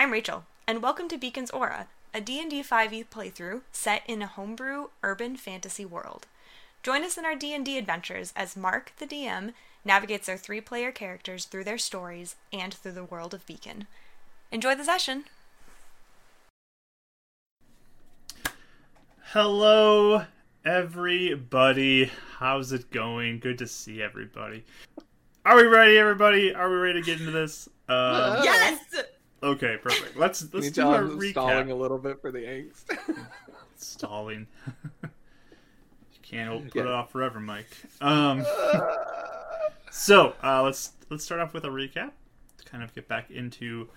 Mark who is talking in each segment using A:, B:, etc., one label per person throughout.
A: I'm Rachel, and welcome to Beacon's Aura, a D&D 5e E playthrough set in a homebrew urban fantasy world. Join us in our D&D adventures as Mark, the DM, navigates our three-player characters through their stories and through the world of Beacon. Enjoy the session.
B: Hello, everybody. How's it going? Good to see everybody. Are we ready, everybody? Are we ready to get into this? Um,
A: Yes.
B: okay, perfect. Let's let's
C: Need
B: do
C: to
B: our
C: I'm stalling a
B: recap.
C: little bit for the angst.
B: Stalling. you can't
C: Yeah.
B: put it off forever, Mike. Um, so uh, let's let's start off with a recap to kind of get back into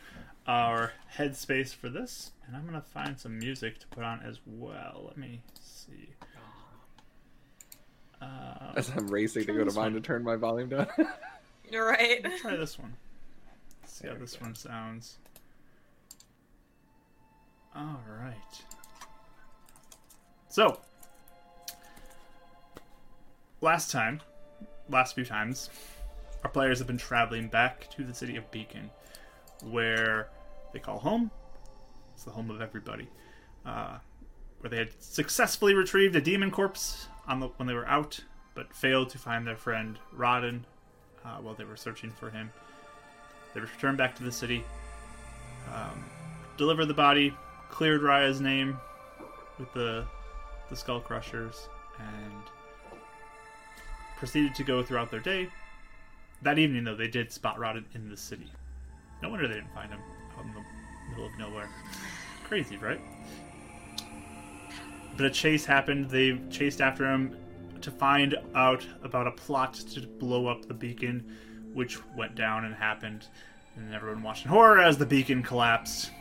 B: our headspace for this, and I'm gonna find some music to put on as well. Let me see. Uh,
C: As I'm racing to
B: Try
C: go to
B: this
C: mine to
B: one.
C: turn my volume down.
A: You're right.
B: Let's try this one. Let's see how
C: There we
B: this
C: go.
B: one sounds. All right. So, last time, last few times, our players have been traveling back to the city of Beacon, where they call home. It's the home of everybody. Uh, where they had successfully retrieved a demon corpse on the, when they were out, but failed to find their friend Rodden, uh, while they were searching for him. They returned back to the city, um, delivered the body, cleared Raya's name with the the Skull Crushers, and proceeded to go throughout their day. That evening, though, they did spot Rodden in the city. No wonder they didn't find him out in the middle of nowhere. Crazy, right? But a chase happened. They chased after him to find out about a plot to blow up the beacon, which went down and happened. And everyone watched in horror as the beacon collapsed.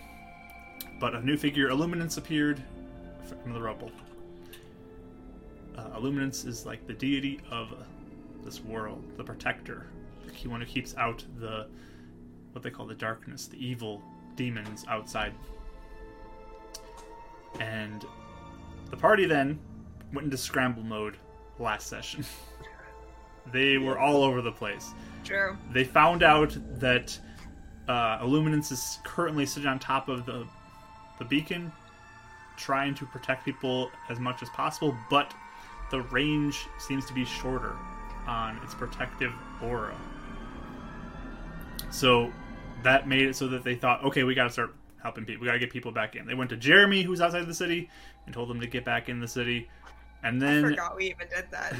B: But a new figure, Illuminance, appeared from the rubble. Uh, Illuminance is like the deity of this world, the protector, the one who keeps out the what they call the darkness, the evil demons outside. And the party then went into scramble mode last session. they were all over the place.
A: True.
B: They found out that uh, Illuminance is currently sitting on top of the the beacon, trying to protect people as much as possible, but the range seems to be shorter on its protective aura. So that made it so that they thought, okay, we got to start helping people. We got to get people back in. They went to Jeremy, who's outside the city, and told them to get back in the city. And then
A: we even did that.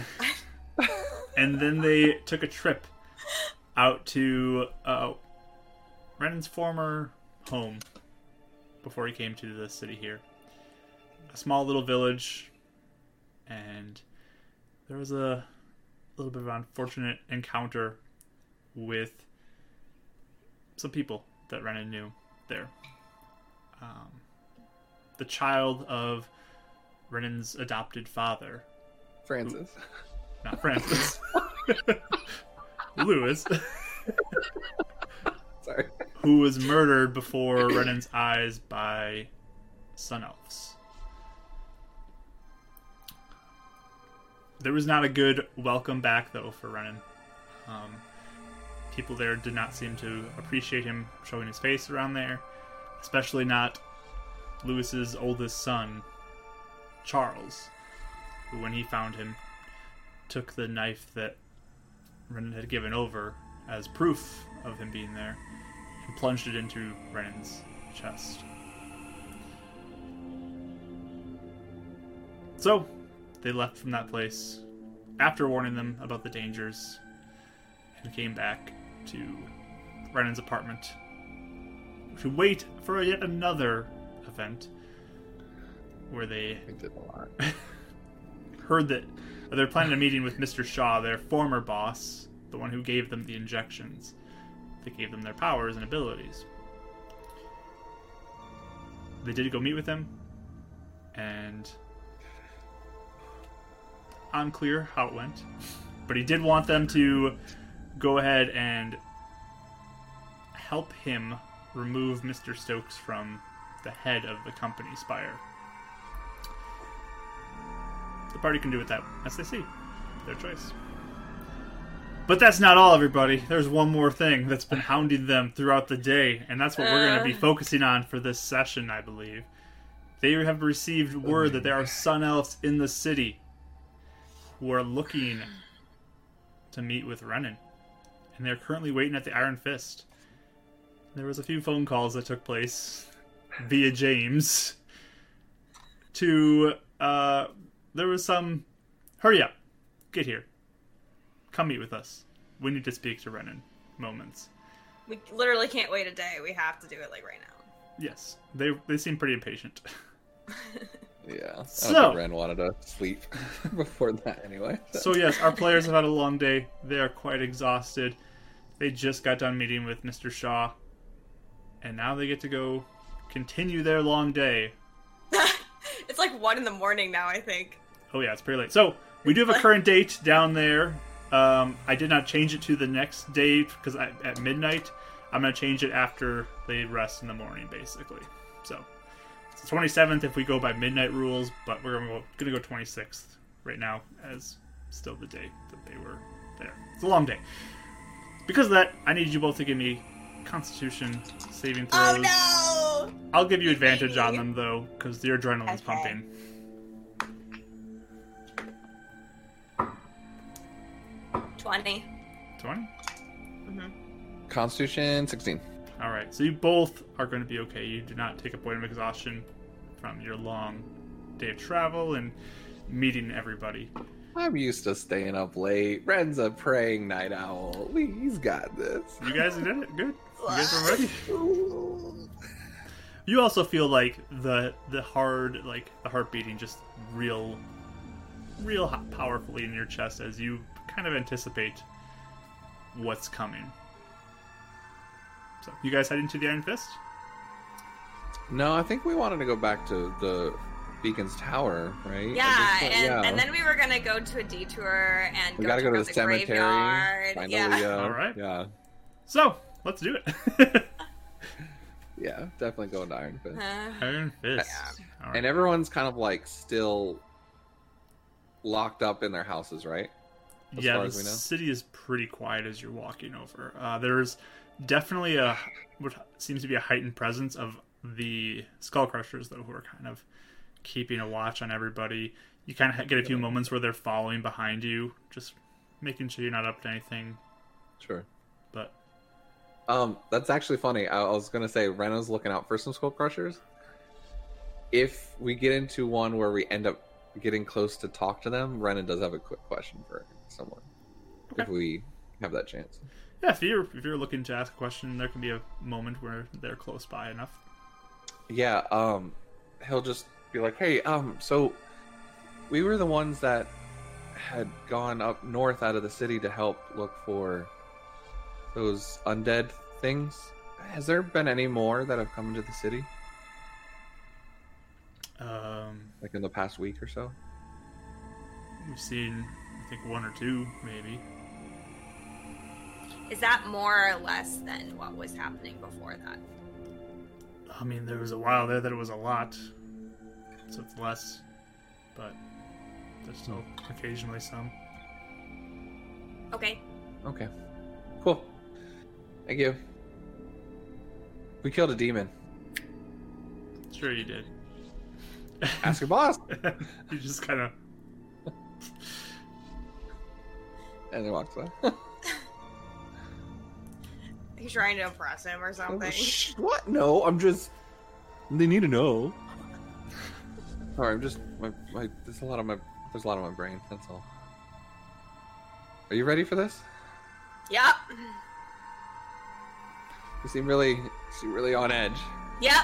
B: and then they took a trip out to uh, Renan's former home before he came to the city here. A small little village, and there was a little bit of unfortunate encounter with some people that Renan knew there. Um, the child of Renan's adopted father
C: Francis.
B: not Francis. Lewis,
C: Sorry.
B: who was murdered before Renan's eyes by Sun Elves. There was not a good welcome back, though, for Renan. Um, people there did not seem to appreciate him showing his face around there, especially not Lewis's oldest son, Charles, who, when he found him, took the knife that Renan had given over as proof of him being there and plunged it into Renan's chest. So, they left from that place after warning them about the dangers and came back to Renan's apartment to wait for yet another event where they
C: We did a lot.
B: heard that or they're planning a meeting with Mr. Shaw, their former boss, the one who gave them the injections that gave them their powers and abilities. They did go meet with him, and unclear how it went, but he did want them to go ahead and help him remove Mr. Stokes from the head of the company, Spire the party can do with that as they see. Their choice. But that's not all, everybody. There's one more thing that's been hounding them throughout the day, and that's what we're going to be focusing on for this session, I believe. They have received word that there are sun elves in the city who are looking to meet with Renan, and they're currently waiting at the Iron Fist. There was a few phone calls that took place via James to uh, there was some hurry up, get here, come meet with us. We need to speak to Renan. Moments.
D: We literally can't wait a day. We have to do it like right now.
B: Yes, they they seem pretty impatient.
C: Yeah. I don't
B: So-
C: think Ren wanted to sleep before that anyway.
B: so yes, our players have had a long day. They are quite exhausted. They just got done meeting with Mr. Shaw, and now they get to go continue their long day.
D: it's like one in the morning now. I think.
B: Oh yeah, it's pretty late. So we do have a current date down there. Um, I did not change it to the next date because at midnight I'm gonna change it after they rest in the morning, basically. So it's the 27th if we go by midnight rules, but we're gonna go, gonna go 26th right now as still the day that they were there. It's a long day. Because of that, I need you both to give me Constitution saving throws.
D: Oh no!
B: I'll give you advantage on them though, because your adrenaline's
D: Okay.
B: pumping.
D: Twenty.
B: 20.
C: Constitution 16.
B: All right, so you both are going to be okay. You do not take a point of exhaustion from your long day of travel and meeting everybody.
C: I'm used to staying up late. Ren's a praying night owl. We- He's got this.
B: You guys did it. Good. You guys are ready. You also feel like the the hard like the heart beating just real, real ho- powerfully in your chest as you kind of anticipate what's coming. So you guys heading to the Iron Fist?
C: No, I think we wanted to go back to the Beacon's Tower, right? At
D: Yeah,
C: this
D: and,
C: point- yeah.
D: and then we were gonna go to a detour and
C: we
D: go
C: gotta
D: check
C: go to
D: out
C: the cemetery.
D: graveyard.
C: find
D: yeah.
C: Leo.
B: All right.
C: Yeah.
B: So let's do it.
C: Yeah, definitely going to Iron Fist.
D: Huh?
B: Iron Fist. All right.
C: And everyone's kind of like still locked up in their houses, right? as
B: yeah,
C: far
B: the
C: as we know.
B: city is pretty quiet as you're walking over. Uh, there's definitely a what seems to be a heightened presence of the skull crushers, though, who are kind of keeping a watch on everybody. You kind of get a few moments where they're following behind you, just making sure you're not up to anything.
C: Sure.
B: But
C: Um, that's actually funny. I, I was gonna say Reno's looking out for some skull crushers. If we get into one where we end up getting close to talk to them, Renan does have a quick question for someone. If we have that chance.
B: yeah, if you're if you're looking to ask a question, there can be a moment where they're close by enough.
C: Yeah, um he'll just be like, Hey, um, so we were the ones that had gone up north out of the city to help look for those undead things. Has there been any more that have come into the city?
B: Um,
C: Like in the past week or so?
B: we've seen I think one or two maybe.
D: Is that more or less than what was happening before that?
B: I mean, there was a while there that it was a lot, so it's less, but there's still occasionally some.
D: Okay.
C: Okay. Cool. Thank you. We killed a demon.
B: Sure, you did.
C: Ask your boss.
B: you just kind of
C: And he walks away.
D: Are you trying to impress him
C: Oh,
D: or something?
C: Shh, what? No, I'm just. They need to know. Sorry, I'm just. My, my, there's a lot of my. There's a lot of my brain. That's all. Are you ready for this?
D: yep.
C: You seem really. You seem really on edge.
D: Yep.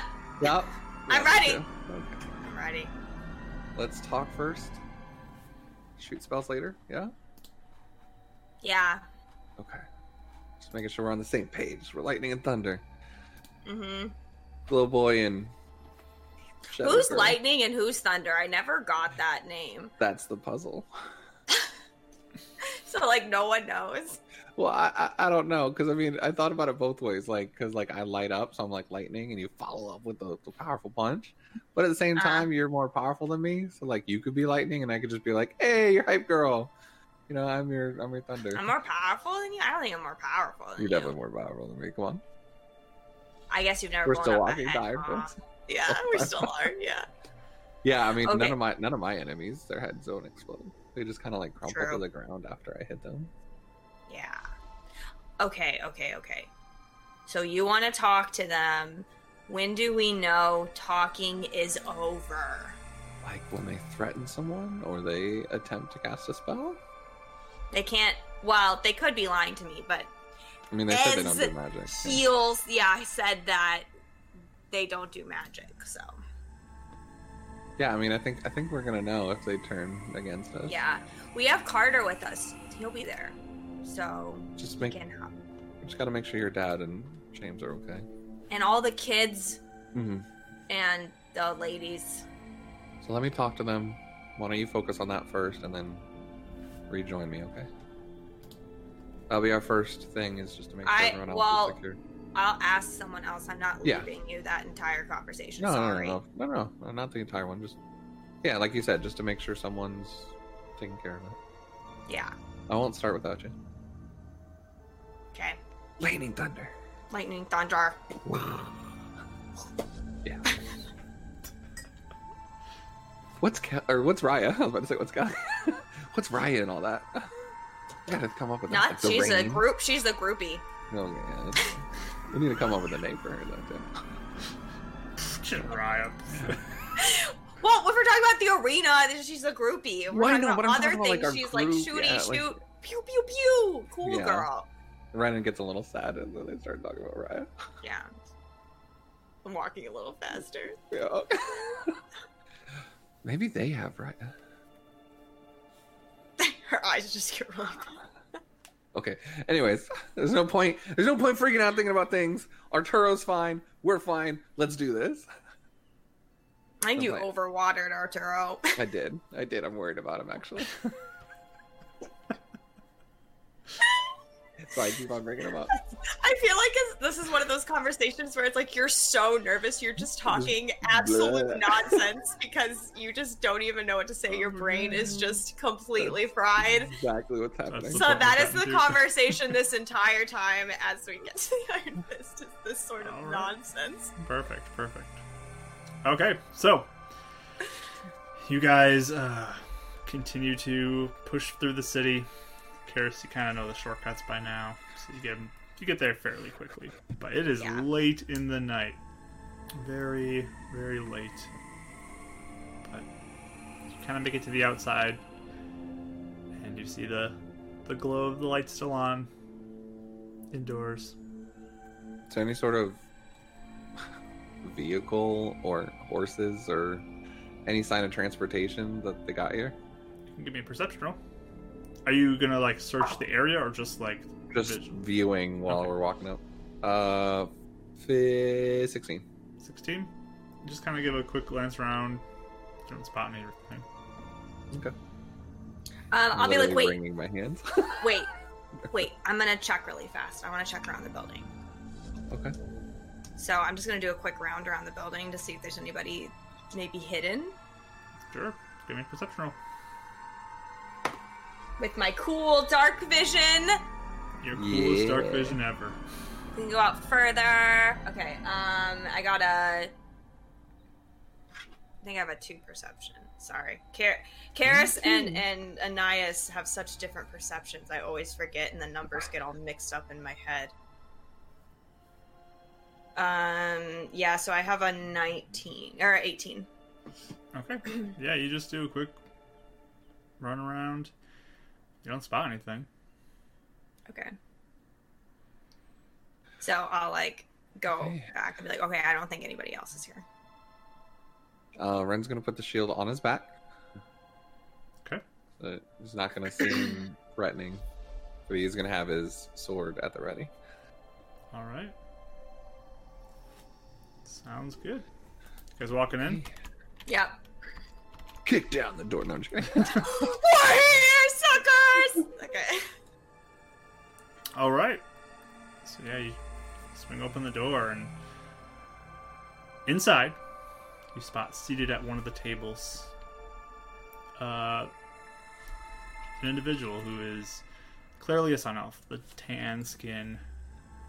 C: Yep.
D: I'm ready.
C: Okay. Okay.
D: I'm ready.
C: Let's talk first. Shoot spells later. Yeah.
D: Yeah.
C: Okay. Just making sure we're on the same page. We're lightning and thunder.
D: Mm-hmm.
C: Little boy and. Shadow
D: Who's
C: Girl.
D: lightning and who's thunder? I never got that name.
C: That's the puzzle.
D: So like no one knows.
C: Well, I I, I don't know because I mean I thought about it both ways, like because like I light up, so I'm like lightning, and you follow up with the, the powerful punch. But at the same
D: Uh-huh.
C: time, you're more powerful than me, so like you could be lightning, and I could just be like, "Hey, you're hype girl," You know, I'm your I'm your thunder.
D: I'm more powerful than you. I don't think I'm more powerful than
C: You're
D: you.
C: definitely more powerful than me. Come on,
D: I guess you've never.
C: we're
D: blown
C: still
D: up my
C: walking
D: head
C: dire
D: off.
C: friends.
D: Yeah, we still are. Yeah.
C: Yeah, I mean,
D: Okay.
C: none of my none of my enemies, their heads don't explode. They just kind of like crumple
D: True.
C: to the ground after I hit them.
D: Yeah. Okay, okay, okay. So you want to talk to them. When do we know talking is over?
C: Like when they threaten someone or they attempt to cast a spell.
D: They can't. Well, they could be lying to me, but
C: I mean, they said they
D: As
C: don't do magic. yeah.
D: heals. Yeah, I said that they don't do magic. So
C: Yeah, I mean, I think I think we're gonna know if they turn against us.
D: yeah, we have Carter with us. He'll be there. So
C: Just
D: we
C: make
D: can help.
C: just gotta make sure your dad and James are okay.
D: And all the kids
C: hmm
D: and the ladies.
C: So let me talk to them. Why don't you focus on that first, and then rejoin me, okay? That'll be our first thing is just to make sure
D: I-
C: everyone else
D: well,
C: is secure.
D: I'll ask someone else. I'm not
C: Yeah.
D: leaving you that entire conversation.
C: No, no,
D: Sorry.
C: no, no, no, no, no, not the entire one. Just yeah, like you said, just to make sure someone's taking care of it.
D: Yeah.
C: I won't start without you.
D: Okay.
C: Lightning thunder.
D: Lightning Thunder.
C: Yeah. what's Cal- or what's Raya? I was about to say what's Cal- What's Raya and all that? I gotta come up with that.
D: Not
C: Like the
D: she's a
C: rain.
D: group. She's the groupie.
C: Oh man, we need to come up with a name for her. Though, too.
B: Jiraiya.
D: Well, if we're talking about the arena, then she's a groupie. If we're
C: Well, I
D: talking
C: know,
D: about
C: but I'm
D: other
C: talking about, like,
D: things,
C: our
D: she's like
C: group,
D: shooty
C: yeah, like-
D: shoot, pew pew pew. Cool
C: Yeah.
D: girl.
C: Renan gets a little sad, and then they start talking about Raya.
D: Yeah. I'm walking a little faster.
C: Yeah. Maybe they have Raya.
D: Her eyes just get really big.
C: Okay. Anyways, there's no point. There's no point freaking out thinking about things. Arturo's fine. We're fine. Let's do this.
D: I think you
C: Okay.
D: overwatered Arturo.
C: I did. I did. I'm worried about him actually. so I keep on bringing him up.
D: I feel like it's, this is one of those conversations where it's like you're so nervous, you're just talking absolute
C: bleh.
D: nonsense because you just don't even know what to say. Your brain
C: Mm-hmm.
D: is just completely fried.
C: Exactly what's happening.
B: That's
D: So that is
B: That's
D: the
B: what happened
D: conversation this entire time as we get to the Iron Fist is this sort of
B: All right.
D: nonsense.
B: Perfect, perfect. Okay, so you guys uh, continue to push through the city. Karis, you kind of know the shortcuts by now, so you get you get there fairly quickly. But it is
D: Yeah.
B: late in the night, very very late. But you kind of make it to the outside, and you see the the glow of the light still on indoors.
C: So any sort of vehicle or horses or any sign of transportation that they got here?
B: Give me a perception roll. Are you gonna like search the area or just like
C: Just
B: vision?
C: viewing while
B: Okay.
C: we're walking up. Uh, fi- sixteen.
B: 16? Just kind of give a quick glance around. Don't spot anything.
C: Okay.
D: Um, I'll be like,
C: Literally
D: wait,
C: wringing my hands.
D: wait, wait. I'm gonna check really fast. I want to check around the building.
C: okay.
D: So I'm just gonna do a quick round around the building to see if there's anybody maybe hidden
B: Sure. Give me a perception roll.
D: with my cool dark vision.
B: Your coolest dark
C: Yeah.
B: vision ever.
D: We can go out further. Okay, um, I got a. I think I have a two perception. Sorry, Kar- Karis and and Anais have such different perceptions. I always forget, and the numbers get all mixed up in my head. Um, yeah. So I have a nineteen or eighteen.
B: Okay. yeah, you just do a quick run around. You don't spot anything.
D: Okay. So I'll like go
C: Okay.
D: back and be like, okay, I don't think anybody else is here.
C: Uh, Ren's gonna put the shield on his back.
B: Okay.
C: So he's not gonna seem threatening, but he's gonna have his sword at the ready.
B: All right. Sounds good. You guys walking in?
D: Yep.
C: Kick down the door. No, I'm just kidding.
D: We're here, suckers! Okay.
B: All right. So yeah, you swing open the door and inside, you spot seated at one of the tables. Uh, an individual who is clearly a sun elf, the tan skin,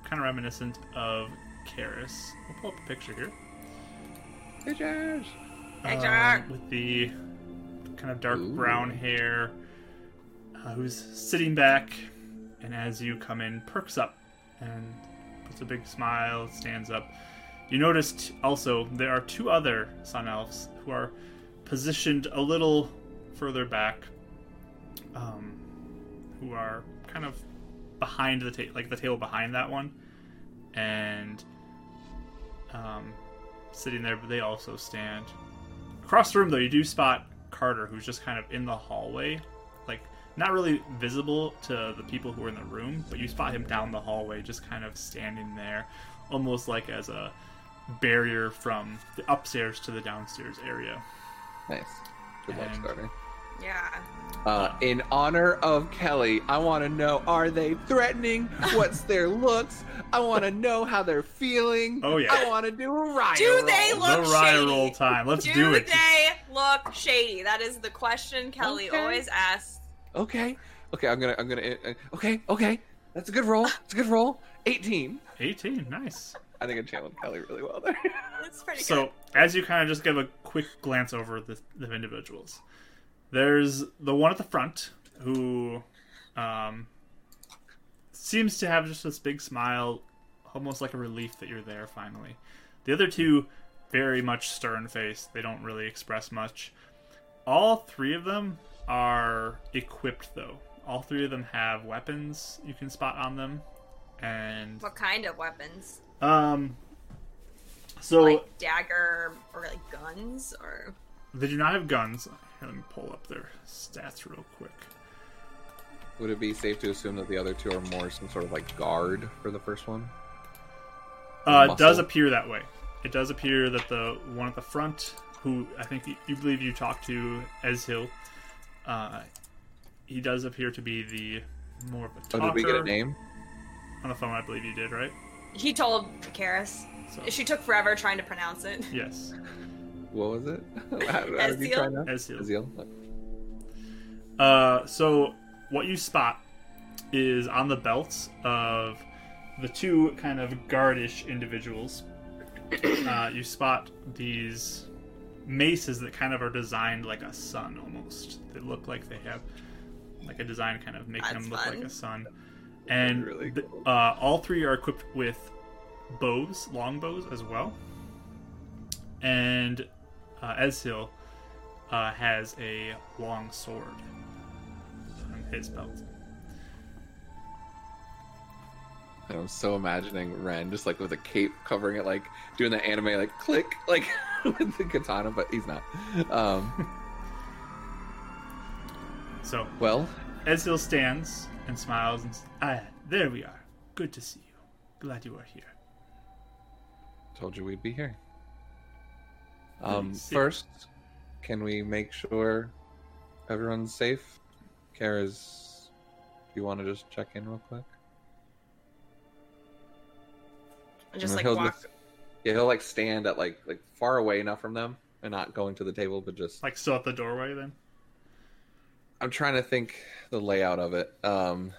B: kind of reminiscent of Karis. We'll pull up a picture here.
C: Pictures.
D: Picture.
B: Um, with the kind of dark
C: Ooh.
B: brown hair, uh, who's sitting back, and as you come in, perks up and puts a big smile, stands up. You noticed also there are two other sun elves who are positioned a little further back, um, who are kind of behind the table, like the table behind that one, and um, sitting there. But they also stand across the room. Though you do spot Carter, who's just kind of in the hallway, like not really visible to the people who are in the room, but you spot him down the hallway, just kind of standing there, almost like as a barrier from the upstairs to the downstairs area.
C: Nice. Good luck,
B: And-
C: starter.
D: Yeah.
C: Uh, in honor of Kelly, I want to know: Are they threatening? What's their looks? I want to know how they're feeling.
B: Oh, yeah.
C: I want to do a riot.
D: Do they
C: roll.
D: look-
B: No riot
D: shady.
B: roll time. Let's do,
D: Do
B: it.
D: they look shady? That is the question Kelly
C: Okay.
D: always asks.
C: Okay. Okay. I'm gonna. I'm gonna. uh, uh, Okay. Okay. That's a good roll. It's a good roll. 18.
B: 18, nice.
C: I think I channeled Kelly really well there.
D: That's pretty
B: So, as you kind of just give a quick glance over the, the individuals, there's the one at the front who um, seems to have just this big smile, almost like a relief that you're there finally. The other two, very much stern faced, they don't really express much. All three of them are equipped, though. All three of them have weapons you can spot on them. And
D: good. What kind of weapons?
B: um, so
D: like dagger or like guns or
B: They do not have guns. Here, let me pull up their stats real quick.
C: Would it be safe to assume that the other two are more some sort of like guard for the first one?
B: Uh, it does
C: Muscle.
B: appear that way. It does appear that the one at the front, who I think you, you believe you talked to, Ezhil, uh, he does appear to be the more of a
C: Oh,
B: talker.
C: did we get a name?
B: on the phone? I believe you did, right?
D: he told Karis.
B: So
D: She took forever trying to pronounce it.
B: yes,
C: What was it? how, how did you
D: Ezreal.
C: try now?
B: Ezhil.
C: Ezreal?
B: Uh, so what you spot is on the belts of the two kind of guardish individuals. uh, you spot these maces that kind of are designed like a sun almost. They look like they have like a design kind of making
D: That's
B: them look
D: fun.
B: like a sun. And
C: Really
B: th-
C: cool.
B: uh, all three are equipped with bows, long bows as well. And uh, Ezreal, uh, has a long sword on his belt.
C: And I'm so imagining Ren just like with a cape covering it, like doing the anime, like click, like with the katana, but he's not. Um,
B: So
C: well,
B: Ezreal stands and smiles and says, Ah, there we are. Good to see you. Glad you are here.
C: told you we'd be here. Um,
B: Nice.
C: first, can we make sure everyone's safe? Kara's, do you want to just check in real quick?
D: And just like
C: And Uh, he'll
D: walk.
C: just- yeah, he'll like stand at like like far away enough from them and not going to the table, but just
B: Like still at the doorway then?
C: I'm trying to think the layout of it. Um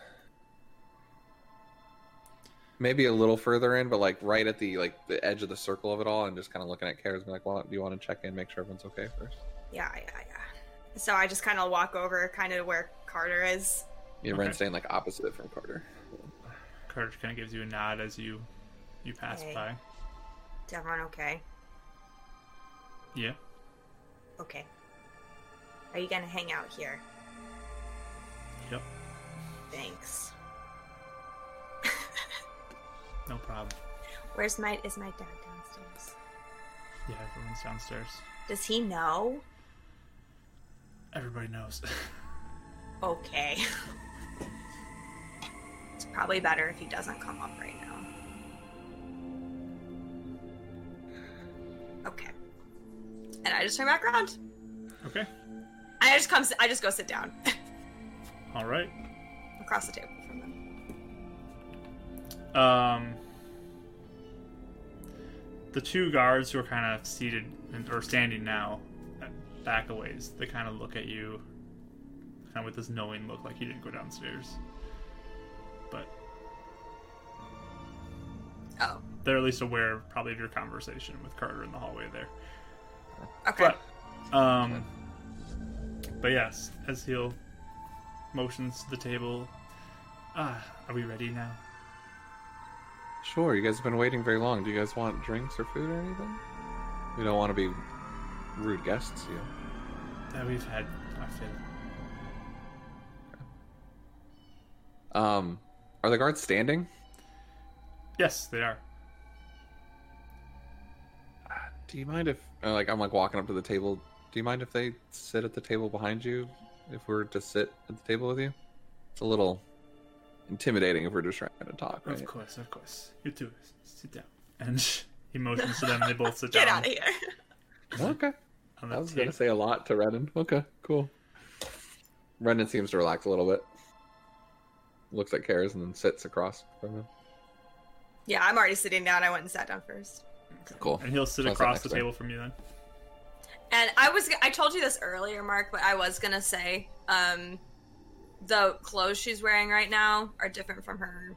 C: maybe a little further in, but like right at the like the edge of the circle of it all and just kinda looking at Kara's being like, Well do you want to check in, make sure everyone's okay first?
D: Yeah, yeah, yeah. So I just kind of walk over, kind of where Carter is.
C: Yeah, Ren's
B: Okay.
C: staying like opposite from Carter.
B: Carter kinda gives you a nod as you you pass
D: Hey.
B: by.
D: Is everyone okay?
B: Yeah.
D: Okay. Are you gonna hang out here?
B: Yep.
D: Thanks.
B: No problem.
D: Where's my is my dad downstairs?
B: Yeah, everyone's downstairs.
D: Does he know?
B: Everybody knows.
D: Okay. it's probably better if he doesn't come up right now. Okay. And I just turn back around.
B: okay.
D: I just come. s- I just go sit down
B: All right.
D: across the table from them.
B: Um, the two guards who are kind of seated and, or standing now, uh, back a ways, they kind of look at you, kind Now it does knowing look like he didn't go downstairs. But
D: Oh,
B: they're at least aware, probably, of your conversation with Carter in the hallway there.
D: okay.
B: But, um, but yes, as he'll motions to the table. Ah, are we ready now?
C: Sure, you guys have been waiting very long. Do you guys want drinks or food or anything? We don't want to be rude guests, you.
B: That we've had our fill.
C: Um, are the guards standing?
B: Yes, they are.
C: Do you mind if, uh, like, I'm like walking up to the table? Do you mind if they sit at the table behind you? If we're to sit at the table with you, it's a little intimidating if we're just trying to talk. Right?
B: Of course, of course. You too. S- Sit down. And he motions to them. They both sit
D: Get
B: down.
D: out of here.
C: Okay.
B: on the
C: I was
B: table.
C: gonna say a lot to Renan. Okay, cool. Renan seems to relax a little bit. Looks at Karis and then sits across from him.
D: Yeah, I'm already sitting down. I went and sat down first.
C: Cool.
B: And he'll sit
C: I'll
B: across
C: next
B: the
C: to him.
B: table from you then.
D: And I was I told you this earlier, Mark, but I was gonna say, um the clothes she's wearing right now are different from her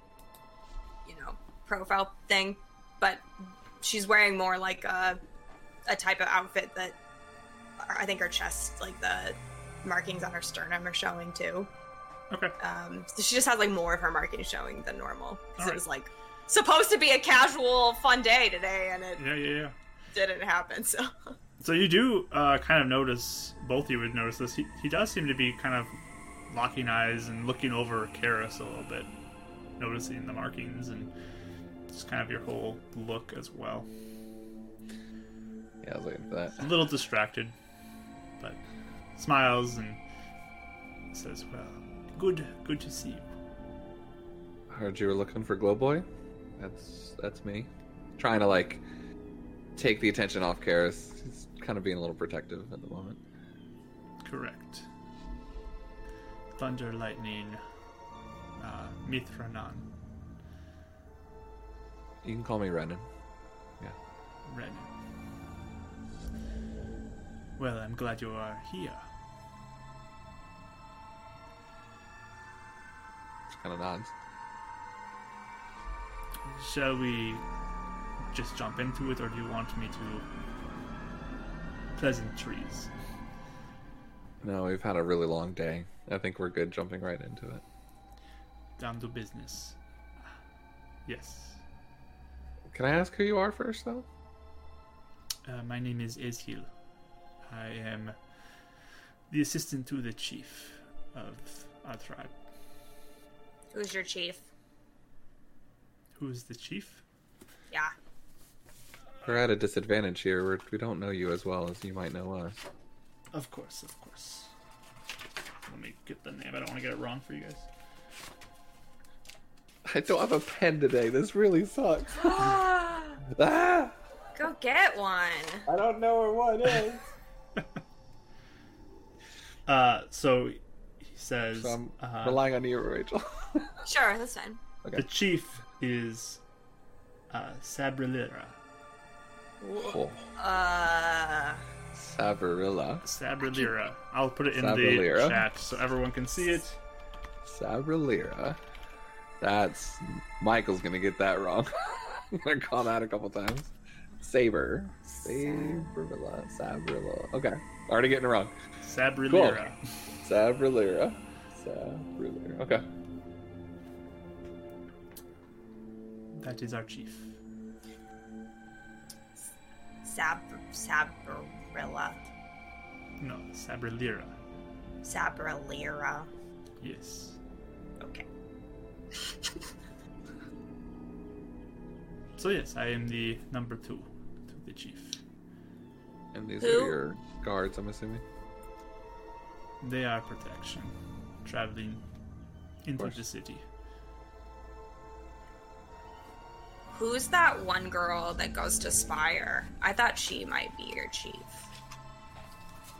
D: you know, profile thing. But she's wearing more like a a type of outfit that I think her chest like the markings on her sternum are showing too.
B: Okay.
D: Um so she just has like more of her markings showing than normal. Because
B: Alright.
D: it was like supposed to be a casual fun day today and it
B: Yeah, yeah, yeah.
D: didn't happen, so
B: So you do uh, kind of notice, both you would notice this. He, he does seem to be kind of locking eyes and looking over Karis a little bit, noticing the markings and just kind of your whole look as well.
C: Yeah, I was waiting for that.
B: A little distracted, but smiles and says, "Well, good, good to see you."
C: I heard you were looking for Glowboy. That's that's me. Trying to like take the attention off Karis. He's kind of being a little protective at the moment.
B: Correct. Thunder, lightning, uh, Mithranan,
C: You can call me Renan.
B: Renan. Well, I'm glad you are here.
C: Just kind of nods.
B: Shall we just jump into it, or do you want me to? Pleasant trees.
C: No, we've had a really long day. I think we're good jumping right into it.
B: Down to business. Yes.
C: Can I ask who you are first, though?
B: Uh, my name is Ezhil. I am the assistant to the chief of our tribe.
D: who's your chief?
B: Who is the chief?
D: Yeah.
C: We're at a disadvantage here. We're, we don't know you as well as you might know us.
B: Of course, of course. Let me get the name. I don't want to get it wrong for you guys.
C: I don't have a pen today. This really sucks. ah,
D: Go get one.
C: I don't know where one is.
B: Uh, so he says
C: So I'm
B: uh,
C: relying on you, Rachel.
D: Sure, that's fine.
B: the chief is uh, Sabrilera.
C: cool.
D: Uh,
C: Savarilla.
B: Sabrilera. I'll put it in the
C: Sabrilera.
B: chat so everyone can see it.
C: Sabralira. That's Michael's gonna get that wrong. I'm gonna call that a couple times. Saber. Sabrilla. Sabrilla. Okay. Already getting it wrong.
B: Sabrilera.
C: Sabralira. Sabralira. Okay.
B: That is our chief.
D: sab, sabrilla,
B: No, Sabrilera.
D: sabralira.
B: Yes.
D: Okay.
B: So yes, I am the number two to the chief.
C: And these
D: Who?
C: are your guards, I'm assuming.
B: They are protection. Traveling into
C: course.
B: the city.
D: Who's that one girl that goes to Spire? I thought she might be your chief.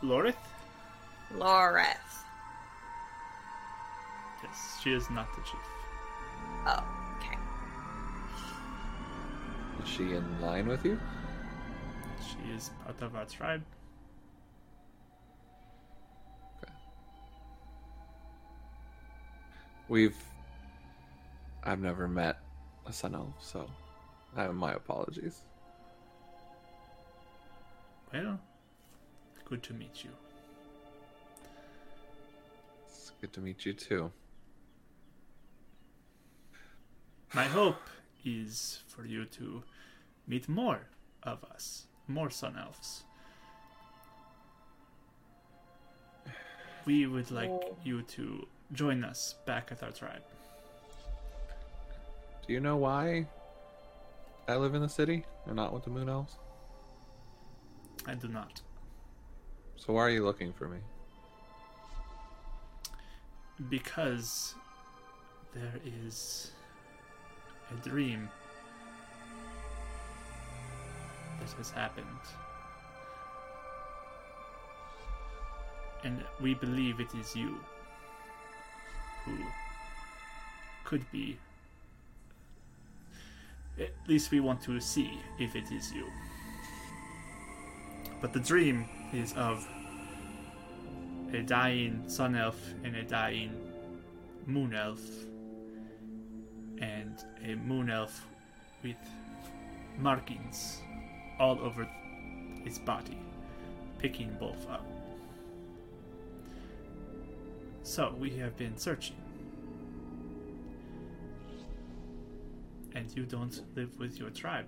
B: Lorith?
D: Loreth.
B: Yes, she is not the chief.
D: Oh, okay.
C: Is she in line with you?
B: She is part of our tribe.
C: Okay. We've. I've never met a sun elf, so I have my apologies.
B: Well, good to meet you.
C: It's good to meet you too.
B: My hope is for you to meet more of us, more sun elves. We would like you to join us back at our tribe.
C: Do you know why I live in the city and not with the moon elves?
B: I do not.
C: So why are you looking for me?
B: Because there is a dream that has happened. And we believe it is you who could be. At least we want to see if it is you. But the dream is of a dying sun elf and a dying moon elf, and a moon elf with markings all over its body, picking both up. So we have been searching. And you don't live with your tribe.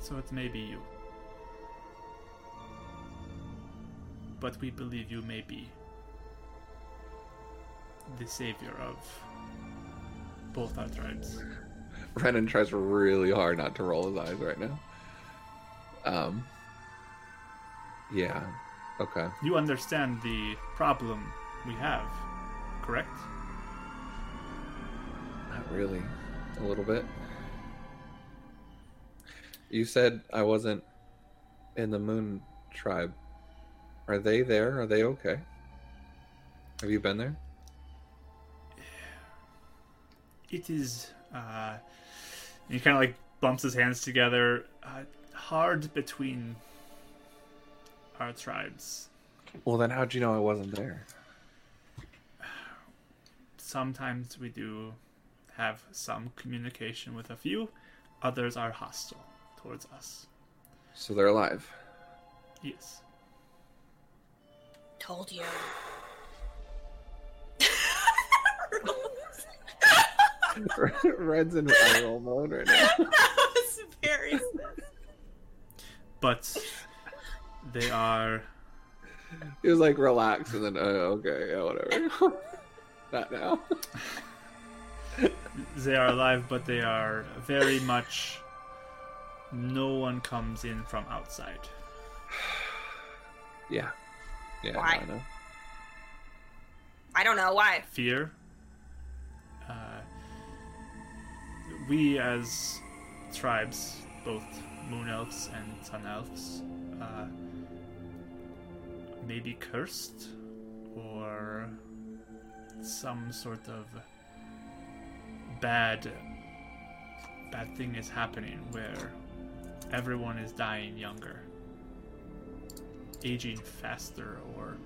B: So it may be you. But we believe you may be the savior of both our tribes.
C: Renan tries really hard not to roll his eyes right now. Um. Yeah. Okay.
B: You understand the problem we have, correct?
C: Not really. A little bit. You said I wasn't in the moon tribe. Are they there? Are they okay? Have you been there?
B: it is uh and he kind of like bumps his hands together uh, hard between our tribes
C: Well, then how'd you know I wasn't there?
B: sometimes we do have some communication with a few others are hostile towards us
C: So they're alive.
B: yes
D: Told you.
C: Red's in eye roll mode right now.
D: that was very.
B: but they are
C: He was like, relax, and then, oh, okay, yeah, whatever. Not now.
B: they are alive but they are very much no one comes in from outside
C: Yeah. Yeah,
D: Why?
C: I know.
D: I don't know why.
B: fear. Uh, we, as tribes, both moon elves and sun elves, uh, may be cursed or some sort of bad bad thing is happening where everyone is dying younger aging faster or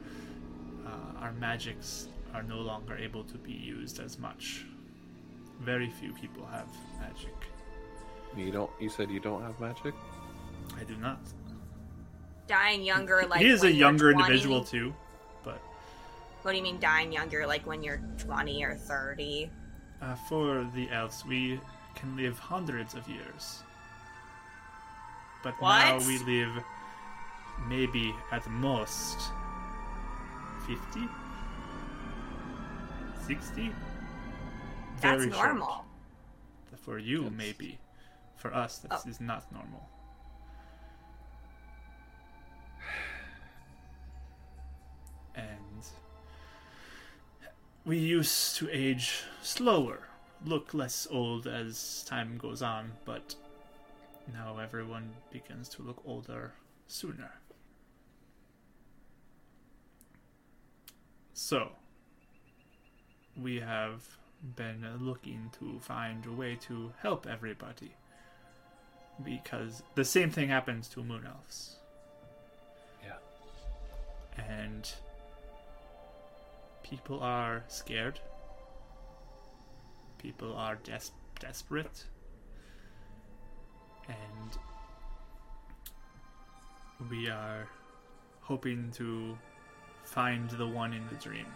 B: uh, our magics are no longer able to be used as much. Very few people have magic.
C: You don't. You said you don't have magic.
B: I do not.
D: Dying younger, like
B: he is a
D: when you're
B: younger
D: 20?
B: individual too, but
D: What do you mean dying younger? Like when you're 20 or 30?
B: uh, for the elves, we can live hundreds of years. But now
D: What?
B: we live maybe at most 50? 60?
D: That's
B: Very short.
D: normal.
B: For you,
C: That's-
B: maybe. For us, this
D: Oh.
B: is not normal. And we used to age slower, look less old as time goes on, but now everyone begins to look older sooner. So, we have been looking to find a way to help everybody. Because the same thing happens to moon elves.
C: Yeah.
B: And People are scared. People are des- desperate. And we are hoping to find the one in the dream.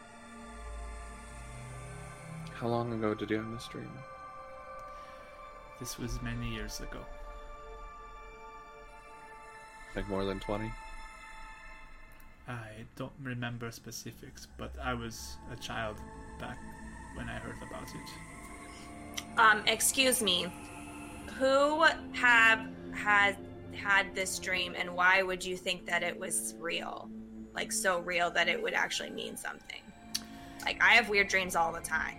C: How long ago did you have this dream?
B: This was many years ago.
C: Like more than 20?
B: I don't remember specifics, but I was a child back when I heard about it.
D: Um, excuse me. Who have had had this dream and why would you think that it was real? Like so real that it would actually mean something. Like I have weird dreams all the time.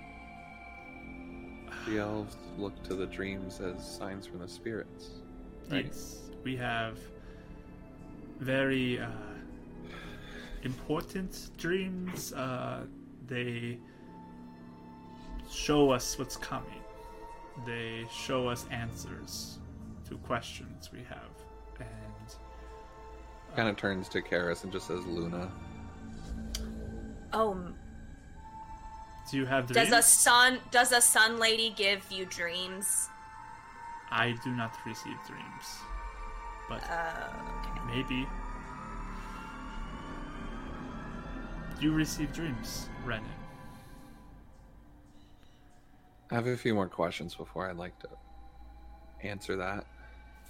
C: The elves look to the dreams as signs from the spirits. Right.
B: Yes, we have very uh, important dreams. Uh, they show us what's coming. They show us answers to questions we have, and
C: Kind of turns to Karis and just says, Luna.
D: Oh, m-
B: do you have dreams?
D: does a sun does a sun lady give you dreams?
B: I do not receive dreams, but
D: Uh, okay.
B: maybe you receive dreams, Renan.
C: I have a few more questions before I'd like to answer that.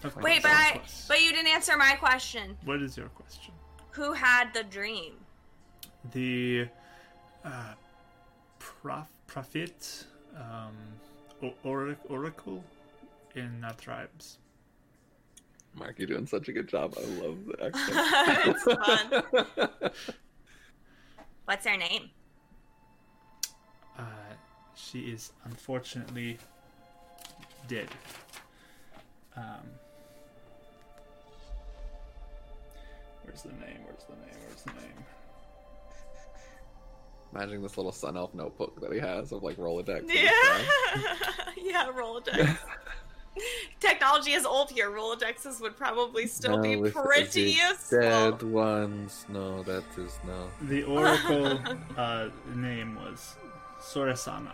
B: Of
D: Wait,
B: course,
D: but
B: of
D: I
B: course.
D: but you didn't answer my question.
B: what is your question?
D: Who had the dream?
B: the uh, prof, prophet um, o- or- oracle in uh, tribes.
C: Mark, you're doing such a good job. I love the accent.
D: it's fun. What's her name?
B: Uh, she is unfortunately dead. Um, where's the name? Where's the name? Where's the name?
C: Imagine this little sun elf notebook that he has of like Rolodex. and
D: Yeah.
C: stuff.
D: yeah, Rolodex. Technology is old here. Rolodexes would probably still
C: No,
D: be
C: this is
D: pretty
C: the
D: useful.
C: Dead ones. No, that is no.
B: The oracle uh, name was Sorasana.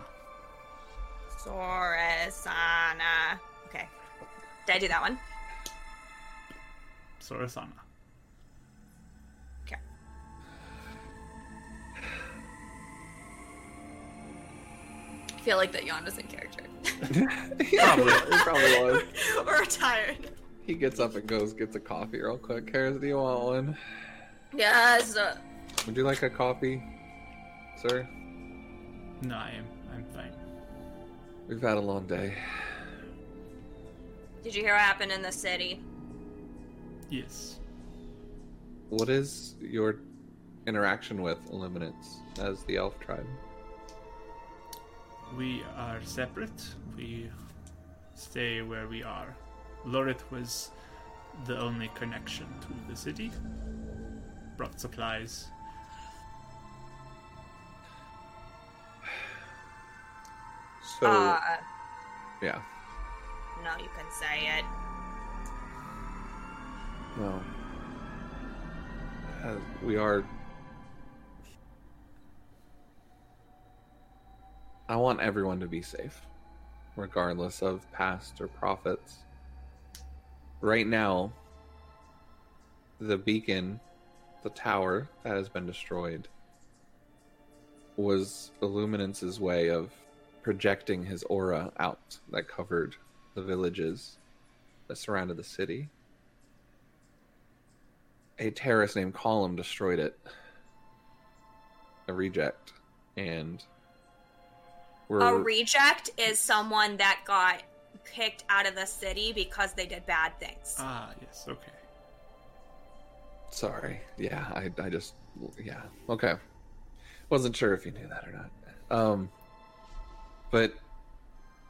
D: Sorasana. Okay. Did I do that one?
B: Sorasana.
D: Okay. I feel like that yawn was in character.
C: probably, it probably was.
D: We're tired.
C: He gets up and goes, gets a coffee real quick. Karis, do you want one?
D: Yes. uh,
C: Would you like a coffee, sir?
B: No, I am. I'm fine.
C: We've had a long day.
D: Did you hear what happened in the city?
B: Yes.
C: What is your interaction with Illuminance as the elf tribe?
B: We are separate. We stay where we are. Lorith was the only connection to the city. Brought supplies.
C: So,
D: Uh,
C: yeah.
D: no, you can say it.
C: Well, uh, we are. I want everyone to be safe, regardless of past or profits. Right now, the beacon, the tower that has been destroyed, was Illuminance's way of projecting his aura out that covered the villages that surrounded the city a terrorist named Column destroyed it. A reject. And we're
D: A reject is someone that got kicked out of the city because they did bad things.
C: Uh,
B: Ah, yes, okay.
C: sorry. Yeah, I I just yeah. Okay. Wasn't sure if you knew that or not. Um but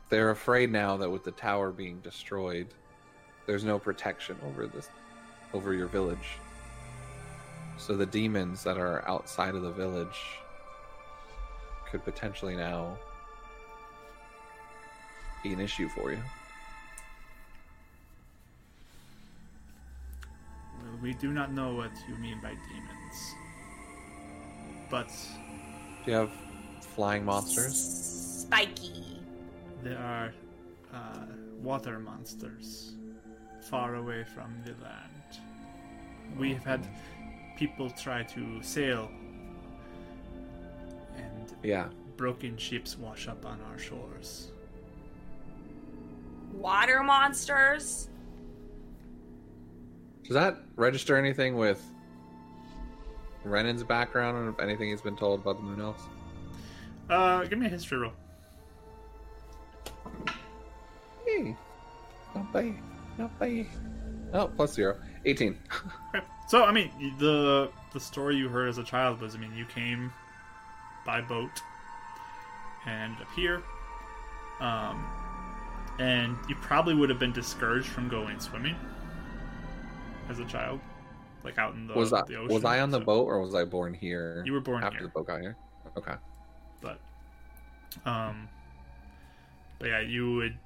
C: they're afraid now that with the tower being destroyed, there's no protection over this over your village. So the demons that are outside of the village could potentially now be an issue for you.
B: Well, we do not know what you mean by demons. But
C: Do you have flying monsters?
D: Spiky.
B: There are uh, water monsters far away from the land. We have had people try to sail, and
C: Yeah.
B: broken ships wash up on our shores.
D: Water monsters.
C: Does that register anything with Renan's background and if anything he's been told about the Moon Elves?
B: Uh, give me a history roll.
C: Hey, not bad, not bad. Oh, plus zero. 18.
B: Okay. So I mean, the the story you heard as a child was, I mean, you came by boat and up here, um, and you probably would have been discouraged from going swimming as a child, like out in the
C: was I
B: the ocean.
C: was I on the
B: So-
C: boat or was I born here?
B: You were born
C: after
B: here.
C: the boat got here. Okay.
B: but um but yeah you would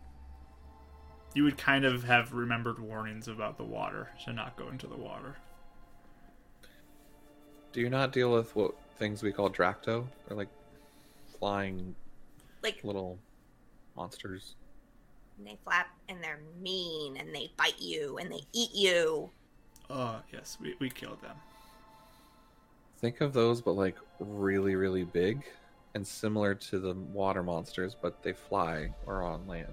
B: you would kind of have remembered warnings about the water to not go into the water
C: Do you not deal with what things we call Dracto? They're like flying
D: Like
C: little monsters.
D: they flap and they're mean and they bite you and they eat you.
B: uh yes we, we killed them
C: Think of those, but like really, really big and similar to the water monsters, but they fly or on land.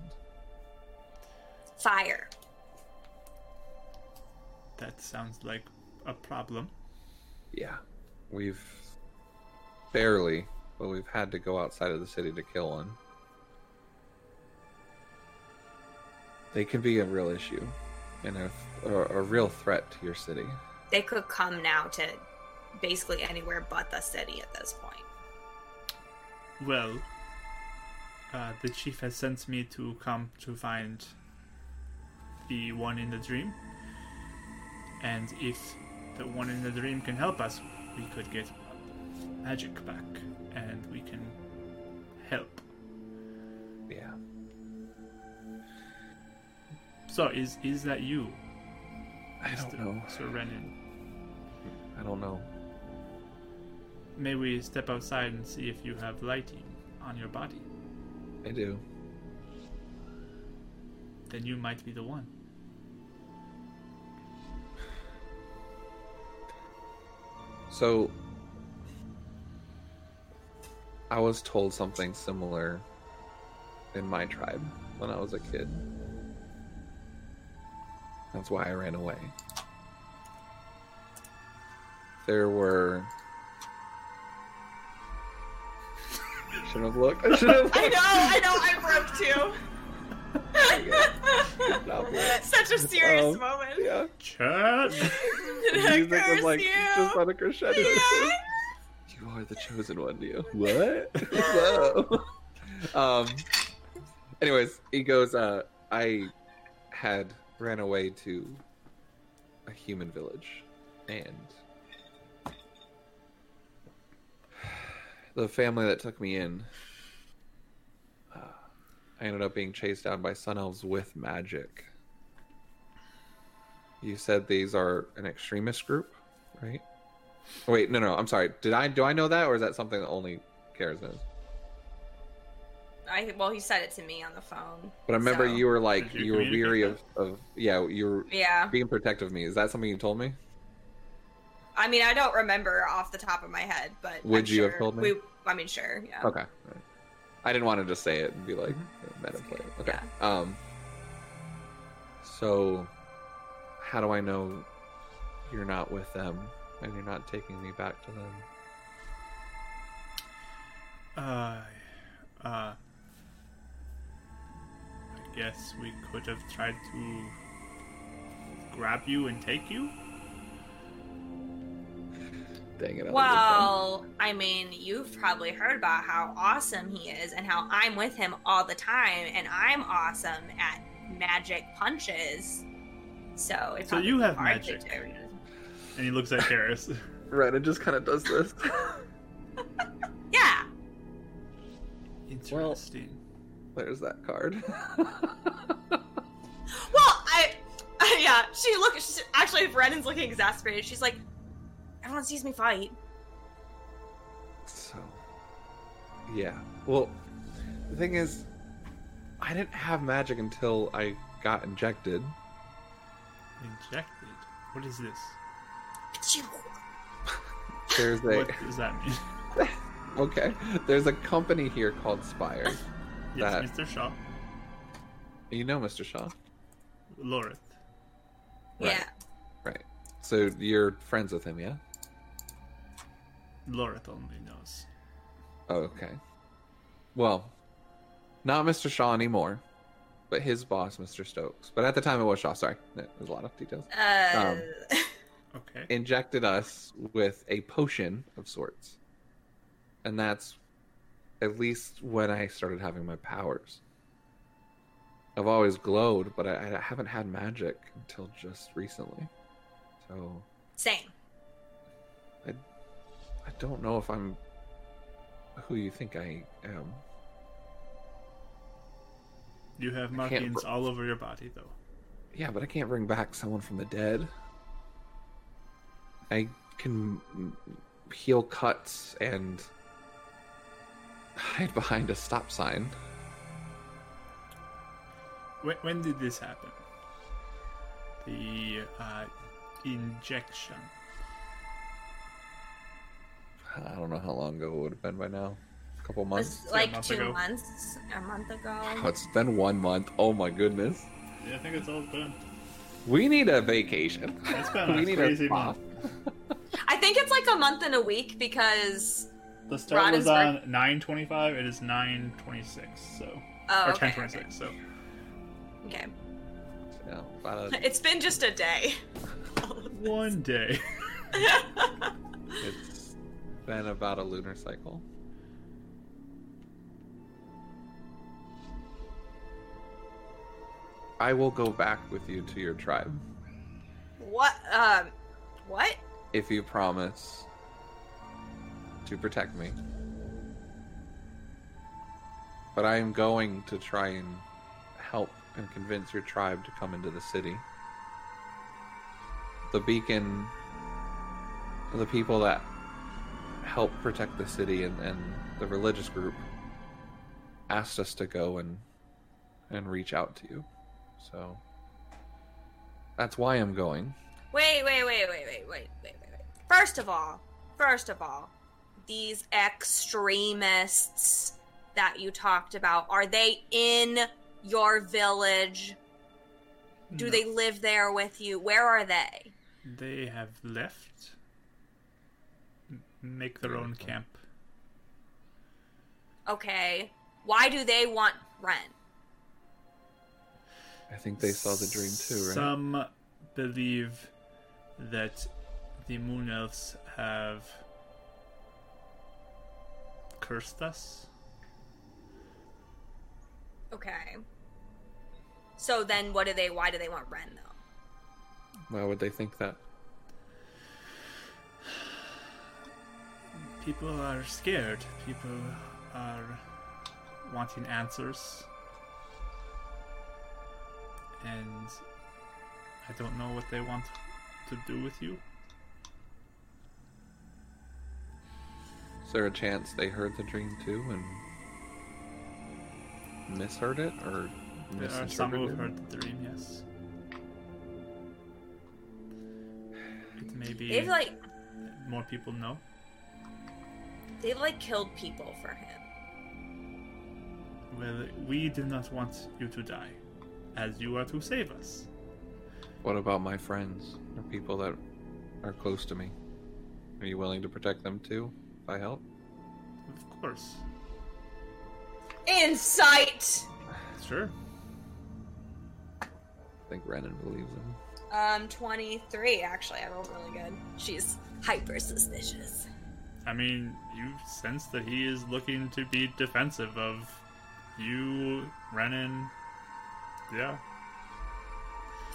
D: Fire.
B: that sounds like a problem
C: Yeah, we've barely, but we've had to go outside of the city to kill one. They can be a real issue and a, a, a real threat to your city.
D: They could come now to basically anywhere but the city at this point.
B: well uh, the chief has sent me to come to find the one in the dream and if the one in the dream can help us we could get magic back and we can help
C: Yeah.
B: So is is that you,
C: I
B: Mr.
C: don't know.
B: Sir Renan?
C: I don't know.
B: May we step outside and see if you have lighting on your body?
C: I do.
B: Then you might be the one.
C: So, I was told something similar in my tribe when I was a kid. That's why I ran away. There were. Should have looked. I should have looked.
D: I know, I know, I broke too.
C: Not looked.
D: Such a serious
C: Um,
D: moment.
C: Yeah.
B: Chat.
C: The
D: It
C: music was like
D: you.
C: just on a crescendo.
D: Yeah.
C: You are the chosen one, you. What? Whoa. um. Anyways, he goes. Uh, I had ran away to a human village, and the family that took me in. uh, I ended up being chased down by sun elves with magic. You said these are an extremist group, right? Wait, no, no. I'm sorry. Did I do I know that, or is that something that only Karis knows?
D: I, well, he said it to me on the phone.
C: But I remember
D: so-
C: you were like
B: Did you
C: you were
B: communicate
C: weary
B: that?
C: of, of yeah you were
D: Yeah.
C: being protective of me. Is that something you told me?
D: I mean, I don't remember off the top of my head, but
C: Would
D: I'm
C: you have
D: sure
C: told me?
D: We, I mean, sure. Yeah.
C: Okay. Alright. I didn't want to just say it and be
B: Mm-hmm.
C: like meta play. Okay. Um. So, how do I know you're not with them and you're not taking me back to them?
B: Uh, uh, I guess we could have tried to grab you and take you.
C: Dang it! I would've done-
D: Well, I mean, you've probably heard about how awesome he is and how I'm with him all the time, and I'm awesome at magic punches. So it's
B: So you have magic. And he looks at Karis.
C: Right, it just kind of does this.
D: Yeah.
B: Interesting.
C: There's that card.
D: Well, I. Yeah, she look. She's, actually, Brennan's looking exasperated. She's like, "Everyone sees me fight."
C: So, Yeah. Well, the thing is, I didn't have magic until I got injected.
B: Injected. What is this?
C: There's a
B: What does that mean?
C: okay. There's a company here called Spire.
B: Yes, Mr.
C: That-
B: Shaw.
C: You know, Mr. Shaw,
B: Lorith.
D: Yeah.
C: right? So you're friends with him, yeah?
B: Lorith only knows.
C: Oh, okay. Well, not Mr. Shaw anymore, but his boss, Mr. Stokes. But at the time, it was Shaw. Sorry, No, there's a lot of details.
D: Uh,
C: Um.
B: Okay.
C: Injected us with a potion of sorts, and that's at least when I started having my powers. I've always glowed, but I, I haven't had magic until just recently. So
D: same.
C: I don't know if I'm who you think I am.
B: you have
C: I can't
B: markings
C: br-
B: all over your body, though.
C: Yeah, but I can't bring back someone from the dead. I can m- heal cuts and hide behind a stop sign.
B: When, when did this happen? The uh, injection.
C: I don't know how long ago it would have been by now. A couple
D: It
C: months.
D: was like
B: month
D: two
B: ago.
D: months, a month
C: Oh,
D: ago.
C: it's been one month. Oh my goodness.
B: Yeah, I think it's all done.
C: We need a vacation.
B: It's been a
C: we need
B: crazy
C: a pop.
B: month.
D: I think it's like a month and a week because.
B: The start was on
D: Rodden's
B: 9:25. It is 9:26, so
D: Oh,
B: or
D: okay,
B: 10:26. So
D: Okay.
C: Yeah, about a-
D: It's been just a day.
B: one day.
C: it's been about a lunar cycle. I will go back with you to your tribe
D: What? Um, what?
C: if you promise to protect me. But I am going to try and help and convince your tribe to come into the city. The beacon, the people that help protect the city and, and the religious group asked us to go and and reach out to you. So that's why I'm going.
D: Wait, wait, wait, wait, wait, wait, wait, wait, wait. First of all, first of all, these extremists that you talked about, are they in your village? Do
B: No,
D: they live there with you? Where are they?
B: They have left. M- Make their own
C: Beautiful.
B: camp.
D: Okay. Why do they want rent?
C: I think they saw the dream too, right?
B: Some believe that the moon elves have cursed us.
D: Okay. So then what do they why do they want rent though?
C: Why would they think that?
B: People are scared. People are wanting answers. And I don't know what they want to do with you.
C: Is there a chance they heard the dream too and misheard it or
B: There are some who have
C: misinterpreted it?
B: heard the dream, yes. It may be
D: They've like
B: more people know.
D: they've like killed people for him.
B: Well, we do not want you to die, as you are to save us.
C: What about my friends or people that are close to me? Are you willing to protect them too if I help?
B: Of course.
D: Insight!
B: Sure.
C: I think Renan believes him.
D: Um, 23, actually. I rolled really good. She's hyper suspicious.
B: I mean, you sense that he is looking to be defensive of you, Renan. Yeah.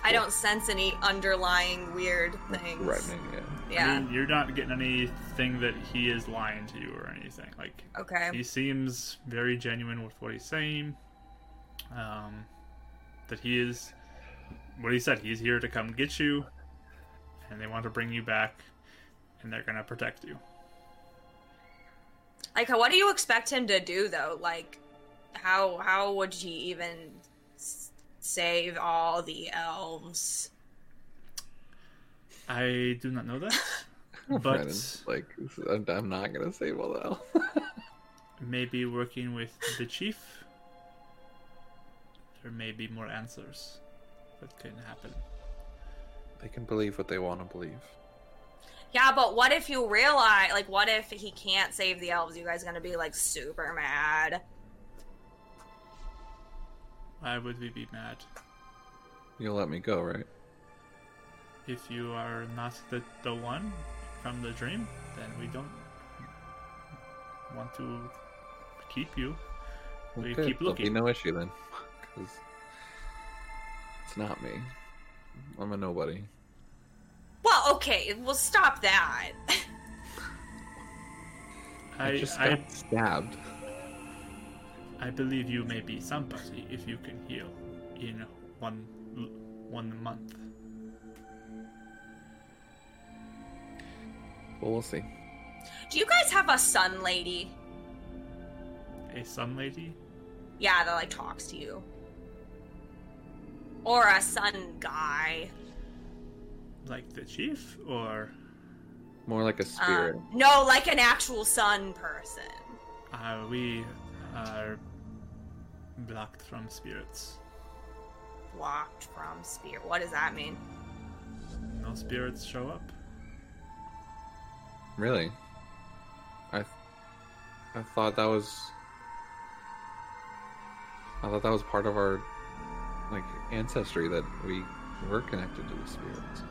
D: I don't sense any underlying weird things.
C: Threatening, yeah.
B: I
D: Yeah.
B: mean, you're not getting anything that he is lying to you or anything. Like,
D: Okay.
B: he seems very genuine with what he's saying. Um, that he is, what he said, he's here to come get you, and they want to bring you back, and they're gonna protect you.
D: Like, what do you expect him to do though? Like, how how would he even s- save all the elves?
B: I do not know that,
C: Brennan's
B: but
C: like, I'm I'm not gonna save all the elves.
B: maybe working with the chief, there may be more answers that can happen.
C: they can believe what they want to believe.
D: Yeah, but what if you realize, like, what if he can't save the elves? You guys gonna be like super mad?
B: Why would we be mad
C: You'll let me go, right?
B: if you are not the, the one from the dream? Then we don't want to keep you. We
C: Okay,
B: keep
C: there'll be
B: looking.
C: no issue then, 'Cause it's not me. I'm a nobody.
D: Well, okay, we'll stop that.
C: I,
B: I
C: just
B: I,
C: got stabbed.
B: I believe you may be somebody if you can heal in one one month.
C: Well, we'll see.
D: do you guys have a sun lady?
B: A sun lady?
D: Yeah, that like talks to you, or a sun guy?
B: Like the chief? Or
C: More like a spirit.
D: Um, no, like an actual sun person.
B: are Uh, we are blocked from spirits?
D: Blocked from spirit. What does that mean?
B: No spirits show up?
C: Really? I I thought that was I thought that was part of our like ancestry that we were connected to the spirits.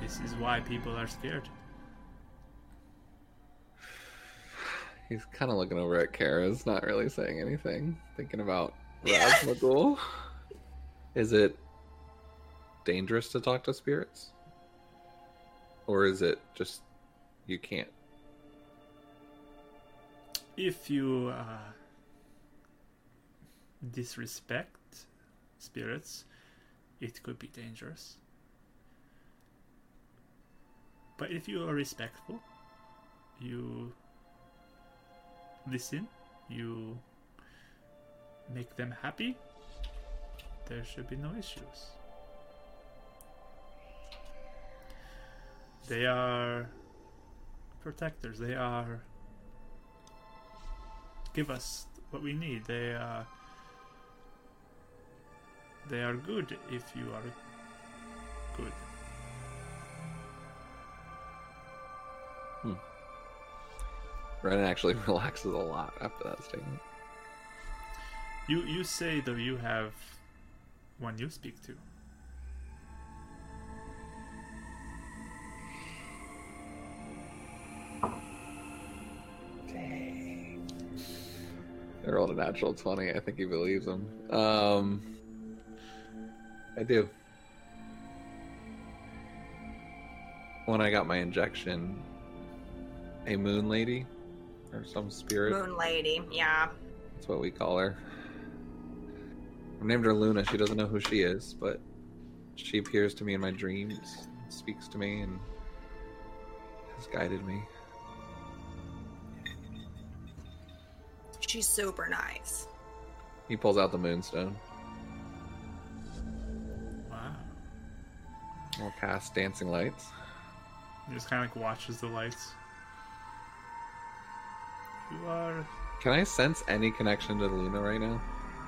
B: This is why people are scared.
C: He's kind of looking over at Kara's, not really saying anything, thinking about Razmagul. is it dangerous to talk to spirits? Or is it just you can't?
B: If you uh, disrespect spirits, it could be dangerous. But if you are respectful, you listen, you make them happy, there should be no issues. They are protectors, they are give us what we need. They are they are good if you are good.
C: Renan actually relaxes a lot after that statement.
B: You you say though you have one you speak to.
C: I rolled a natural 20. I think he believes him. Um, I do. When I got my injection, a moon lady or some spirit,
D: Moon lady. Yeah.
C: that's what we call her. I named her Luna. She doesn't know who she is, but she appears to me in my dreams, speaks to me, and has guided me.
D: She's super nice.
C: He pulls out the moonstone.
B: Wow.
C: We'll cast dancing lights.
B: He just kinda like watches the lights. You are
C: Can I sense any connection to Luna right now?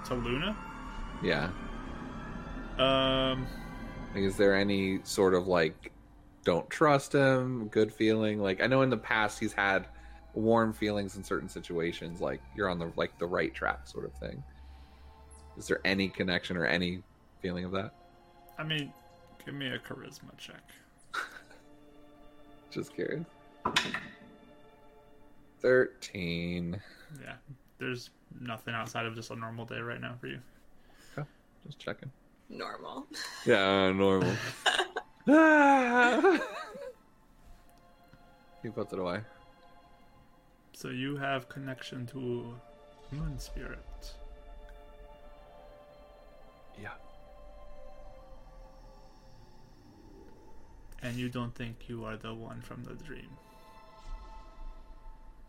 B: to Luna?
C: Yeah.
B: Um
C: Like, is there any sort of like, don't trust him, good feeling? Like, I know in the past he's had warm feelings in certain situations, like you're on the like the right track sort of thing. Is there any connection or any feeling of that?
B: I mean give me a charisma check.
C: Just curious. Thirteen.
B: Yeah. There's nothing outside of just a normal day right now for you.
C: Just checking.
D: Normal.
C: Yeah, uh, normal. Ah! he puts it away.
B: So you have connection to moon spirit.
C: Yeah.
B: and you don't think you are the one from the dream.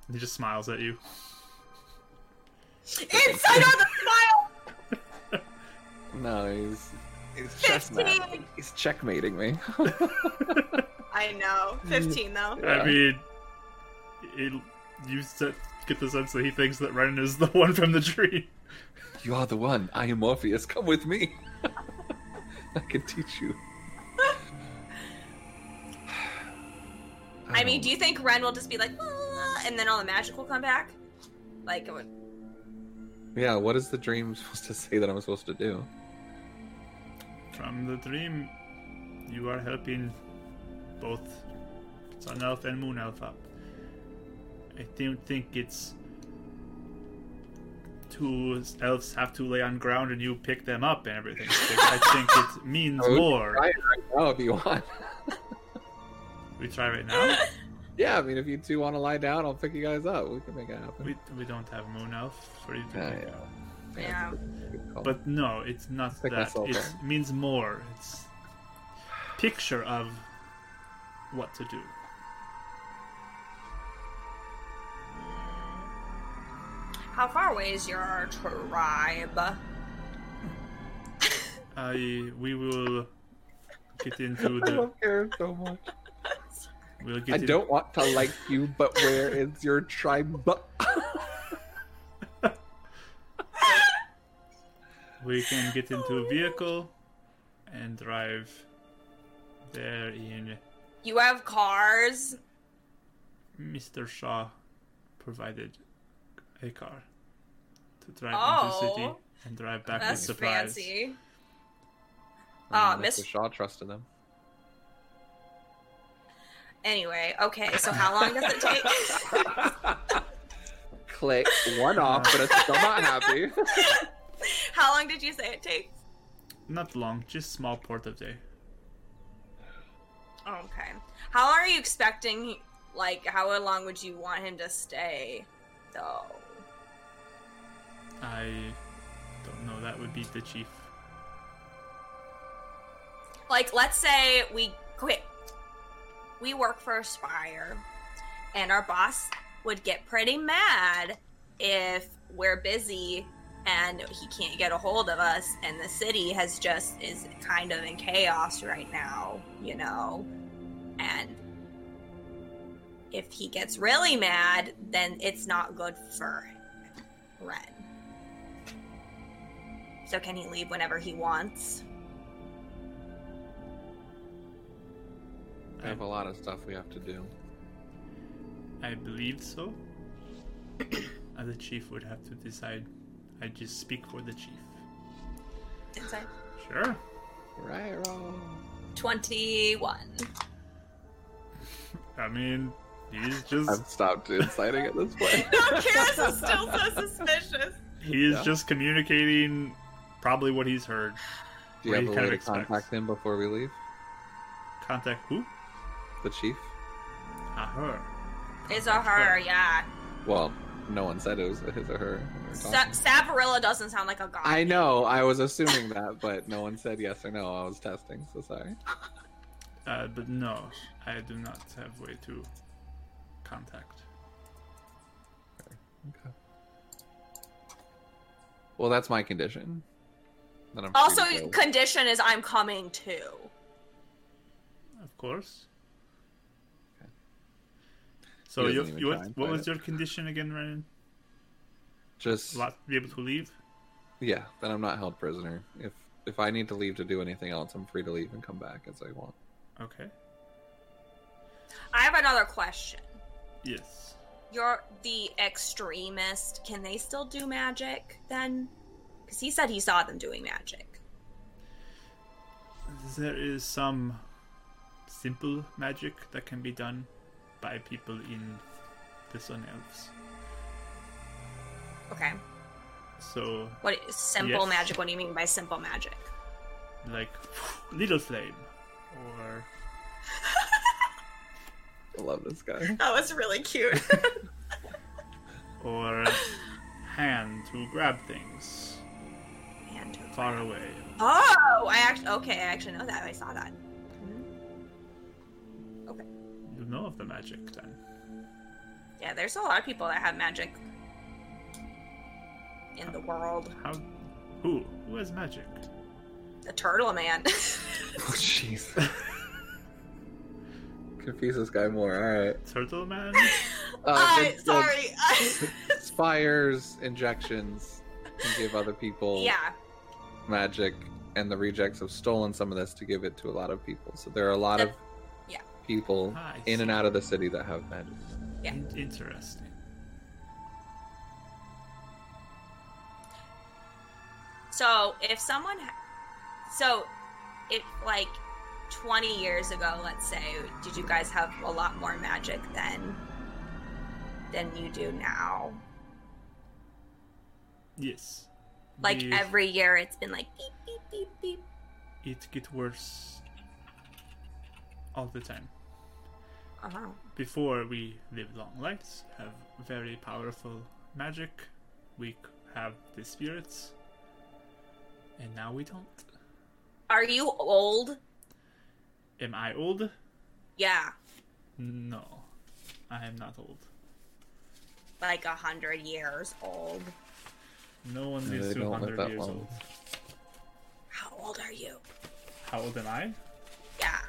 B: And he just smiles at you.
D: Inside out the smile.
C: No, he's he's checkmate.
D: Fifteen.
C: He's checkmating me.
D: I know. Fifteen though.
C: Yeah.
B: I mean, it, you se- get the sense that he thinks that Ren is the one from the dream.
C: you are the one. I am Morpheus. Come with me. I can teach you.
D: I mean, do you think Ren will just be like, "Ah," and then all the magic will come back? Like, it would-
C: Yeah, what is the dream supposed to say that I'm supposed to do?
B: From the dream, you are helping both Sun Elf and Moon Elf up. I don't think it's two elves have to lay on ground and you pick them up and everything. I think it means
C: Oh,
B: more.
C: Try it right now Oh, if you want.
B: We try right now.
C: yeah, I mean, if you two want to lie down, I'll pick you guys up. We can make it happen.
B: We, we don't have Moon Elf for you to
C: Yeah,
B: pick
C: yeah.
B: up.
C: Yeah, that's a good call.
B: But no, it's not
C: Pick
B: that.
C: myself
B: It
C: up.
B: means more. It's picture of what to do.
D: how far away is your tribe?
B: I we will get into
C: I
B: the
C: love Karen so much.
B: we'll get
C: I
B: in-
C: don't want to like you, but where is your tribe?
B: we can get into a vehicle and drive there in
D: You have cars.
B: Mr. Shaw provided a car to drive into the city
D: Oh,
B: and drive back
D: That's
B: with surprise.
D: fancy.
C: Ah,
D: Ah, Miss-
C: Shaw trusted them.
D: Anyway, okay. So how long does it take?
C: Click one off, but it's still not happy.
D: how long did you say it takes?
B: Not long, just small port of day.
D: Okay. How long are you expecting? Like, how long would you want him to stay, though?
B: I don't know. That would be the chief.
D: Like, let's say we quit. We work for Aspire, and our boss would get pretty mad if we're busy and he can't get a hold of us, and the city has just is kind of in chaos right now, you know? And if he gets really mad, then it's not good for Ren. So, can he leave whenever he wants?
C: I have a lot of stuff we have to do.
B: I believe so. Uh, the chief would have to decide. I just speak for the chief.
D: Inside.
B: Sure.
C: Right, roll.
D: 21.
B: I mean, he's
C: I've
B: just
C: stopped inciting at this point.
D: Karis is still so suspicious.
B: he is
C: Yeah.
B: just communicating probably what he's heard.
C: Do you
B: Ray
C: have a
B: kind
C: way
B: of
C: to
B: expects.
C: contact him before we leave?
B: Contact who?
C: The chief?
B: Ah, her.
D: It's a her, yeah.
C: Well, no one said it was his or her. when we were
D: Sa-
C: talking.
D: Savarilla doesn't sound like a god.
C: I know. I was assuming that, but no one said yes or no. I was testing, so sorry.
B: Uh, but no, I do not have way to contact.
C: Okay. Well, that's my condition. That I'm free
D: Also,
C: to go.
D: condition is I'm coming too.
B: Of course. So
C: He doesn't
B: you, you
C: even try
B: what,
C: and
B: what
C: fight
B: was
C: it.
B: your condition again, Ryan?
C: just
B: Lot to be able to leave.
C: yeah, then I'm not held prisoner. If if I need to leave to do anything else, I'm free to leave and come back as I want.
B: Okay.
D: I have another question.
B: Yes.
D: You're the extremist. Can they still do magic then? Because he said he saw them doing magic.
B: There is some simple magic that can be done by people in the Sun Elves.
D: Okay.
B: So,
D: What simple
B: Yes.
D: magic? What do you mean by simple magic?
B: like Little Flame, or
C: I love this guy.
D: That was really cute.
B: or hand to grab things
D: and
B: far away.
D: Oh, I actually okay. I actually know that. I saw that.
B: You know of the magic then.
D: Yeah, there's a lot of people that have magic in the world.
B: How? Who? Who has magic?
D: The turtle man.
C: Oh, jeez. Confuse this guy more. All right.
B: Turtle man?
D: I-
C: the- the
D: Uh, sorry.
C: Fires, injections, can give other people
D: yeah.
C: magic, and the rejects have stolen some of this to give it to a lot of people. So there are a lot
D: That-
C: of
D: yeah.
C: people
B: Ah, I
C: in and
B: see.
C: out of the city that have magic.
D: Yeah.
B: In- Interesting.
D: So if someone, ha- so if like 20 years ago, let's say, did you guys have a lot more magic then than you do now?
B: Yes.
D: Like
B: We-
D: every year, it's been like beep beep beep beep.
B: It get worse all the time.
D: Uh huh.
B: Before we live long lives, have very powerful magic, we c- have the spirits, and now we don't.
D: Are you old?
B: Am I old?
D: Yeah,
B: No, I am not old.
D: like a hundred years old.
B: No one
C: No,
B: lives
C: they
B: to
C: don't live
B: 100
C: that
B: years
C: long.
B: old.
D: How old are you?
B: How old am I?
D: Yeah.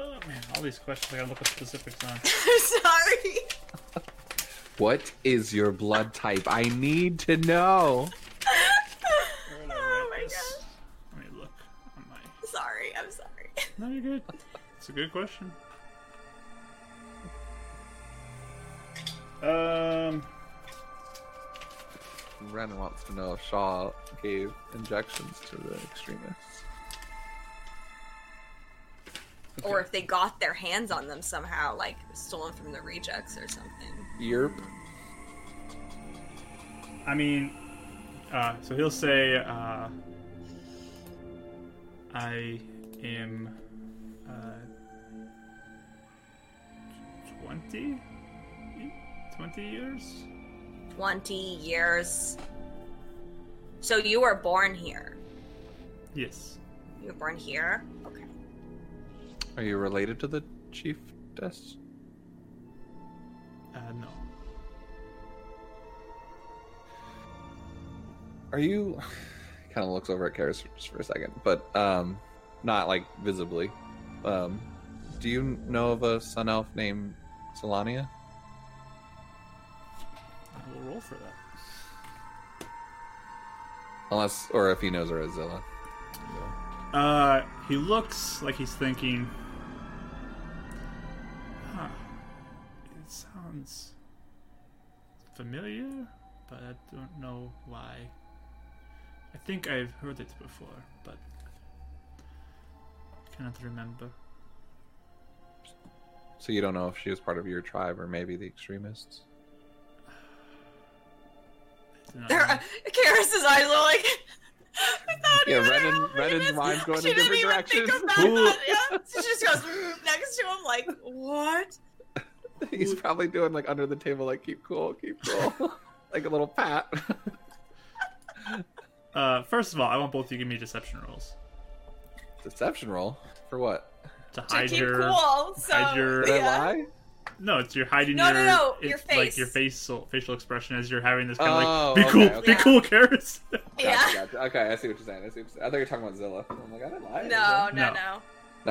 B: Oh man, all these questions I gotta look up specifics on.
D: I'm sorry.
C: What is your blood type? I need to know.
D: Oh my
B: This-
D: gosh.
B: Let me look on my.
D: Sorry. I'm sorry.
B: No, you're good. It's a good question. Um,
C: Ren wants to know if Shaw gave injections to the extremists.
D: Or if they got their hands on them somehow, like stolen from the rejects or something.
C: Yerp.
B: I mean, uh, so he'll say, uh, I am, uh, 20? 20 years?
D: 20 years. So you were born here.
B: Yes.
D: You were born here?
B: Uh-huh.
D: Okay.
C: Are you related to the chiefess?
B: Uh, no.
C: Are you? kind of looks over at Karis just for a second, but um, not like visibly. Um, do you know of a sun elf named Solania?
B: I will roll for that.
C: Unless, or if he knows her as Zilla.
B: Uh, he looks like he's thinking, huh, it sounds familiar, but I don't know why. I think I've heard it before, but cannot remember.
C: So you don't know if she was part of your tribe or maybe the extremists.
B: I do not remember.
D: Karis's eyes are like. without
C: Yeah,
D: even
C: Ren and-
D: having
C: Ren and
D: this-
C: mine's going
D: she
C: in
D: didn't even
C: different
D: Think
C: directions.
D: about
B: Who-
D: that, yeah. She just goes "Mm," next to him, like, what?
C: He's probably doing like under the table, like keep cool, keep cool, like a little pat.
B: Uh, first of all, I want both of you to give me deception rolls
C: Deception roll for what?
B: to
D: To
B: hide
D: keep
B: your.
D: cool. So,
B: hide your-
C: Did
D: yeah.
C: I lie?
B: No, it's you're hiding
D: No,
B: your
D: no, no,
B: it's
D: your
B: like your
D: face.
B: facial facial expression as you're having this kind of like
C: Oh,
B: be
C: okay,
B: cool,
C: okay.
B: be cool, Karis.
D: Yeah.
C: Gotcha, gotcha. Okay, I see what you're saying. I see. What you're saying. I thought you were talking about Zilla. I'm like, I didn't lie.
D: No,
B: No.
D: no, no.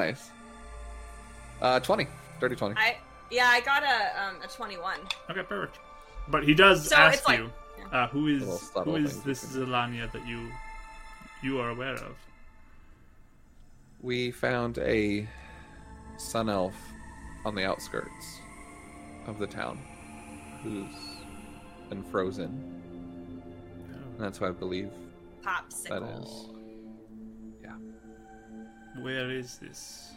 C: Nice. Uh, 20. Dirty 20.
D: I yeah, I got a um a twenty one.
B: Okay, perfect. But he does
D: So
B: ask
D: it's like-
B: you, uh, who is
C: Little subtle
B: who is
C: things
B: this
C: you
B: Zelania that you you are aware of?
C: We found a sun elf on the outskirts of the town who's been frozen. And that's why I believe that
D: Popsicle.
C: is.
B: Where is this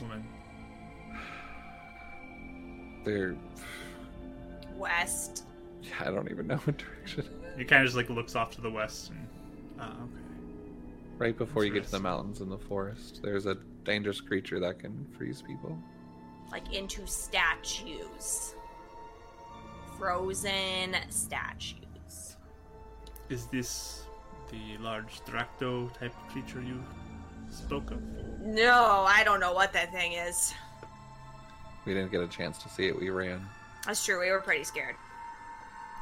B: woman?
C: They're.
D: West.
C: I don't even know what direction.
B: He kind of just like looks off to the west. And, uh, okay.
C: Right before you get to the
B: Interesting.
C: mountains and the forest, there's a dangerous creature that can freeze people.
D: like into statues. Frozen statues.
B: Is this the large Dracto type creature you spoke of?
D: No, I don't know what that thing is.
C: We didn't get a chance to see it, we ran.
D: That's true. We were pretty scared.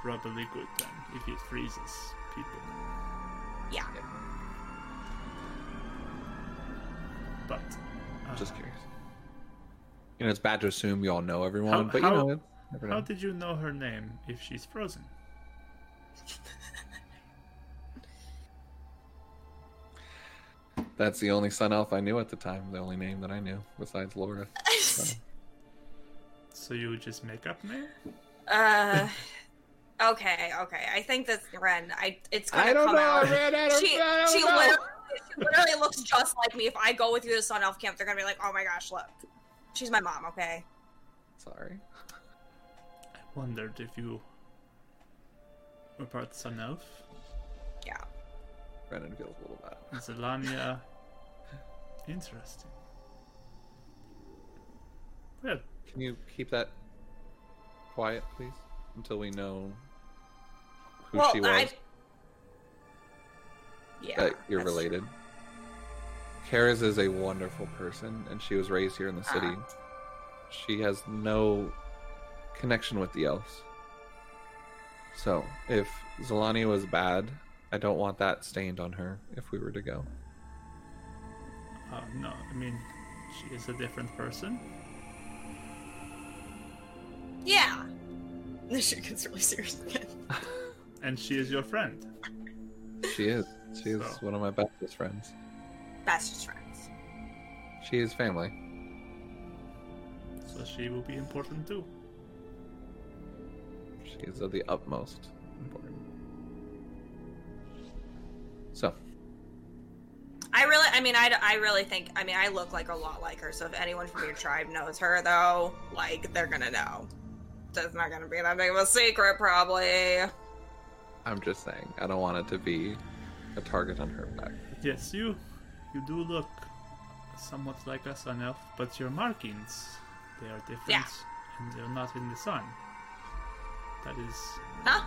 B: Rub a liquid then, if it freezes people.
D: Yeah.
B: But uh,
C: Just curious. You know, it's bad to assume you all know everyone,
B: How-
C: but you
B: how-
C: know, it's- never
B: how
C: know.
B: did you know her name if she's frozen?
C: that's the only Sun Elf I knew at the time. The only name that I knew besides Laura. So,
B: So you would just make up name?
D: Uh. Okay, okay. I think that's Ren. I it's gonna
C: I don't
D: come
C: know.
D: out.
C: I ran out of.
D: she
C: I don't
D: she
C: know.
D: literally, she literally looks just like me. If I go with you to Sun Elf camp, they're gonna be like, "Oh my gosh, look, she's my mom." Okay.
C: Sorry.
B: I wondered if you were part Sanov,
D: Yeah.
C: Brennan feels a little bad.
B: Zelania. Interesting. Well,
C: Can you keep that quiet, please, until we know who
D: well,
C: she was?
D: I. Yeah.
C: that you're
D: that's-
C: related. Kara's is a wonderful person, and she was raised here in the city.
D: Uh-huh.
C: She has no connection with the elves. So, if Zelani was bad, I don't want that stained on her if we were to go.
B: uh, no, I mean, she is a different person.
D: Yeah. This shit gets really serious again.
B: And she is your friend.
C: She is. She is
B: So.
C: one of my bestest friends.
D: Bestest friends.
C: She is family.
B: So she will be important too.
C: She is of the utmost important. So,
D: I really, I mean, I, I really think, I mean, I look like a lot like her. So if anyone from your tribe knows her, though, like they're gonna know. That's not gonna be that big of a secret, probably.
C: I'm just saying, I don't want it to be a target on her back.
B: Yes, you you do look somewhat like a sun elf, but your markings they are different
D: Yeah.
B: and they're not in the sun. That is
D: Huh?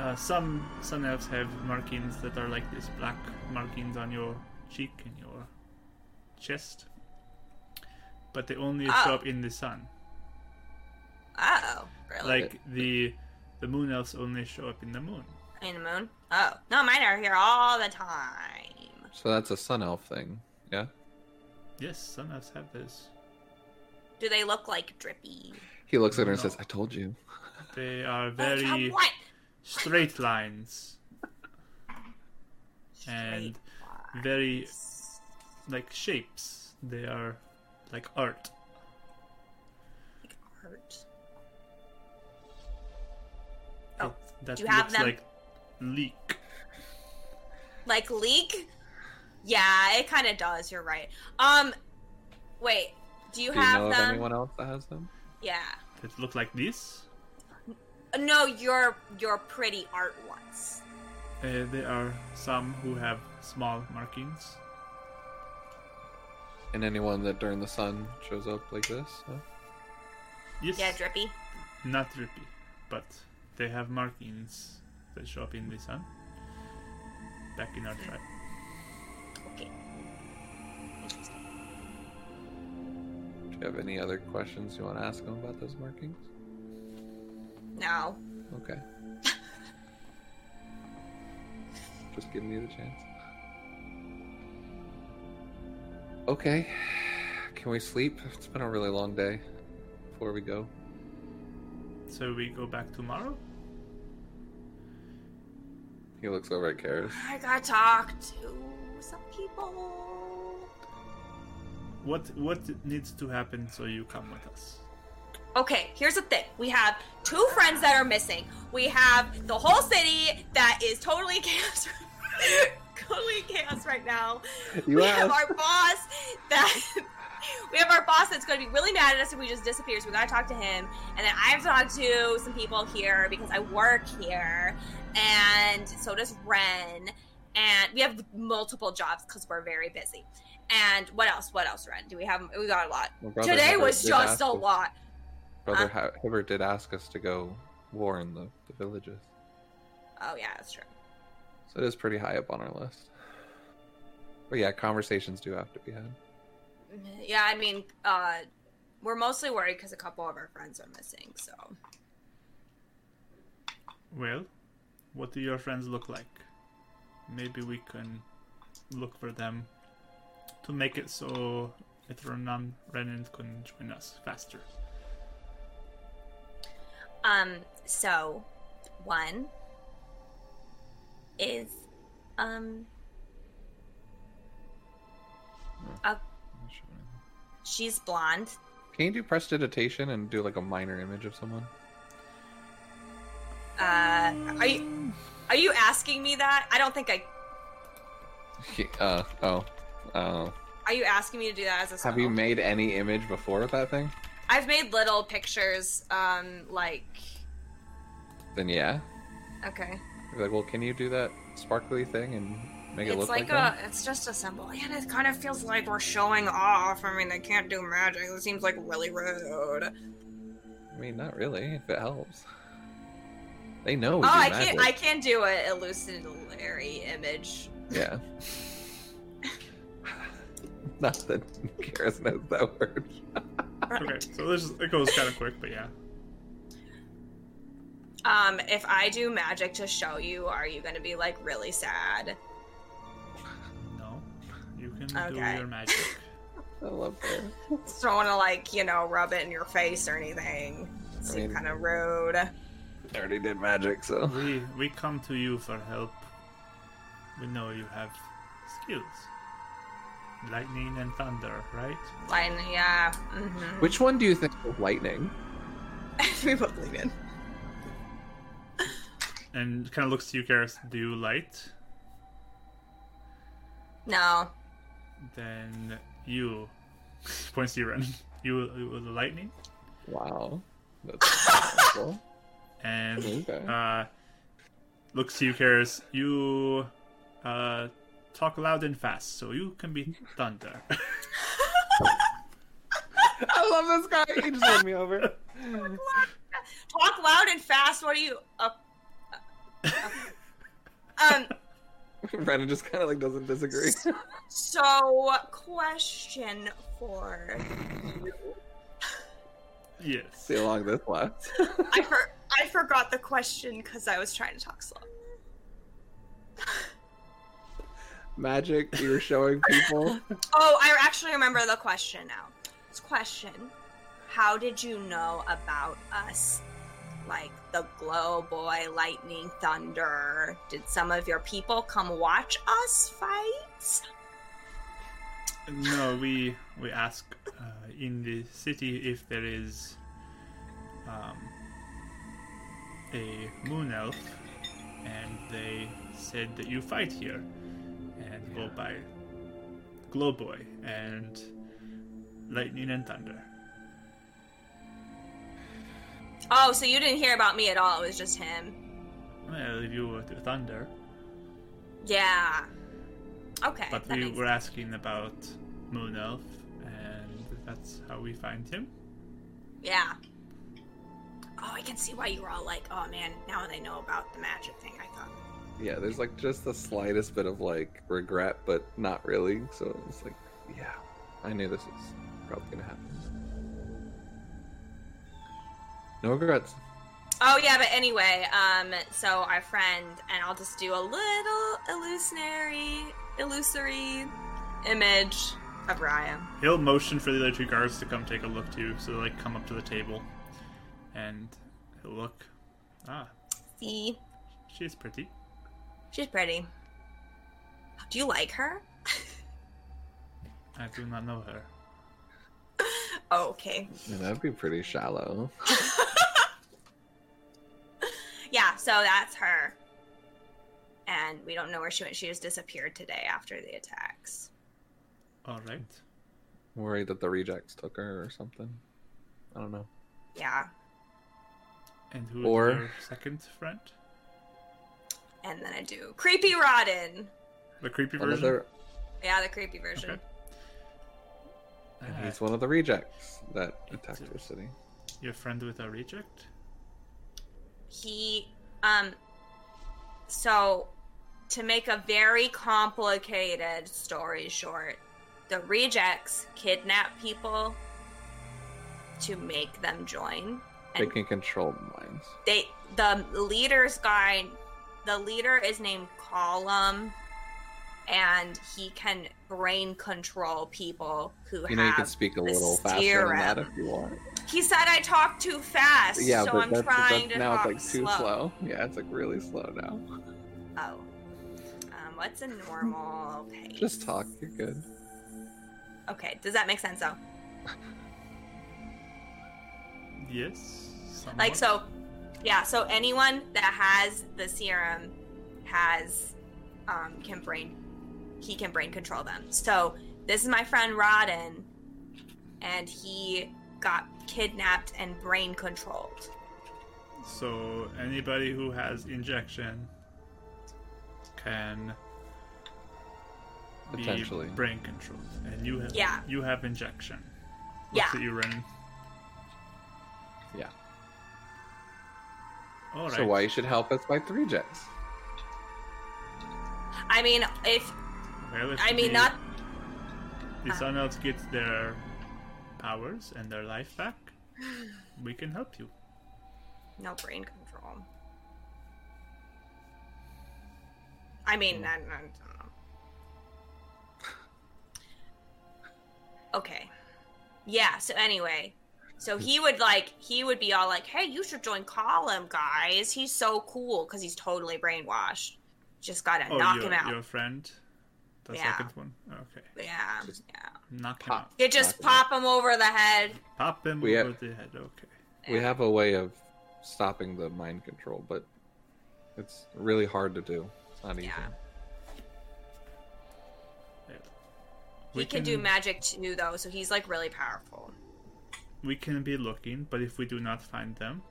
B: uh, some sun elves have markings that are like this black markings on your cheek and your chest. But they only
D: Ah.
B: show up in the sun.
D: Oh, really?
B: Like the the moon elves only show up in the moon.
D: in the moon? Oh, no, mine are here all the time.
C: So that's a sun elf thing, yeah?
B: Yes, sun elves have this.
D: Do they look like drippy?
C: He looks at her and
B: No.
C: says, I told you.
B: They are
D: Like, how-
B: very
D: what?
B: straight lines. and
D: Straight
B: very
D: lines.
B: like shapes. They are like art.
D: Like art.
B: Oh, that
D: do you have
B: looks
D: them?
B: like leek.
D: like leak. Yeah, it kind of does. You're right. Um, wait. Do you
C: Do you
D: have
C: know of
D: them?
C: anyone else that has them?
D: Yeah.
B: It look like this.
D: No, your your pretty art ones.
B: Uh, there are some who have small markings.
C: And anyone that during the sun shows up like this? No?
B: Yes,
D: Yeah, drippy.
B: not drippy, but they have markings that show up in the sun. Back in our
D: Hmm.
B: tribe.
D: Okay. Interesting.
C: Do you have any other questions you want to ask him about those markings?
D: No.
C: Okay. Just giving you the chance. Okay. Can we sleep? It's been a really long day before we go.
B: So we go back tomorrow.
C: He looks over at Karis.
D: I gotta talk to some people.
B: What what needs to happen so you come with us?
D: Okay, here's the thing. We have two friends that are missing. We have the whole city that is totally chaos. totally chaos right now.
C: You
D: we
C: asked.
D: have our boss that we have our boss that's going to be really mad at us if we just disappear. So we got to talk to him, and then I have to talk to some people here because I work here, and so does Ren. And we have multiple jobs because we're very busy. And what else? What else, Ren? Do we have? We got a lot.
C: My brother
D: Today
C: Hibbert
D: was
C: did
D: just
C: ask
D: a
C: us-
D: lot.
C: Brother uh, Hibbert did ask us to go warn the, the villages.
D: Oh yeah, that's true.
C: So it is pretty high up on our list. But yeah, conversations do have to be had.
D: Yeah, I mean, uh, We're mostly worried because a couple of our friends are missing. So
B: Well, what do your friends look like? Maybe we can look for them to make it so Ithronan Renan can join us faster.
D: Um, so one is um a, she's blonde.
C: Can you do prestidigitation and do like a minor image of someone?
D: Uh are you are you asking me that? I don't think I
C: Uh, oh. Oh.
D: are you asking me to do that as a spell?
C: Have you made any image before with that thing?
D: I've made little pictures, um, like
C: Then yeah.
D: okay.
C: You're like, well, can you do that sparkly thing and make it
D: It's
C: look
D: like,
C: like,
D: a,
C: them?
D: it's just a symbol, and it kind of feels like we're showing off. I mean, they can't do magic. It seems like really rude.
C: I mean, not really. If it helps. They know. We
D: oh,
C: do
D: I
C: magic.
D: can't. I can do a illusory image.
C: Yeah. Not that Karis knows that word.
B: Okay, so this is, it goes kind of quick, but yeah.
D: Um, if I do magic to show you, are you gonna be like really sad?
B: No, you can do
D: Okay.
B: your magic.
C: I love that.
D: Just don't want to like you know rub it in your face or anything. Seem
C: mean-
D: kind of rude.
C: I already did magic, so.
B: we we come to you for help. We know you have skills, lightning and thunder, right?
D: Like, yeah. hmm
C: Which one do you think was lightning?
D: we both leave in.
B: And kind of looks to you, Karis. Do you light?
D: No,
B: Then you points to you, Ren. You, you with the lightning,
C: Wow. That's cool.
B: and
C: Okay.
B: uh, looks to you, Karis. You uh, talk loud and fast, so you can be thunder.
C: I love this guy. He just won me over.
D: Talk loud and fast. What are you? Uh, uh, um.
C: Brennan just kind of like doesn't disagree.
D: So, question for you.
B: yes.
C: See how long this lasts.
D: I for- I forgot the question because I was trying to talk slow.
C: Magic you were showing people.
D: Oh, I actually remember the question now. This question: How did you know about us? Like the glow boy, lightning, thunder. Did some of your people come watch us fight?
B: No, we we ask uh, in the city if there is um, a moon elf, and they said that you fight here and go by Glowboy and lightning and thunder.
D: Oh, so you didn't hear about me at all. It was just him.
B: Well, if you were to thunder,
D: Yeah. Okay.
B: but
D: that
B: we
D: makes
B: were asking about moon elf, and that's how we find him.
D: Yeah. Oh, I can see why you were all like, oh man, now they know about the magic thing. I thought.
C: Yeah, there's like just the slightest bit of like regret, but not really. So it's like, yeah, I knew this was probably gonna happen. No regrets.
D: Oh yeah, but anyway, um, so our friend and I'll just do a little illusionary, illusory image of Ryan.
B: He'll motion for the other two guards to come take a look too, so they like come up to the table, and he'll look. Ah,
D: See,
B: she's pretty.
D: she's pretty. Do you like her?
B: I do not know her.
D: Oh, okay.
C: Yeah, that'd be pretty shallow.
D: Yeah, so that's her. And we don't know where she went. She just disappeared today after the attacks.
B: All right.
C: I'm worried that the rejects took her or something. I don't know.
D: Yeah.
B: And who is
C: Or-
B: your second friend?
D: And then I do creepy Rodden.
B: The creepy
C: One of
B: version.
C: the,
D: Yeah, the creepy version.
B: Okay.
C: and
B: Ah,
C: he's one of the rejects that attacked
B: It's-
C: your city.
B: your friend with a reject.
D: He, um, so to make a very complicated story short, the rejects kidnap people to make them join.
C: They
D: And
C: can control the mines.
D: they the leader's guy the leader is named Column and he can brain control people who
C: You know, you
D: have
C: can speak a
D: the
C: little faster than that if
D: serum.
C: you want.
D: He said I talk too fast,
C: Yeah,
D: so
C: but
D: I'm
C: that's,
D: trying
C: that's
D: to
C: now it's
D: talk
C: like too
D: slow.
C: slow. Yeah, it's like really slow now.
D: Oh. Um, what's a normal pace?
C: Just talk. You're good.
D: Okay, does that make sense though?
B: Yes. somewhat.
D: Like so yeah, so anyone that has the serum has um can brain he can brain control them. So this is my friend Rodden and he got kidnapped and brain controlled.
B: So anybody who has injection can be
C: Potentially.
B: brain controlled, and you have
D: Yeah.
B: you have injection.
D: Yeah.
B: Looks at you, Ren.
C: Yeah.
B: All right.
C: So why you should help us by three jets?
D: I mean if
B: Well, if
D: I mean
B: the-
D: not
B: The sun elves get their powers and their life back. We can help you.
D: no brain control. I mean, I, I don't know. Okay. Yeah, so anyway. So he would like, he would be all like, hey, you should join Column, guys. He's so cool because he's totally brainwashed. Just gotta
B: Oh,
D: knock
B: your,
D: him out.
B: your friend. The
D: Yeah.
B: second one. Okay.
D: Yeah,
C: Just-
D: yeah.
B: Knock him
C: Pop.
B: out.
D: You just
C: knock him
D: pop him over the head.
B: Pop him
C: We have-
B: over the head. Okay.
C: We have a way of stopping the mind control, but it's really hard to do. It's not easy.
D: Yeah.
B: Yeah.
D: He can, do magic too, though, so he's like really powerful.
B: We can be looking, but if we do not find them,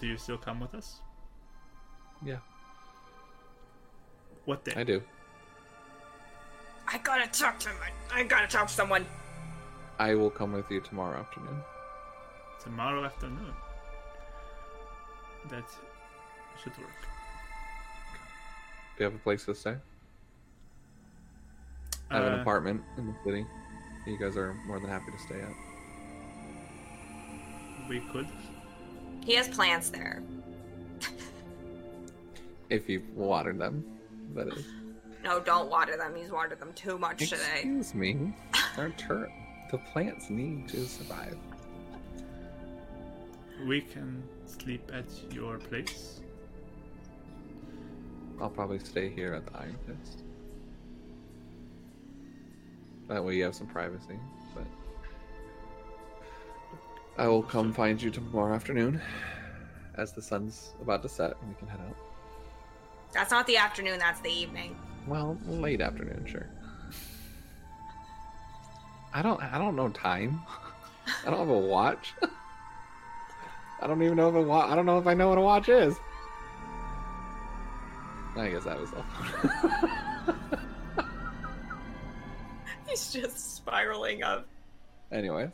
B: do you still come with us?
C: Yeah,
B: What day?
C: I do.
D: I gotta talk to him. I, I gotta talk to someone.
C: I will come with you tomorrow afternoon.
B: Tomorrow afternoon. That should work.
C: Do you have a place to stay? I have an
B: Uh,
C: apartment in the city. that You guys are more than happy to stay at.
B: We could.
D: He has plants there.
C: If you water them, that is.
D: No, don't water them. He's watered them too much today.
C: Excuse me. Our turn. The plants need to survive.
B: We can sleep at your place.
C: I'll probably stay here at the Iron Fist. That way you have some privacy, but I will come find you tomorrow afternoon as the sun's about to set and we can head out.
D: That's not the afternoon, that's the evening.
C: Well, late afternoon, sure. I don't I don't know time. I don't have a watch. I don't even know if a wa- I don't know if I know what a watch is. I guess that was all.
D: He's just spiraling up.
C: Anyways.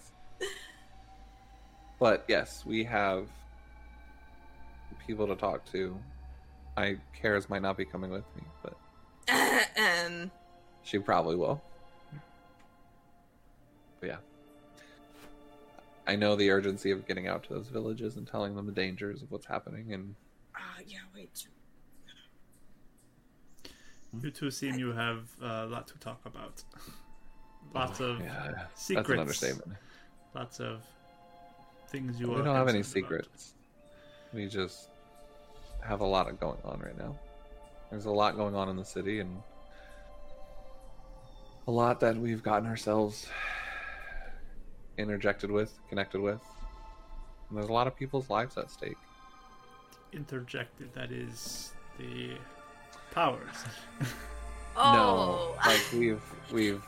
C: But yes, we have people to talk to. I Kara's might not be coming with me, but
D: um,
C: she probably will. But yeah. I know the urgency of getting out to those villages and telling them the dangers of what's happening and
D: uh, yeah, wait.
B: You two seem you have uh, a lot to talk about. Lots of
C: yeah,
B: secrets.
C: that's an understatement.
B: Lots of things you uh,
C: We
B: are.
C: don't have any
B: concerned about.
C: secrets. We just have a lot of going on right now. There's a lot going on in the city and a lot that we've gotten ourselves interjected with, connected with. And there's a lot of people's lives at stake.
B: Interjected. That is the powers.
D: Oh,
C: No, like we've we've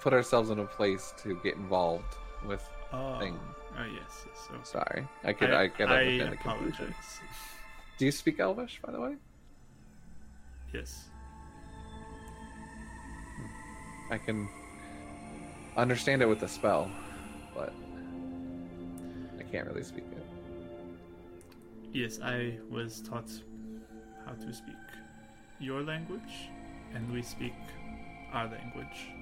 C: put ourselves in a place to get involved with.
B: Oh.
C: Thing.
B: Oh yes. yes. So
C: Sorry, I could I, could
B: I
C: understand the confusion.
B: apologize.
C: Do you speak Elvish, by the way?
B: Yes.
C: I can understand it with the spell, but I can't really speak it.
B: Yes, I was taught how to speak your language, and we speak our language.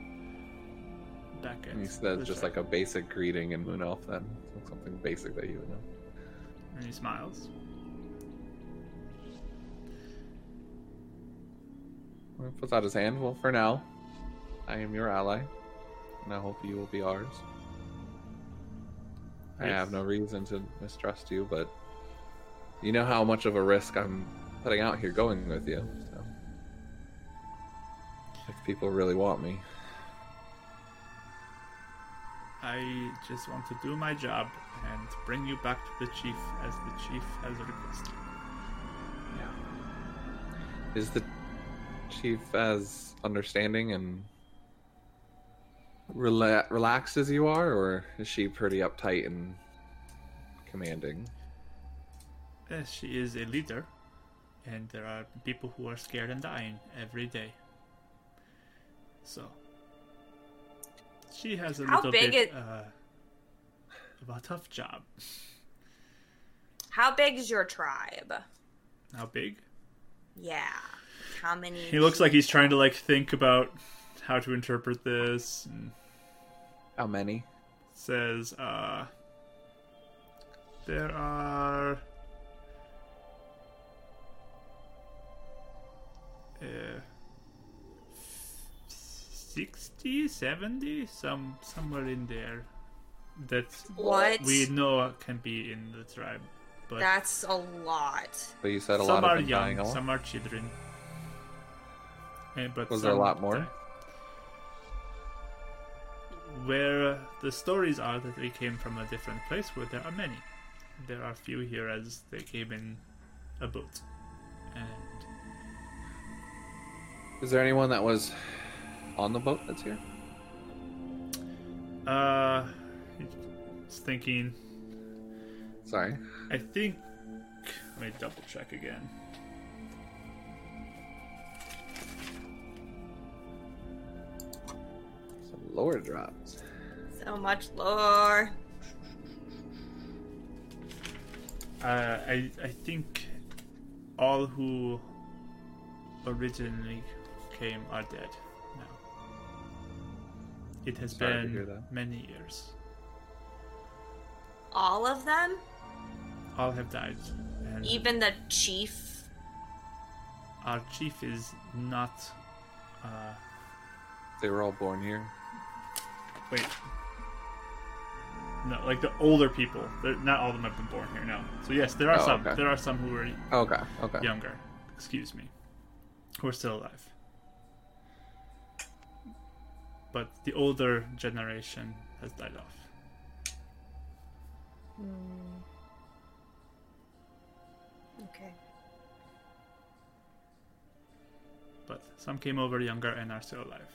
B: back at.
C: And he says
B: the
C: just
B: truck.
C: like a basic greeting in Moon Elf then. Something basic that you would know.
B: And he smiles.
C: Well, Puts out his hand. Well, for now, I am your ally, and I hope you will be ours. I
B: Yes.
C: have no reason to mistrust you, but you know how much of a risk I'm putting out here going with you. So, if people really want me,
B: I just want to do my job and bring you back to the chief as the chief has requested.
C: yeah. Is the chief as understanding and rela- relaxed as you are, or is she pretty uptight and commanding?
B: Yes, she is a leader, and there are people who are scared and dying every day. So, she has a
D: How
B: little
D: big
B: bit
D: it-
B: uh, of a tough job.
D: How big is your tribe?
B: How big?
D: Yeah. How many?
B: He looks like he's trying to like think about how to interpret this, and
C: How many?
B: says, uh, "There are." Uh, 60 70 some somewhere in there that
D: What?
B: we know can be in the tribe but
D: That's a lot.
C: But you said a
B: some
C: lot of
B: are
C: them dying
B: young
C: off.
B: some are children Eh, but
C: Was there a
B: some
C: lot more?
B: die. where uh, the stories are that they came from a different place where there are many there are few here as they came in a boat and
C: Is there anyone that was on the boat that's here?
B: uh he's thinking
C: Sorry.
B: I think. Let me double check again.
C: Some lore drops.
D: So much lore.
B: Uh, I I think all who originally came are dead now. It has
C: Sorry to hear
B: been
C: that.
B: many years.
D: All of them?
B: All have died. And
D: Even the chief?
B: our chief is not. Uh,
C: They were all born here.
B: wait. No, like the older people. They're, not all of them have been born here. No. So yes, there are
C: Oh,
B: some.
C: okay.
B: There are some who were
C: Oh, Okay. Okay.
B: younger. Excuse me. Who are still alive. But the older generation has died off.
D: Hmm. Okay.
B: But some came over younger and are still alive.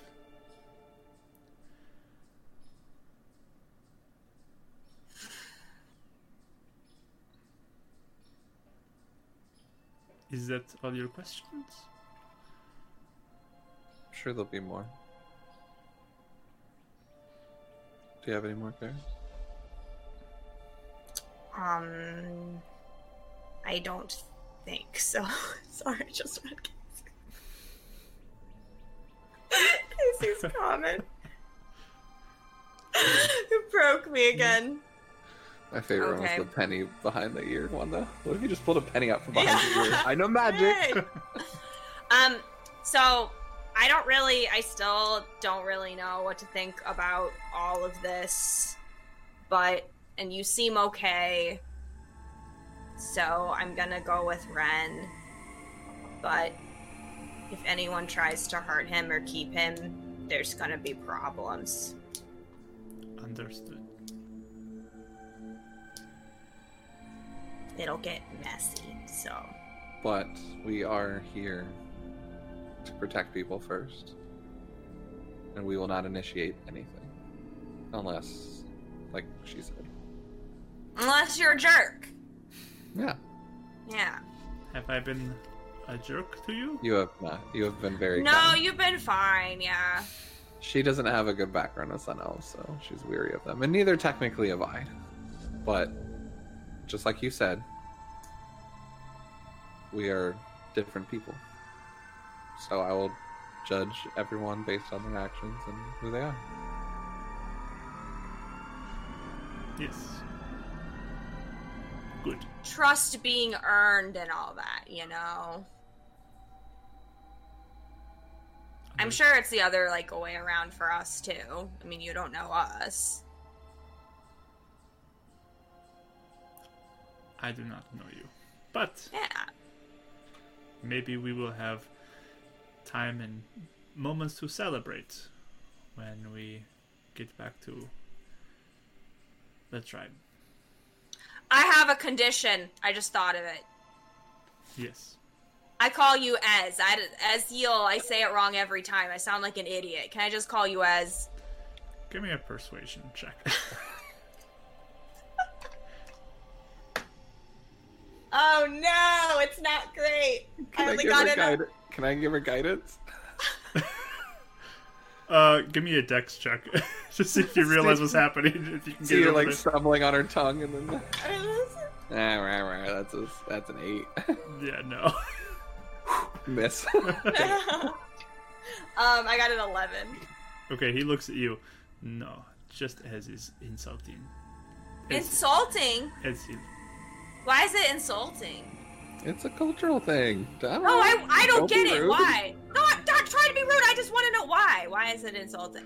B: Is that all your questions?
C: I'm sure there'll be more. Do you have any more there?
D: Um, I don't think so. Sorry, I just read Casey's comment. it broke me again.
C: My
D: Okay.
C: favorite one was the penny behind the ear one though. What if you just pulled a penny out from behind the ear?
D: Yeah.
C: I know magic.
D: Yay. um, so I don't really, I still don't really know what to think about all of this, but and you seem okay, so I'm gonna go with Ren. But if anyone tries to hurt him or keep him, there's gonna be problems.
B: Understood.
D: It'll get messy. So
C: But we are here to protect people first, and we will not initiate anything unless, like she said,
D: unless you're a jerk,
C: yeah.
D: yeah.
B: Have I been a jerk to you?
C: You have not. You have been very
D: No,
C: kind.
D: you've been fine. Yeah.
C: She doesn't have a good background with Sun Elves, so she's weary of them. And neither technically have I. But just like you said, we are different people. So I will judge everyone based on their actions and who they are.
B: Yes. Good.
D: Trust being earned and all that, you know? I'm sure it's the other, like, way around for us, too. I mean, you don't know us.
B: I do not know you. But
D: Yeah.
B: maybe we will have time and moments to celebrate when we get back to the tribe.
D: I have a condition. I just thought of it.
B: Yes.
D: I call you Ez. I, Eziel, I say it wrong every time. I sound like an idiot. Can I just call you Ez?
B: Give me a persuasion check.
D: Oh no, it's not great.
C: Can
D: I
C: I,
D: only
C: give
D: got
C: her
D: it.
C: guidance? Can I give her guidance?
B: uh, give me a dex check to see if you realize what's happening. If you can
C: See
B: get
C: her
B: over
C: like
B: it.
C: stumbling on her tongue, and then
D: a-
C: ah, rah, rah, that's a, that's an eight.
B: Yeah, no.
C: Miss.
D: um, I got an eleven.
B: okay, he looks at you. No, just as is insulting. As,
D: Insulting?
B: as he,
D: Why is it insulting?
C: it's a cultural thing. I don't
D: Oh, I
C: know.
D: I don't,
C: be
D: get it.
C: rude.
D: Why? No, I'm not trying to be rude. I just want to know why. Why is it insulting?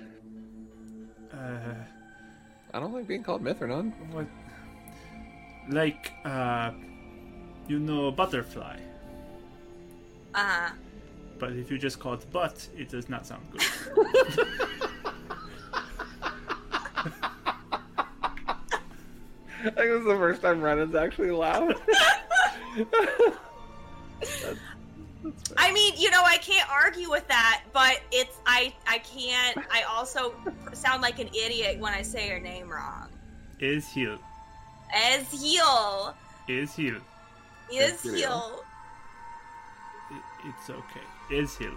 B: uh,
C: I don't like being called Mithrinon.
B: What? Like, uh, you know, butterfly.
D: Uh huh.
B: But if you just call it butt, it does not sound good.
C: I think this is the first time Renan's actually loud.
D: I mean, you know, I can't argue with that, but it's I I can't. I also sound like an idiot when I say your name wrong.
B: is heel.
D: As heel,
B: Is heel.
D: is
C: Ezreal.
D: heel.
B: I- It's okay. Is heel.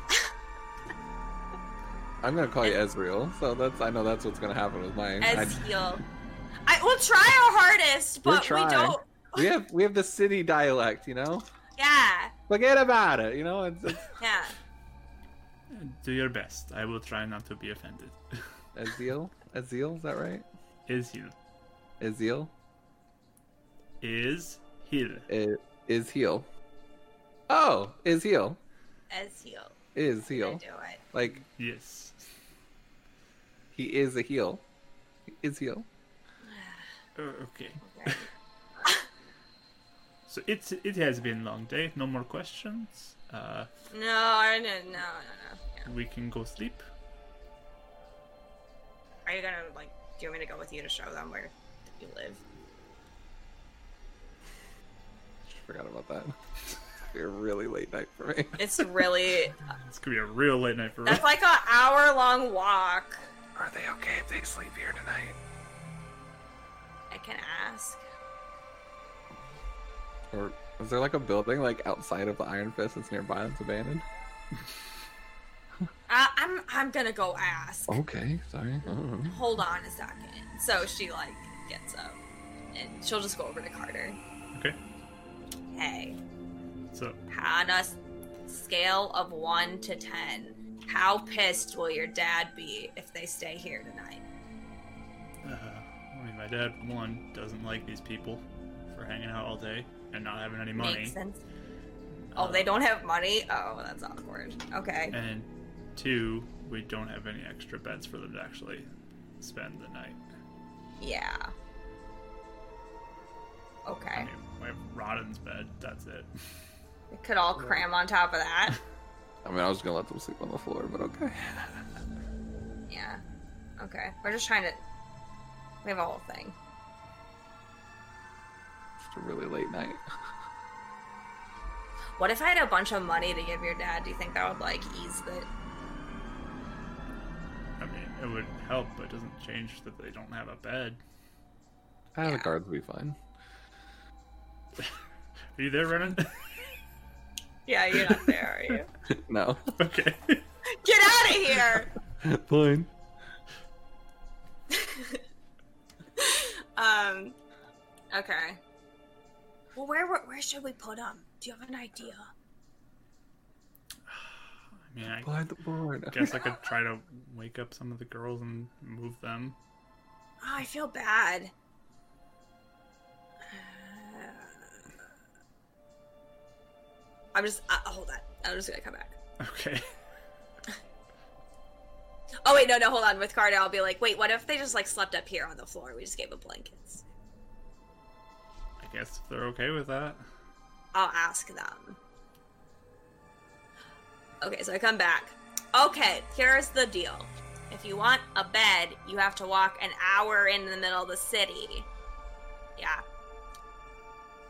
C: I'm gonna call you Ezreal, so that's I know that's what's gonna happen with mine. I-
D: as heel. I will try our hardest,
C: We're
D: but we
C: trying.
D: don't.
C: we have we have the city dialect, you know.
D: Yeah,
C: Forget about it, you know. It's, it's
D: yeah.
B: Do your best. I will try not to be offended.
C: Ezreal, Ezreal, is that right?
B: Is heel.
C: Ezreal
B: Is heel.
C: is, is heel. Oh, is heel,
D: As heel.
C: is
D: I
C: heel.
D: do it.
C: Like
B: Yes.
C: he is a heel, He is heel.
B: Uh, okay.
D: Okay.
B: So it's it has been a long day. No more questions. Uh,
D: No, I didn't. No, no, no. Yeah.
B: we can go sleep.
D: Are you gonna like? Do you want me to go with you to show them where you live?
C: Forgot about that. It's gonna be a really late night for me.
D: It's really.
B: It's gonna be a real late night for us.
D: that's like an hour long walk.
C: Are they okay if they sleep here tonight?
D: I can ask.
C: Or is there like a building like outside of the Iron Fist that's nearby that's abandoned?
D: I, I'm I'm gonna go ask.
C: Okay, sorry. I don't know.
D: Hold on a second. So she like gets up, and she'll just go over to Carter.
B: Okay.
D: Hey,
B: So
D: on a s- scale of one to ten, how pissed will your dad be if they stay here tonight?
B: Uh, I mean, my dad, one, doesn't like these people for hanging out all day and not having any money.
D: Makes sense. Oh, they don't have money. Oh, that's awkward. Okay.
B: And two, we don't have any extra beds for them to actually spend the night.
D: Yeah.
B: I
D: Okay.
B: mean, we have Rodden's bed, that's it.
D: We could all cram on top of that.
C: I mean, I was gonna let them sleep on the floor, but okay.
D: Yeah. Okay. We're just trying to. We have a whole thing.
C: Just a really late night.
D: What if I had a bunch of money to give your dad? Do you think that would like ease the?
B: I mean, it would help, but it doesn't change that they don't have a bed.
C: Ah, the
D: Yeah.
C: guards will be fine.
B: Are you there, Ronan?
D: Yeah, you're not there, are you?
C: no.
B: okay.
D: Get out of here!
C: fine.
D: Um. Okay. Well, where where, where should we put him? Do you have an idea?
B: I mean, I
C: By the board.
B: guess I could try to wake up some of the girls and move them.
D: Oh, I feel Ah, bad. Uh, I'm just uh, hold on. I'm just gonna come back.
B: Okay.
D: Oh wait, no, no, hold on. With Carter, I'll be like, wait, what if they just like slept up here on the floor? We just gave them blankets.
B: I guess if they're okay with that.
D: I'll ask them. Okay, so I come back. Okay, here's the deal. If you want a bed, you have to walk an hour in the middle of the city. Yeah.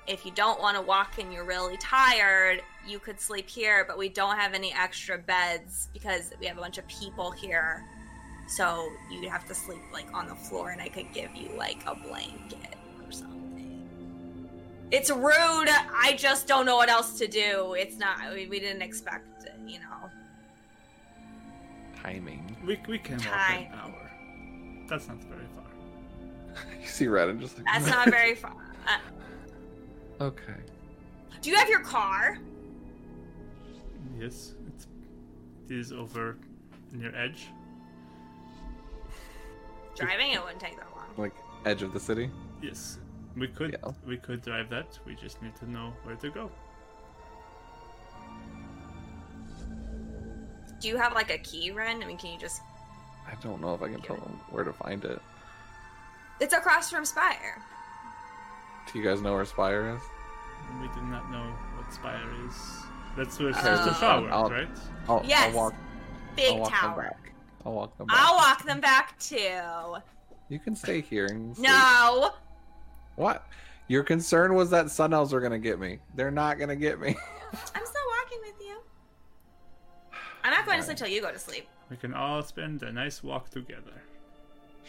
D: If you don't want to walk and you're really tired, you could sleep here, but we don't have any extra beds because we have a bunch of people here. So you'd have to sleep like on the floor and I could give you like a blanket or something. It's rude. I just don't know what else to do. It's not. I mean, we didn't expect, it, you know.
C: Timing.
B: We, we can walk
D: Hi.
B: an hour. That's not very far.
C: You see Red and just like,
D: That's not very far. Uh,
C: okay.
D: do you have your car?
B: Yes, it's, it is over near Edge.
D: Driving it wouldn't take that long.
C: Like edge of the city.
B: Yes, we could
C: Yeah.
B: we could drive that. We just need to know where to go.
D: Do you have like a key, Ren? I mean, can you just?
C: I don't know if I can tell them where to find it.
D: It's across from Spire.
C: Do you guys know where Spire is?
B: We do not know what Spire is. That's where
D: Okay.
B: Sister Shaw works,
C: I'll-
B: right?
C: I'll,
D: Yes,
C: I'll walk. I'll
D: Big
C: walk Them
D: tower.
C: back. I'll walk them back.
D: I'll walk them back too.
C: You can stay here. And sleep.
D: No,
C: What? Your concern was that sun elves were gonna get me. They're not gonna get me.
D: I'm still walking with you. I'm not going to
C: Alright.
D: sleep till you go to sleep.
B: We can all spend a nice walk together.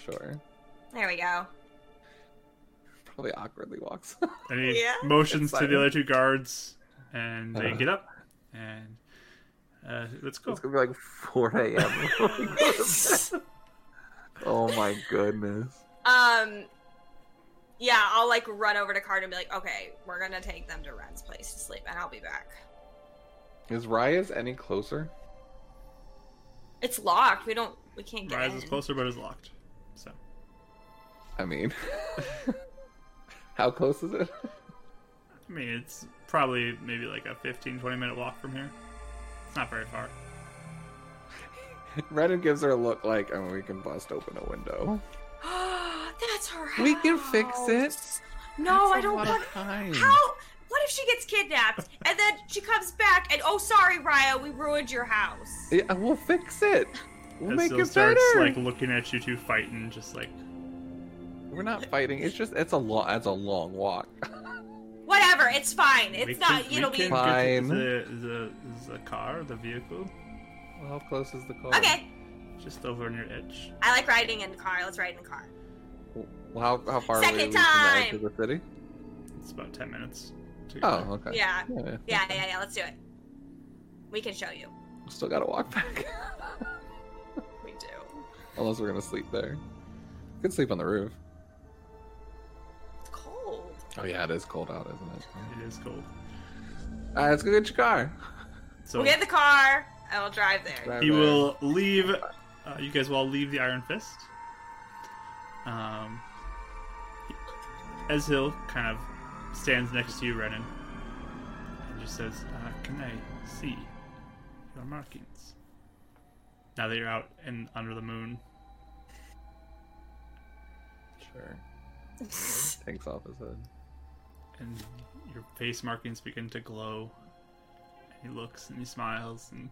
C: sure.
D: There we go.
C: Probably awkwardly walks.
B: And he
D: Yeah.
B: motions
C: It's
B: to the
C: fine.
B: other two guards, and they
C: Uh.
B: get up and uh, let's go.
C: it's gonna be like 4 a.m. oh my goodness.
D: Um, yeah, I'll like run over to Carter and be like, okay, we're gonna take them to Ren's place to sleep, and I'll be back.
C: Is Raya's any closer?
D: It's locked. We don't. We can't get
B: Rise
D: in.
B: is closer, but is locked. So
C: I mean, how close is it?
B: I mean, it's probably maybe like a 15, 20 minute walk from here. It's not very far.
C: Renan gives her a look like, oh, we can bust open a window.
D: That's her house.
C: We can fix it.
D: No,
C: That's
D: I
C: a
D: don't
C: lot
D: want.
C: of time.
D: How? What if she gets kidnapped and then she comes back and oh, sorry, Raya, we ruined your house.
C: Yeah, we'll fix it. We'll
B: Ezreal
C: make it better.
B: starts like looking at you two fighting, just like
C: We're not fighting. It's just it's a long that's a long walk.
D: Whatever, it's fine. It's
B: we
D: not.
B: can-
D: you know,
B: we
D: we.
B: can
C: Fine.
B: get the, the the car, the vehicle,
C: Well, how close is the car?
D: Okay,
B: just over on your edge.
D: I like riding in the car. Let's ride in the car.
C: Well, how, how far
D: Second
C: away are we from the edge
D: time.
C: of the city?
B: It's about ten minutes. To get
C: Oh,
B: there.
C: okay.
D: Yeah,
C: yeah.
D: yeah, yeah, yeah. Let's do it. We can show you.
C: Still gotta walk back.
D: We do.
C: Unless we're gonna sleep there. We could sleep on the roof.
D: It's cold.
C: Oh yeah, it is cold out, isn't it?
B: it is cold.
C: Alright, Uh, let's go get your car.
B: So
D: we'll get in the car and we'll drive there.
C: Drive
B: He
C: there.
B: will leave. Uh, you guys will all leave the Iron Fist. Um, Ezhil kind of stands next to you, Renan, and just says, uh, "Can I see your markings?" Now that you're out and under the moon,
C: Sure. Takes off his head.
B: and your face markings begin to glow, and he looks and he smiles, and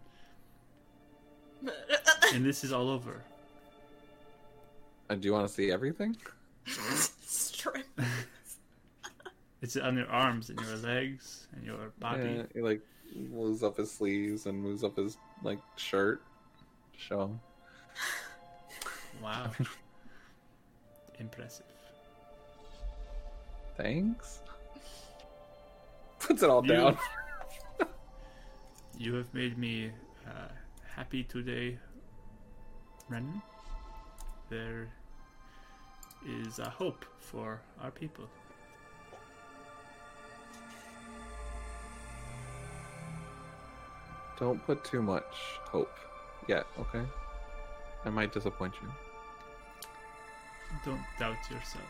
B: and this is all over.
C: Uh, do you wanna see everything?
D: Strip.
B: It's on your arms and your legs and your body.
C: Yeah, he like moves up his sleeves and moves up his like shirt. to Show him.
B: Wow. Impressive.
C: Thanks. Puts it all
B: You-
C: down.
B: You have made me uh, happy today, Renan. There is a hope for our people.
C: Don't put too much hope yet, okay? I might disappoint you.
B: Don't doubt yourself.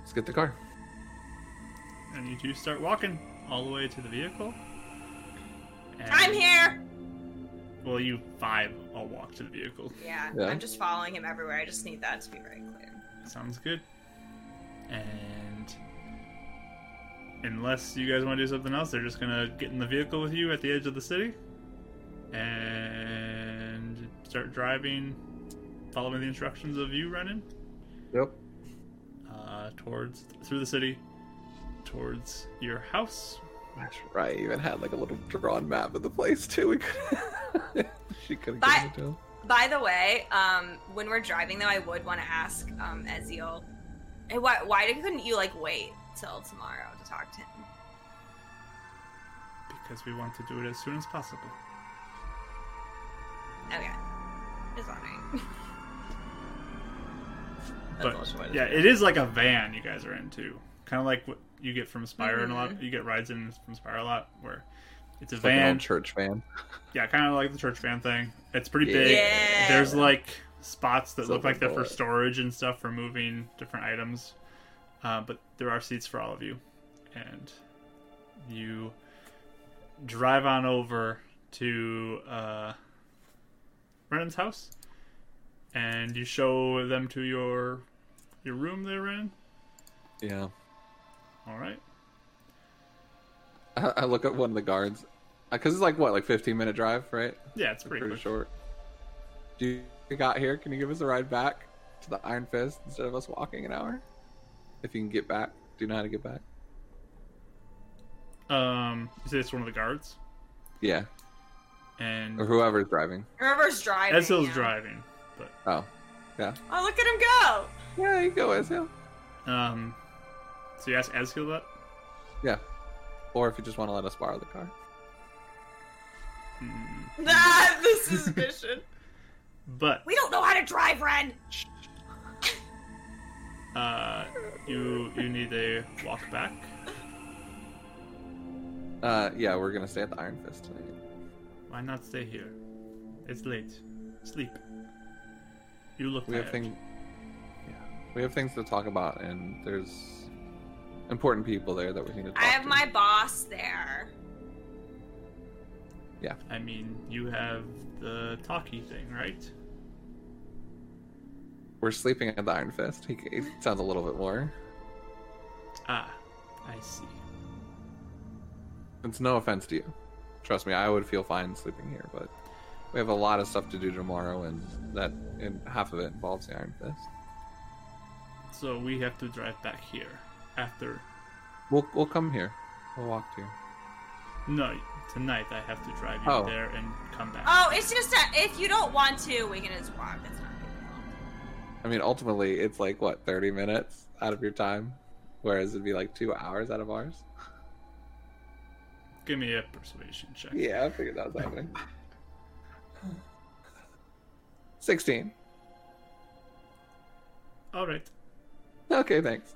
C: Let's get the car.
B: and you two start walking all the way to the vehicle. And,
D: I'm here.
B: Well, you five all walk to the vehicle.
D: Yeah,
C: Yeah.
D: I'm just following him everywhere. I just need that to be very clear.
B: Sounds good. And unless you guys want to do something else, they're just gonna get in the vehicle with you at the edge of the city and start driving, following the instructions of you, Renan,
C: Yep.
B: uh, towards through the city, towards your house.
C: That's right. Even had like a little drawn map of the place too. We could. she could
D: Bye.
C: have given it to him.
D: By the way, um, when we're driving though, I would want to ask um, Eziel, hey, why, why couldn't you like wait till tomorrow to talk to him?
B: Because we want to do it as soon as possible.
D: Okay, it's alright.
B: But yeah, it is like a van you guys are in too. Kind of like what you get from Spire in a lot. You get rides in from Spire a lot where it's a
C: Mm-hmm. Like an
B: van.
C: old church van.
B: Yeah, kind of like the church van thing. It's pretty
C: Yeah.
B: big.
D: Yeah.
B: There's like spots that
C: It's
B: look like they're for
C: overboard.
B: storage and stuff for moving different items. Uh, but there are seats for all of you. And you drive on over to uh, Renan's house. And you show them to your your room there, Renan.
C: Yeah.
B: All right.
C: I, I look at one of the guards because it's like what, like 15 minute drive, right?
B: Yeah, it's pretty,
C: Pretty
B: quick.
C: short. Do you you got here? Can you give us a ride back to the Iron Fist instead of us walking an hour? If you can get back, do you know how to get back?
B: Um, you say it's one of the guards,
C: Yeah,
B: and
C: or whoever's driving.
D: River's driving.
B: Ezil's
D: yeah.
B: driving, but
C: Oh,
D: Oh, look at him go!
C: yeah, you go, Ezio.
B: Um, so you ask Ezkiel that?
C: Yeah, or if you just want to let us borrow the car.
B: Hmm.
D: Ah, the suspicion.
B: But
D: we don't know how to drive, Ren.
B: uh, you you need a walk back.
C: Uh, yeah, we're gonna stay at the Iron Fist tonight.
B: Why not stay here? It's late. Sleep. You look
C: We
B: tired.
C: have things. Yeah, we have things to talk about, and there's important people there that we need to. Talk
D: I have
C: to.
D: my boss there.
B: I mean, you have the talkie thing, right?
C: We're sleeping at the Iron Fist. He, he sounds a little bit more.
B: Ah, I see.
C: It's no offense to you. Trust me, I would feel fine sleeping here, but we have a lot of stuff to do tomorrow, and that and half of it involves the Iron Fist.
B: So we have to drive back here after.
C: We'll we'll come here. We'll walk to you.
B: No, tonight I have to drive you
C: Oh.
B: there and come back.
D: Oh, it's just that if you don't want to, we can just walk. It's not a big deal.
C: I mean, ultimately, it's like what thirty minutes out of your time, whereas it'd be like two hours out of ours.
B: Give me a persuasion check.
C: Yeah, I figured that was happening. Sixteen.
B: All right.
C: Okay, thanks.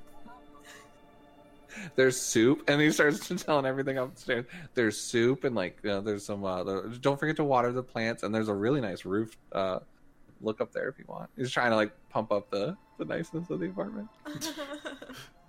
C: There's soup, and he starts telling everything upstairs. There's soup, and like uh, there's some. Uh, the, don't forget to water the plants, and there's a really nice roof. Uh, look up there if you want. He's trying to like pump up the the niceness of the apartment.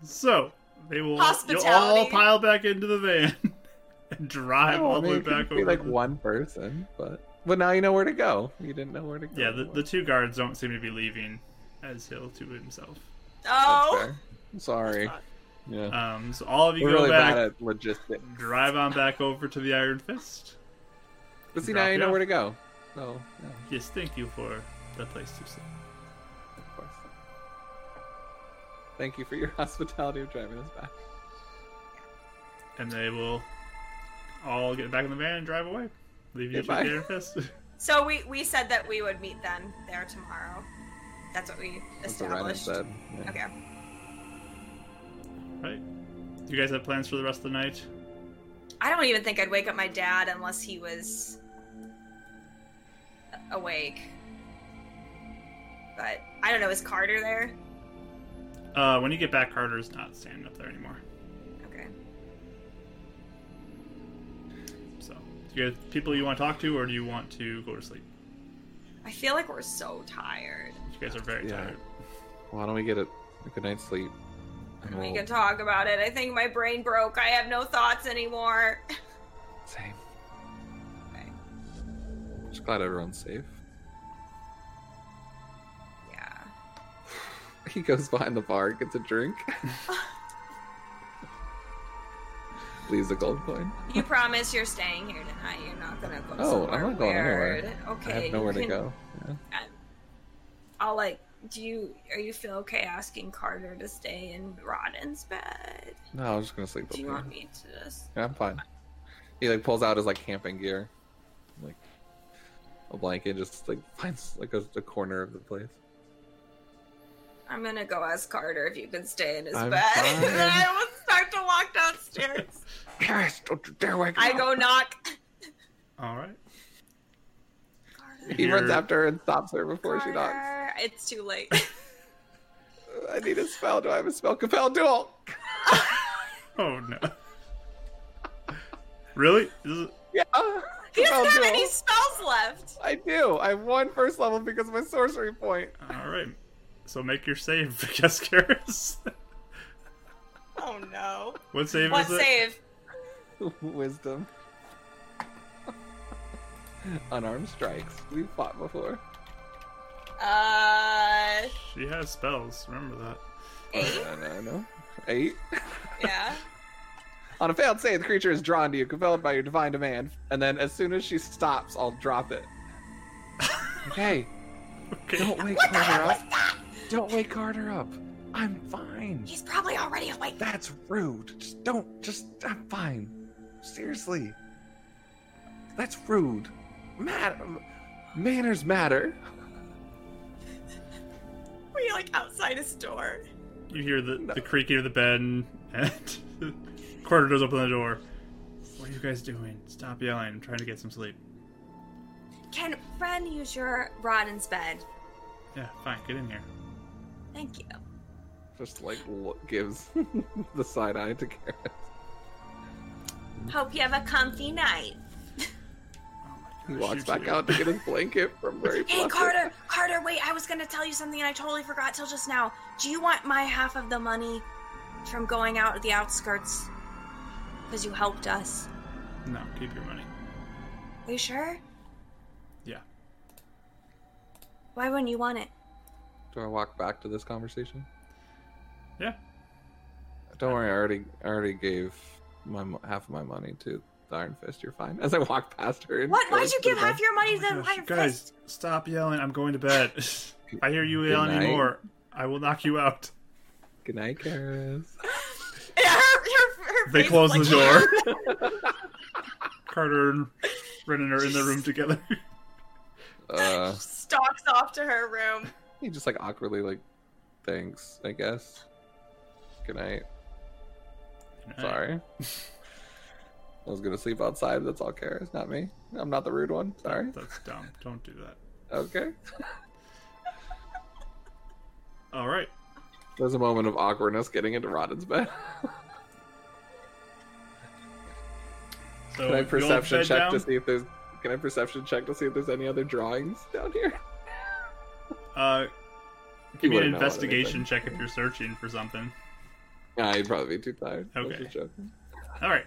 B: So they will. You'll all
D: Hospitality.
B: pile back into the van and drive
C: No, I
B: all the
C: mean,
B: way
C: it could
B: back
C: be
B: over.
C: like
B: the-
C: one person, but but now you know where to go. You didn't know where to go.
B: Yeah, the, the
C: before.
B: two guards don't seem to be leaving as Hill to himself.
C: That's
D: Oh,
C: fair. I'm sorry. Yeah,
B: Um, so all of you
C: we're
B: Uh, go
C: really bad
B: back,
C: at logistics.
B: drive on back over to the Iron Fist.
C: But see,
B: Drop
C: now you
B: you
C: know
B: off.
C: where to go. So yeah,
B: Yes, thank you for the place to sleep.
C: of course. Thank you for your hospitality of driving us back.
B: And they will all get back in the van and drive away, leaving you to the
C: Goodbye.
B: Iron Fist.
D: so we we said that we would meet them there tomorrow. That's what we
C: That's what Ryan
D: established.
C: said. Yeah.
D: Okay.
B: right? You guys have plans for the rest of the night?
D: I don't even think I'd wake up my dad unless he was a- awake. But I don't know. Is Carter there?
B: Uh, when you get back, Carter's not standing up there anymore.
D: Okay.
B: So, do you have people you want to talk to, or do you want to go to sleep?
D: I feel like we're so tired.
B: You guys are very
C: Yeah.
B: tired.
C: Why don't we get a, a good night's sleep? I
D: We
C: will-
D: can talk about it. I think my brain broke. I have no thoughts anymore.
C: Same.
D: Okay.
C: Just glad everyone's safe.
D: Yeah.
C: He goes behind the bar, gets a drink, leaves a gold coin.
D: You promise you're staying here tonight. You're not gonna go.
C: Oh, I'm
D: somewhere
C: not going
D: weird.
C: anywhere.
D: Okay.
C: I have
D: you
C: nowhere to
D: can-
C: go. Yeah.
D: I'll like. Do you are you feel okay asking Carter to stay in Rodden's bed?
C: No, I was just gonna sleep up
D: Do you
C: here.
D: want me to just?
C: Yeah, I'm fine. He like pulls out his like camping gear, like a blanket, just like finds like a, a corner of the place.
D: I'm gonna go ask Carter if you can stay in his
C: I'm
D: bed. and then
C: fine.
D: I will start to walk downstairs.
C: Paris, don't you dare wake
D: I
C: up!
D: go knock.
B: All right.
D: Carter.
B: You
C: He runs
B: hear-
C: after her and stops her before she knocks.
D: Carter. It's too late.
C: I need a spell. Do I have a spell? Compel duel.
B: Oh no. really? This is-
C: Yeah.
D: he
C: Compel
D: doesn't have
C: duel.
D: any spells left.
C: I do. I have one first level because of my sorcery point.
B: All right. So make your save, Cascaris.
D: Oh no.
B: what save
D: What
B: is it?
D: save?
C: Wisdom. Unarmed strikes. We've fought before.
D: Uh,
B: She has spells. Remember that.
D: eight.
C: I know, I know. Eight.
D: Yeah.
C: On a failed save, the creature is drawn to you, compelled by your divine demand. And then as soon as she stops, I'll drop it. okay.
B: Okay.
C: Don't wake Carter up. Don't wake Carter up. I'm fine.
D: He's probably already awake.
C: That's rude. Just don't. Just. I'm fine. Seriously. That's rude. Matter. Manners matter.
D: Were you like outside his door?
B: You hear the,
C: No.
B: the creaking of the bed, and and Carter does open the door. What are you guys doing? Stop yelling. I'm trying to get some sleep.
D: Can Ren use your Rodden's bed?
B: Yeah, fine. Get in here.
D: Thank you.
C: Just like look, gives the side eye to Karen.
D: Hope you have a comfy night.
C: He
B: Oh Gosh,
C: walks
B: you
C: back
B: two.
C: out to get his blanket from where he
D: Hey,
C: left it.
D: Carter, Carter, wait, I was gonna tell you something and I totally forgot till just now. Do you want my half of the money from going out to the outskirts? Because you helped us.
B: No, keep your money.
D: Are you sure?
B: Yeah.
D: Why wouldn't you want it?
C: Do I walk back to this conversation?
B: Yeah.
C: Don't worry, I already I already gave my mo- half of my money to the Iron Fist. You're fine. As I walk past her, and
D: What? Why'd
C: goes
D: you
C: to
D: give
C: the
D: half your money to
B: Oh my
D: the
B: gosh,
D: Iron
B: guys,
D: Fist?
B: stop yelling. I'm going to bed. If I hear you
C: Good
B: yelling
C: night.
B: anymore. I will knock you out.
C: bed. Good night, Karis.
D: Yeah, her, her, her
B: They
D: face
B: close
D: was
B: the
D: like-
B: door. Carter and Renan are in the room together.
C: Uh,
D: Stalks off to her room.
C: he just like awkwardly like, thanks. I guess. Good night. Sorry. I was gonna sleep outside. That's all Karis, not me. I'm not the rude one. Sorry.
B: That's dumb. Don't do that.
C: Okay.
B: All right.
C: There's a moment of awkwardness getting into Rodden's bed.
B: So
C: Can I
B: you all
C: perception
B: bed
C: check
B: down?
C: to see if there's Can I perception check to see if there's any other drawings down here?
B: Uh,
C: You
B: give me an
C: wouldn't know
B: investigation
C: anything.
B: check if you're searching for something.
C: Nah, you'd probably be too tired. I was
B: Okay.
C: just joking.
B: All right.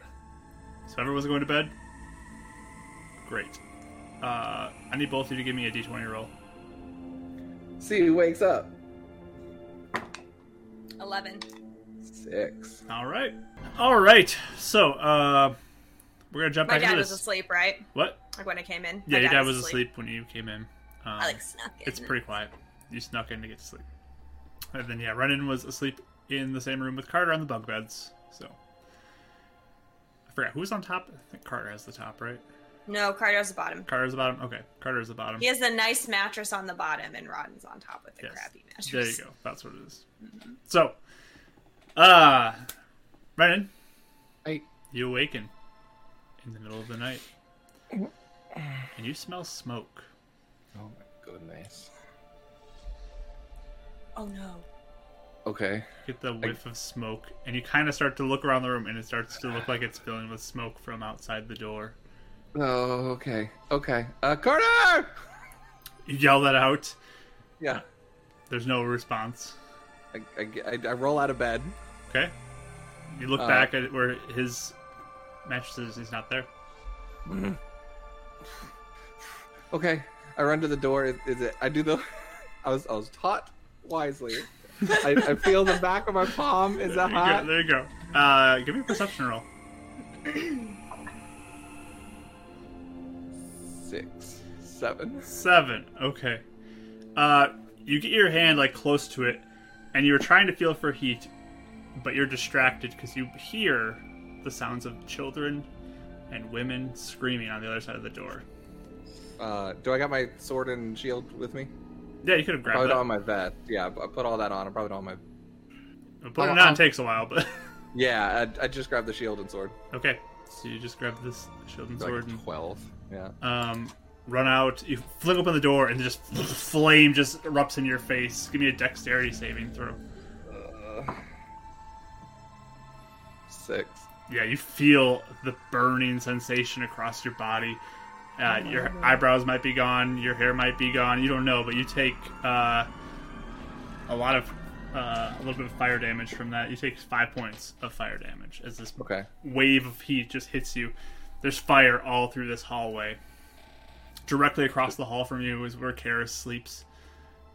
B: So everyone's going to bed. Great. Uh, I need both of you to give me a d20 roll.
C: See who wakes up.
D: Eleven.
C: Six.
B: All right. All right. So uh, we're gonna jump
D: My
B: back
D: dad
B: into
D: was
B: this.
D: asleep, right?
B: What?
D: Like when I came in.
B: Yeah,
D: my
B: your dad was asleep. when you came in. Um,
D: I like snuck in.
B: it's pretty quiet. You snuck in to get to sleep. And then yeah, Renan was asleep in the same room with Carter on the bunk beds. So I forgot who's on top. I think Carter has the top, right?
D: No, Carter's the bottom.
B: Carter's the bottom. Okay, Carter's the bottom.
D: He has the nice mattress on the bottom, and Rodden's on top with the
B: Yes.
D: crappy mattress.
B: There you go. That's what it is. So, uh, Renan,
C: Hey.
B: you awaken in the middle of the night, and you smell smoke.
C: Oh my goodness.
D: Oh no.
C: Okay.
B: You get the whiff of smoke, and you kind of start to look around the room, and it starts to look like it's filling with smoke from outside the door.
C: Oh, okay. Okay. Uh, Carter!
B: You yell that out.
C: Yeah.
B: There's no response.
C: I, I, I, I roll out of bed.
B: Okay. You look
C: Uh,
B: back at where his match says he's not there.
C: Okay, I run to the door. Is, is it? I do the. I was I was taught wisely. I, I feel the back of my palm.
B: there,
C: Is that
B: you
C: hot?
B: go, there you go. Uh, give me a perception roll.
C: Six, seven.
B: Seven. Okay. Uh, you get your hand like close to it, and you're trying to feel for heat, but you're distracted because you hear the sounds of children and women screaming on the other side of the door.
C: Uh, do I got my sword and shield with me?
B: Yeah, you could have grabbed
C: Probably
B: that.
C: not on my vest. Yeah, I put all that on. I probably not on my.
B: Putting
C: I'll-
B: it on
C: I'll-
B: takes a while, but
C: Yeah, I, I just grabbed the shield and sword.
B: okay. So you just grab this shield and sword. and
C: Like twelve. Yeah.
B: um, run out. You fling open the door, and just flame just erupts in your face. Give me a dexterity saving throw.
C: Uh, six.
B: Yeah, you feel the burning sensation across your body. Uh, your eyebrows might be gone. Your hair might be gone. You don't know, but you take uh, a lot of uh, a little bit of fire damage from that. You take five points of fire damage as this
C: Okay.
B: wave of heat just hits you. There's fire all through this hallway. Directly across the hall from you is where Karis sleeps,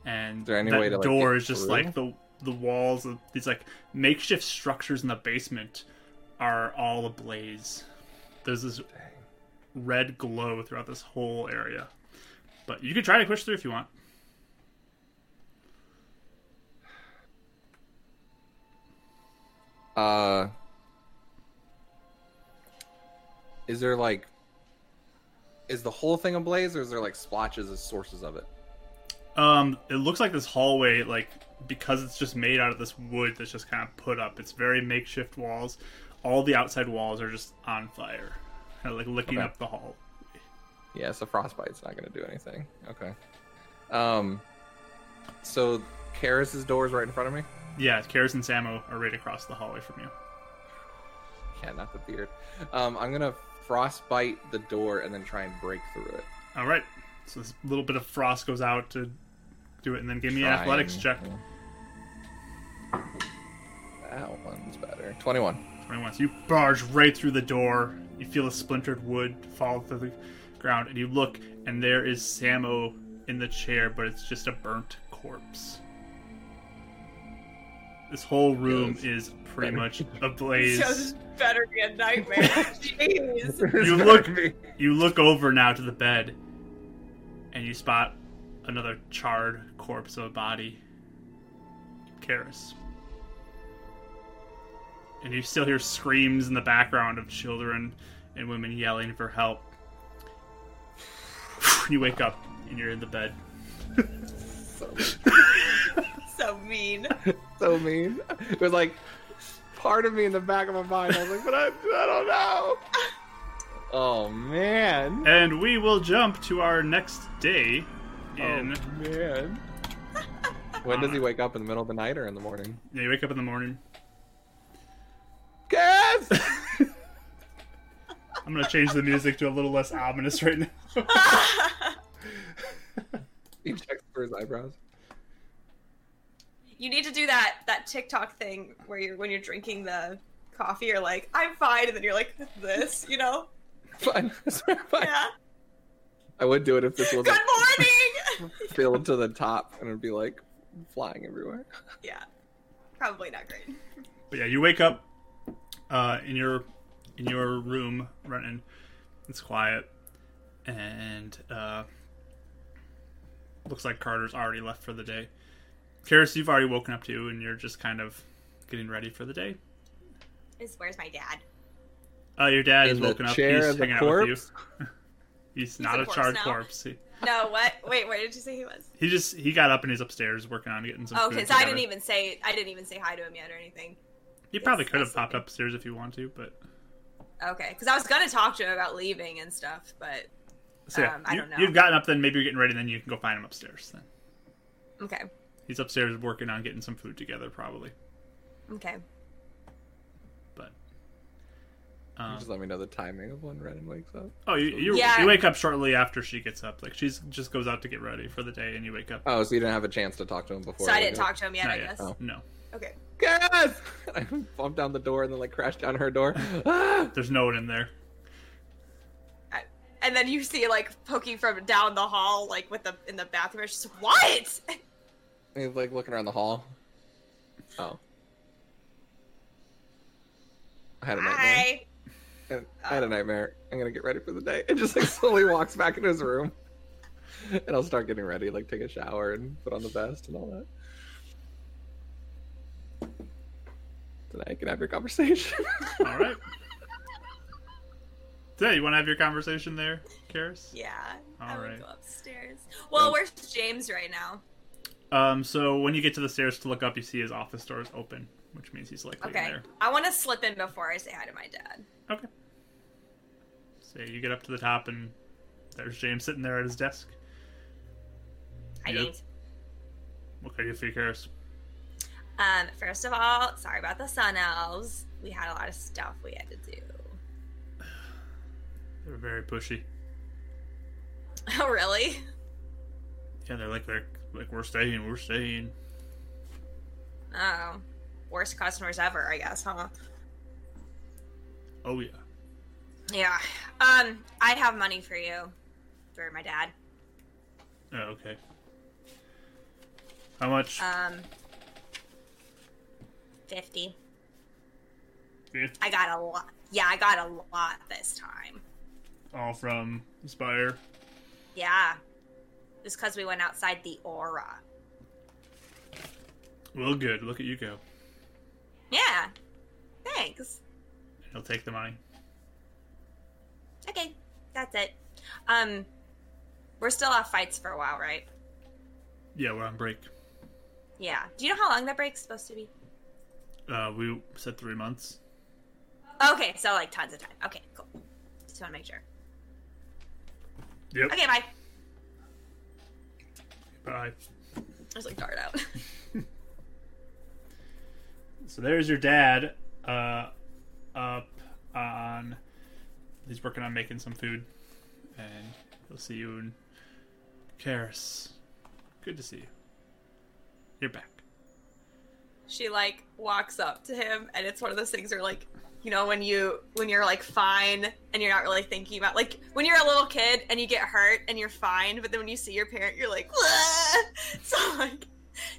B: and
C: there any
B: that
C: way to, like,
B: door
C: get
B: is just
C: through?
B: like the the walls of these like makeshift structures in the basement are all ablaze. There's this red glow throughout this whole area, but you can try to push through if you want.
C: Uh, is there like, is the whole thing ablaze, or is there like splotches as sources of it?
B: Um, it looks like this hallway, like because it's just made out of this wood that's just kind of put up. It's very makeshift walls. All the outside walls are just on fire, kind of like licking
C: Okay.
B: up the hall.
C: Yeah, so frostbite's not gonna do anything. Okay. Um. So Karis's door is right in front of me.
B: Yeah, Karis and Samo are right across the hallway from you.
C: Yeah, not the beard. Um, I'm gonna frostbite the door and then try and break through it.
B: All right, so this little bit of frost goes out to do it, and then give me an
C: Try
B: athletics
C: and-
B: check.
C: That one's better. Twenty-one.
B: Twenty-one. So you barge right through the door. You feel a splintered wood fall to the ground, and you look, and there is Samo in the chair, but it's just a burnt corpse. This whole room is pretty much ablaze.
D: Just better be a nightmare. Jeez.
B: You look, you look over now to the bed, and you spot another charred corpse of a body. Karis. And you still hear screams in the background of children and women yelling for help. You wake up and you're in the bed.
C: So,
D: So mean.
C: so mean. It was like part of me in the back of my mind. I was like, but I, I don't know. Oh man.
B: And we will jump to our next day in
C: Oh man. When does he wake up in the middle of the night or in the morning?
B: yeah, you wake up in the morning.
C: Yes.
B: I'm gonna change the music to a little less ominous right now.
C: he checks for his eyebrows.
D: You need to do that that TikTok thing where you're when you're drinking the coffee, you're like, I'm fine, and then you're like this, you know?
C: Fine. I swear, fine.
D: Yeah.
C: I would do it if this
D: Good
C: wasn't
D: morning.
C: filled to the top and it'd be like flying everywhere.
D: yeah. Probably not great.
B: But yeah, you wake up uh, in your in your room, Renton. It's quiet, and uh, looks like Carter's already left for the day. Karis, you've already woken up too, and you're just kind of getting ready for the day.
D: Is where's my dad?
B: Uh, your dad
C: In
B: is
C: the
B: woken up.
C: chair
B: He's
C: of the
B: hanging out with you. he's, not
D: a
B: a,
D: corpse
B: charred
D: now.
B: corpse. He,
D: No, what? Wait, where did you say he was?
B: he just he got up and he's upstairs working on getting some.
D: Oh,
B: food
D: okay, so I didn't
B: together.
D: even say I didn't even say hi to him yet or anything.
B: You probably
D: Yes,
B: could have
D: that's
B: popped
D: okay.
B: upstairs if you want to, but
D: Okay, because I was gonna talk to him about leaving and stuff, but
B: so yeah,
D: Um, I
B: you,
D: don't know.
B: you've gotten up. Then maybe you're getting ready. Then you can go find him upstairs. Then.
D: okay,
B: He's upstairs working on getting some food together, probably.
D: okay.
B: But
C: Just
B: um,
C: let me know the timing of when Renan wakes up.
B: oh, you you,
D: Yeah.
B: you wake up shortly after she gets up. Like she's just goes out to get ready for the day, and you wake up.
C: Oh, so you didn't have a chance to talk to him before.
D: So I
C: he
D: didn't
C: woke
D: talk to him yet,
B: Not
D: Oh, I
B: yet.
D: guess.
C: Oh.
B: No,
D: Okay.
C: Yes! I bumped down the door and then like crashed down her door. Ah!
B: There's no one in there.
D: And then you see like poking from down the hall, like with the in the bathroom. It's just what?
C: He's like looking around the hall. Oh. I had a nightmare.
D: Hi.
C: I, I had a nightmare. I'm gonna get ready for the day. And just like slowly walks back into his room. And I'll start getting ready, like take a shower and put on the vest and all that. Then I can have your conversation.
B: All right. Today, you want to have your conversation there, Karis?
D: Yeah. I
B: All
D: would
B: right.
D: go upstairs. Well,
C: Yeah.
D: where's James right now?
B: Um, so when you get to the stairs to look up, you see his office door is open, which means he's likely in
D: Okay.
B: there.
D: I want to slip in before I say hi to my dad.
B: Okay. So you get up to the top, and there's James sitting there at his desk.
D: Hi,
B: Yep.
D: James.
B: What can I do for you, Karis?
D: Um, first of all, sorry about the sun elves. We had a lot of stuff we had to do.
B: They're very pushy.
D: Oh, really?
B: Yeah, they're like, like, like we're staying, we're staying.
D: Oh, worst customers ever, I guess, huh?
B: Oh yeah.
D: Yeah. Um, I'd have money for you, for my dad.
B: Oh, okay. How much?
D: Um, fifty.
B: Yeah.
D: I got a lot. Yeah, I got a lot this time.
B: All from Inspire.
D: Yeah, just because we went outside the aura.
B: Well, good. Look at you go.
D: Yeah. Thanks.
B: He'll take the money.
D: Okay, that's it. Um, we're still off fights for a while, right?
B: Yeah, we're on break.
D: Yeah. Do you know how long that break's supposed to be?
B: Uh, we said three months.
D: Okay, so like tons of time. Okay, cool. Just want to make sure.
B: Yep.
D: Okay, bye.
B: Bye.
D: I was like, dart out.
B: So there's your dad, uh, up on. He's working on making some food, and he'll see you in. Karis, good to see you. You're back.
D: she like walks up to him, and it's one of those things where like, you know, when you when you're like fine and you're not really thinking about like when you're a little kid and you get hurt and you're fine, but then when you see your parent, you're like, "Wah!" so like.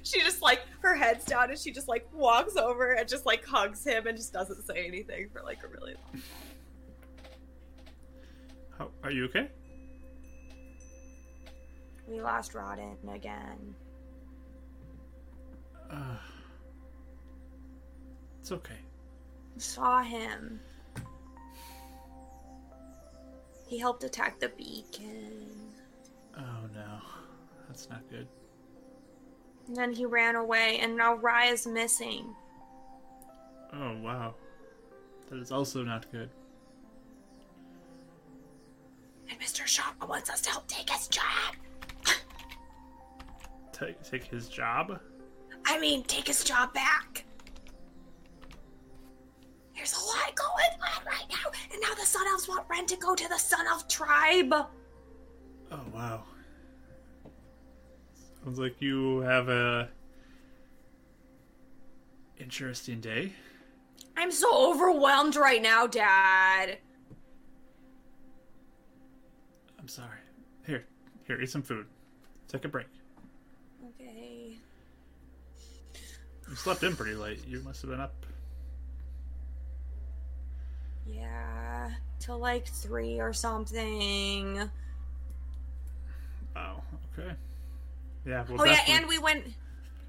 D: She just like her head's down and she just like walks over and just like hugs him and just doesn't say anything for like a really long
B: How are you okay?
D: We lost Rodden again.
B: Uh, it's okay.
D: saw him. He helped attack the beacon.
B: Oh no, that's not good.
D: And then he ran away, and now Raya's missing.
B: Oh wow, that is also not good.
D: And Mr. Shaw wants us to help take his job.
B: Take take his job.
D: I mean, take his job back. There's a lot going on right now, and now the Sun Elves want Ren to go to the Sun Elf tribe.
B: Oh wow. Sounds like you have a interesting day.
D: I'm so overwhelmed right now, Dad.
B: I'm sorry. Here, here, eat some food. Take a break.
D: Okay.
B: You slept in pretty late. You must have been up.
D: Yeah, till like three or something.
B: Oh, okay. Yeah. Well,
D: Oh yeah,
B: definitely-
D: and we went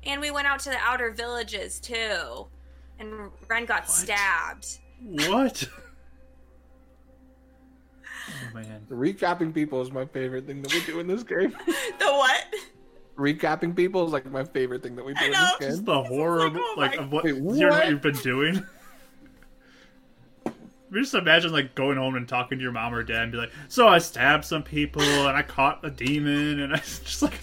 D: and we went out to the outer villages too. And Ren got stabbed.
B: what? oh man.
C: Recapping people is my favorite thing that we do in this game.
D: The what?
C: Recapping people is like my favorite thing that we do
D: I
C: in
D: know.
B: Just
C: this game.
B: the horror of,
D: oh
B: like
D: my-
B: of what,
C: Wait,
B: hearing what
C: what?
B: you've been doing. We just imagine like going home and talking to your mom or dad and be like, "So I stabbed some people and I caught a demon and I just like,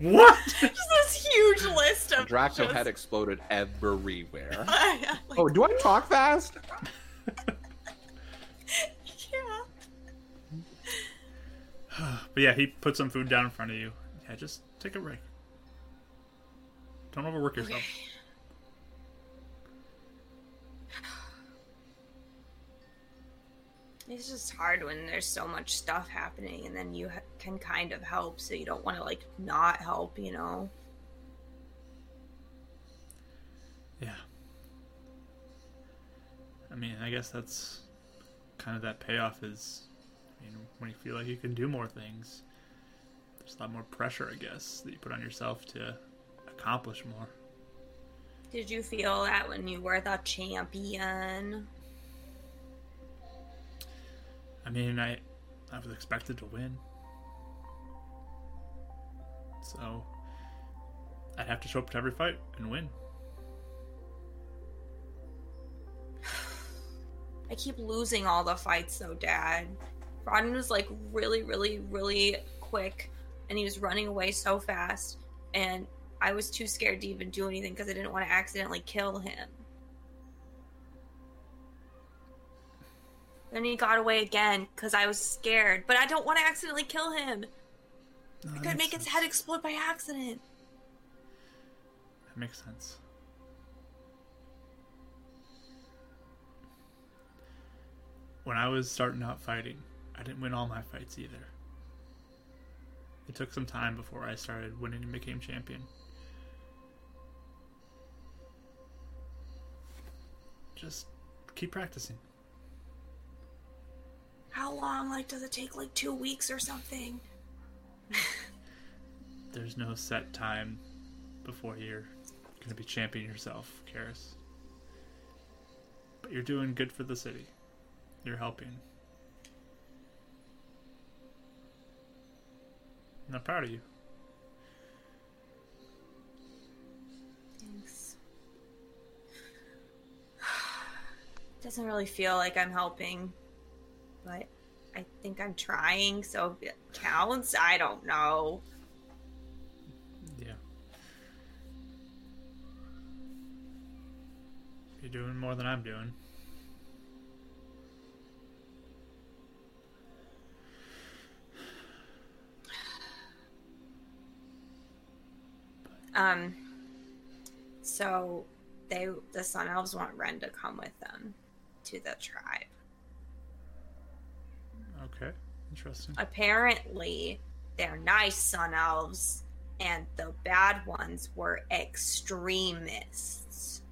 B: what?
D: Just this huge list of
C: Draco
D: just-
C: head exploded everywhere.
D: Like,
C: Oh, do I talk fast?
D: yeah.
B: But yeah, he put some food down in front of you. Yeah, just take a break. Don't overwork yourself.
D: It's just hard when there's so much stuff happening, and then you ha- can kind of help, so you don't want to like not help, you know?
B: Yeah. I mean, I guess that's kind of that payoff is, I mean, when you feel like you can do more things, there's a lot more pressure, I guess, that you put on yourself to accomplish more.
D: Did you feel that when you were the champion?
B: I mean, I, I was expected to win. So, I'd have to show up to every fight and win.
D: I keep losing all the fights though, Dad. Rodden was like really, really, really quick, and he was running away so fast, and I was too scared to even do anything because I didn't want to accidentally kill him. Then he got away again because I was scared, but I don't want to accidentally kill him.
B: No,
D: I
B: that
D: could
B: makes
D: make his
B: sense.
D: head explode by accident.
B: That makes sense. When I was starting out fighting, I didn't win all my fights either. It took some time before I started winning and became champion. Just keep practicing.
D: How long? Like, does it take like two weeks or something?
B: There's no set time before you're going to be champion yourself, Karis. But you're doing good for the city. You're helping. And I'm proud of you.
D: Thanks. Doesn't really feel like I'm helping, but I think I'm trying, so if it counts. I don't know.
B: Yeah. You're doing more than I'm doing.
D: Um, so they the Sun Elves want Ren to come with them to the tribe.
B: Okay. Interesting.
D: Apparently, they're nice Sun Elves, and the bad ones were extremists.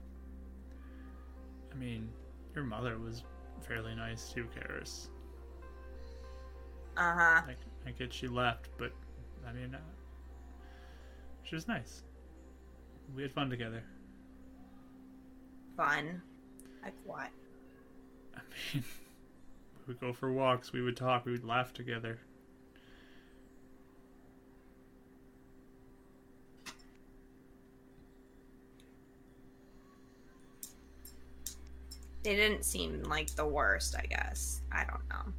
B: I mean, your mother was fairly nice too, Karis.
D: Uh huh.
B: Like, I get she left, but I mean, uh, she was nice. We had fun together.
D: Fun. Like what?
B: I mean, we would go for walks, we would talk, we would laugh together.
D: they didn't seem like the worst, I guess. I don't know.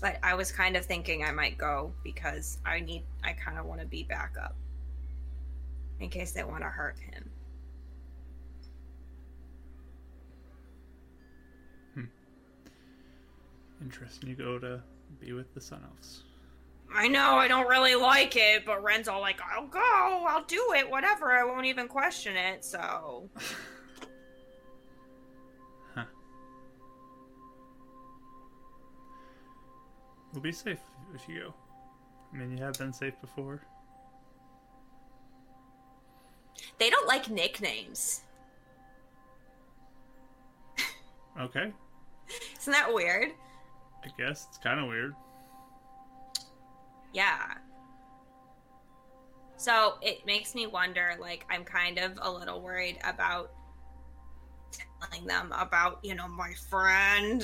D: But I was kind of thinking I might go because I need I kind of want to be back up in case they want to hurt him.
B: Interesting. You go to be with the Sun Elves.
D: I know I don't really like it, but Ren's all like, "I'll go, I'll do it, whatever. I won't even question it." So
B: We'll be safe if you go. I mean, you have been safe before.
D: they don't like nicknames.
B: Okay.
D: Isn't that weird?
B: I guess it's kind of weird.
D: Yeah. So it makes me wonder like, I'm kind of a little worried about telling them about, you know, my friend.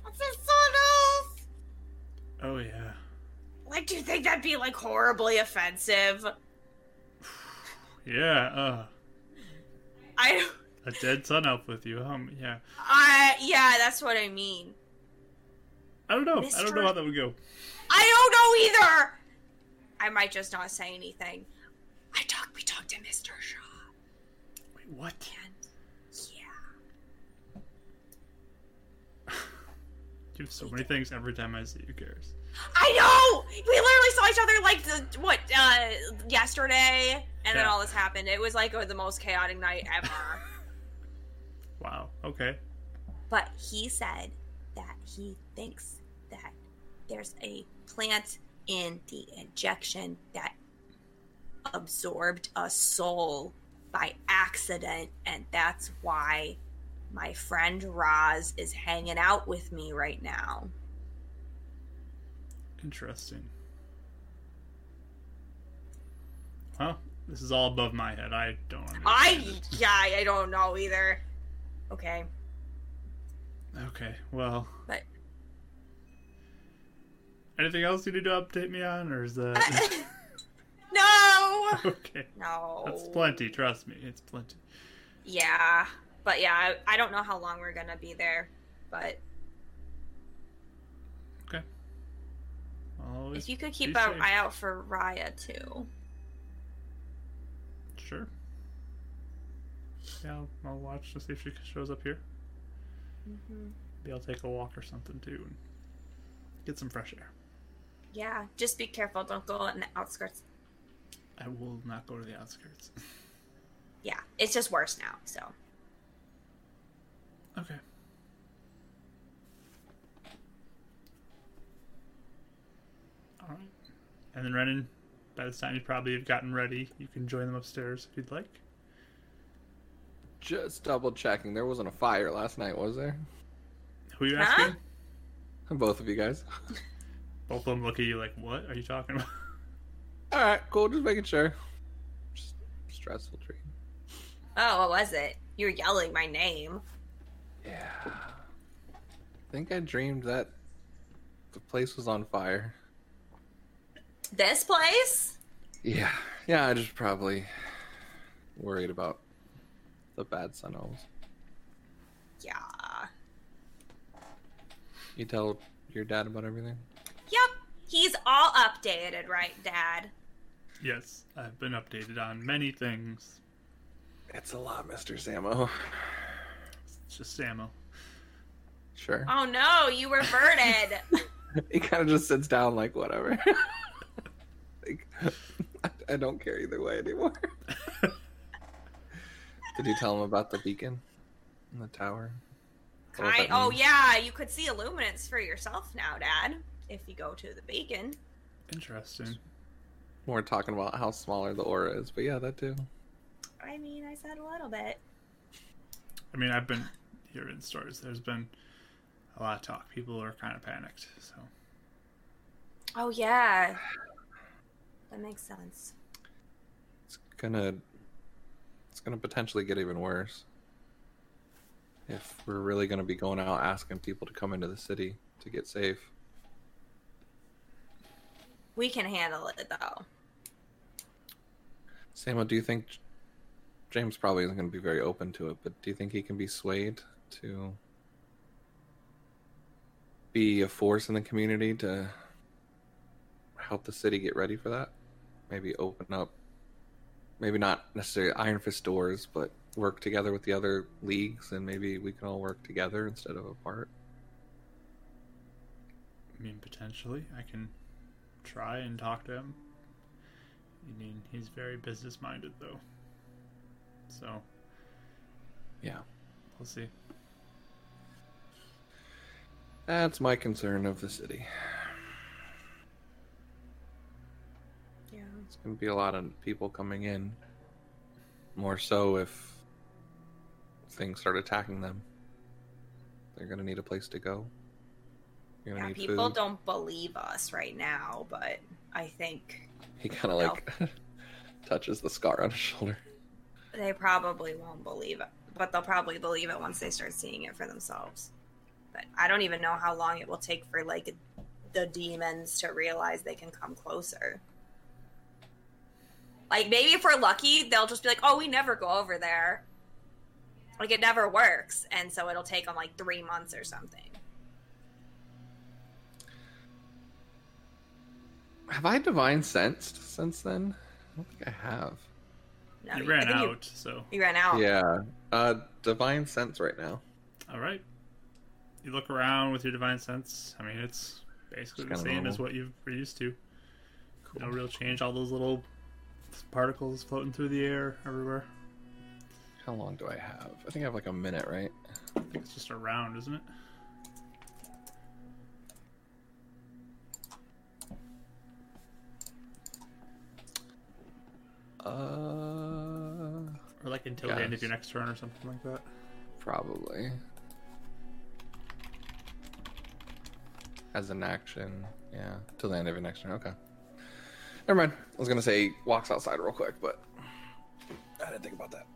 D: What's his son of?
B: Oh, yeah.
D: Like, do you think that'd be like horribly offensive?
B: Yeah, uh,
D: I,
B: a dead Sun Elf with you. Um, yeah.
D: I, yeah, that's what I mean.
B: I don't know. I don't know
D: Mr.
B: how that would go.
D: I don't know either. I might just not say anything. I talked, we talked to Mr. Shaw.
B: Wait, what?
D: And yeah.
B: You have so many things every time I see you, Karis.
D: I know. We literally saw each other like the, what uh, yesterday, and then
B: Yeah.
D: all this happened. It was like the most chaotic night ever.
B: Wow. Okay.
D: but he said that he thinks that there's a plant in the injection that absorbed a soul by accident, and that's why my friend Roz is hanging out with me right now.
B: Interesting. Well, this is all above my head. I don't understand.
D: I
B: it.
D: yeah, I don't know either. Okay,
B: Okay, well.
D: But-
B: Anything else you need to update me on, or is that.
D: no,
B: okay.
D: no,
B: That's plenty, trust me. It's plenty.
D: Yeah, but yeah, I, I don't know how long we're gonna be there, but
B: I'll Always.
D: if you could keep
B: be
D: an
B: safe.
D: eye out for Raya too.
B: Sure. Yeah, I'll, I'll watch to see if she shows up here. Maybe I'll take a walk or something too and get some fresh air.
D: Yeah, just be careful. Don't go on the outskirts.
B: I will not go to the outskirts.
D: Yeah, it's just worse now. So
B: okay. Alright. And then Renan, by the time you probably have gotten ready, you can join them upstairs if you'd like.
C: Just double checking. There wasn't a fire last night, was there?
B: Who are you
D: Huh?
B: asking?
C: Both of you guys.
B: Both of them look at you like, what are you talking about?
C: All right, cool. Just making sure. Just stressful dream.
D: Oh, what was it? You were yelling my name.
C: Yeah. I think I dreamed that the place was on fire.
D: This place?
C: Yeah. Yeah, I just probably worried about the bad sun elves.
D: Yeah.
C: You tell your dad about everything?
D: Yep. He's all updated, right, Dad?
B: yes, I've been updated on many things.
C: It's a lot, Mr. Samo.
B: It's just Samo.
C: Sure.
D: Oh no, you reverted.
C: He kind of just sits down like, whatever. like, I- I don't care either way anymore. Did you tell him about the beacon in the tower? Or what
D: I,
C: that
D: oh
C: means?
D: yeah, you could see illuminance for yourself now, Dad, if you go to the beacon.
B: Interesting.
C: We're talking about how smaller the aura is, but yeah, that too.
D: I mean, I said a little bit.
B: I mean, I've been hearing stories. There's been a lot of talk. People are kind of panicked. So,
D: Oh yeah. That makes sense.
C: It's gonna, it's gonna potentially get even worse. If we're really gonna be going out asking people to come into the city to get safe,
D: We can handle it though.
C: Samuel, do you think James probably isn't gonna be very open to it? But do you think he can be swayed to be a force in the community to help the city get ready for that? Maybe open up, maybe not necessarily Iron Fist doors, but work together with the other leagues, and maybe we can all work together instead of apart.
B: I mean, potentially, I can try and talk to him. I mean, he's very business minded, though. So,
C: Yeah.
B: we'll see.
C: That's my concern of the city.
D: Yeah.
C: It's going to be a lot of people coming in. More so if things start attacking them. They're going to need a place to go. You're going
D: Yeah,
C: to need
D: people
C: food.
D: don't believe us right now, but I think
C: He kind of like touches the scar on his shoulder.
D: they probably won't believe it, but they'll probably believe it once they start seeing it for themselves. But I don't even know how long it will take for like the demons to realize they can come closer. Like maybe if we're lucky, they'll just be like, "Oh, we never go over there." Like it never works, and so it'll take them like 3 months or something.
C: Have I divine sensed since then? I don't think I have.
D: No,
B: you
D: I
B: ran
D: think
B: out, so.
D: You, you ran out.
C: Yeah. Uh divine sense right now.
B: All right. You look around with your divine sense. I mean, it's basically
C: It's
B: the
C: kinda
B: same as
C: normal.
B: what you've were used to. No real change. All those little particles floating through the air everywhere.
C: How long do I have? I think I have like a minute, right?
B: I think it's just a round, isn't it?
C: Uh,
B: Or like until the end of
C: Yes.
B: your next turn or something like that.
C: probably. As an action, yeah. Till the end of your next turn. Okay. Never mind. I was gonna say he walks outside real quick, but I didn't think about that.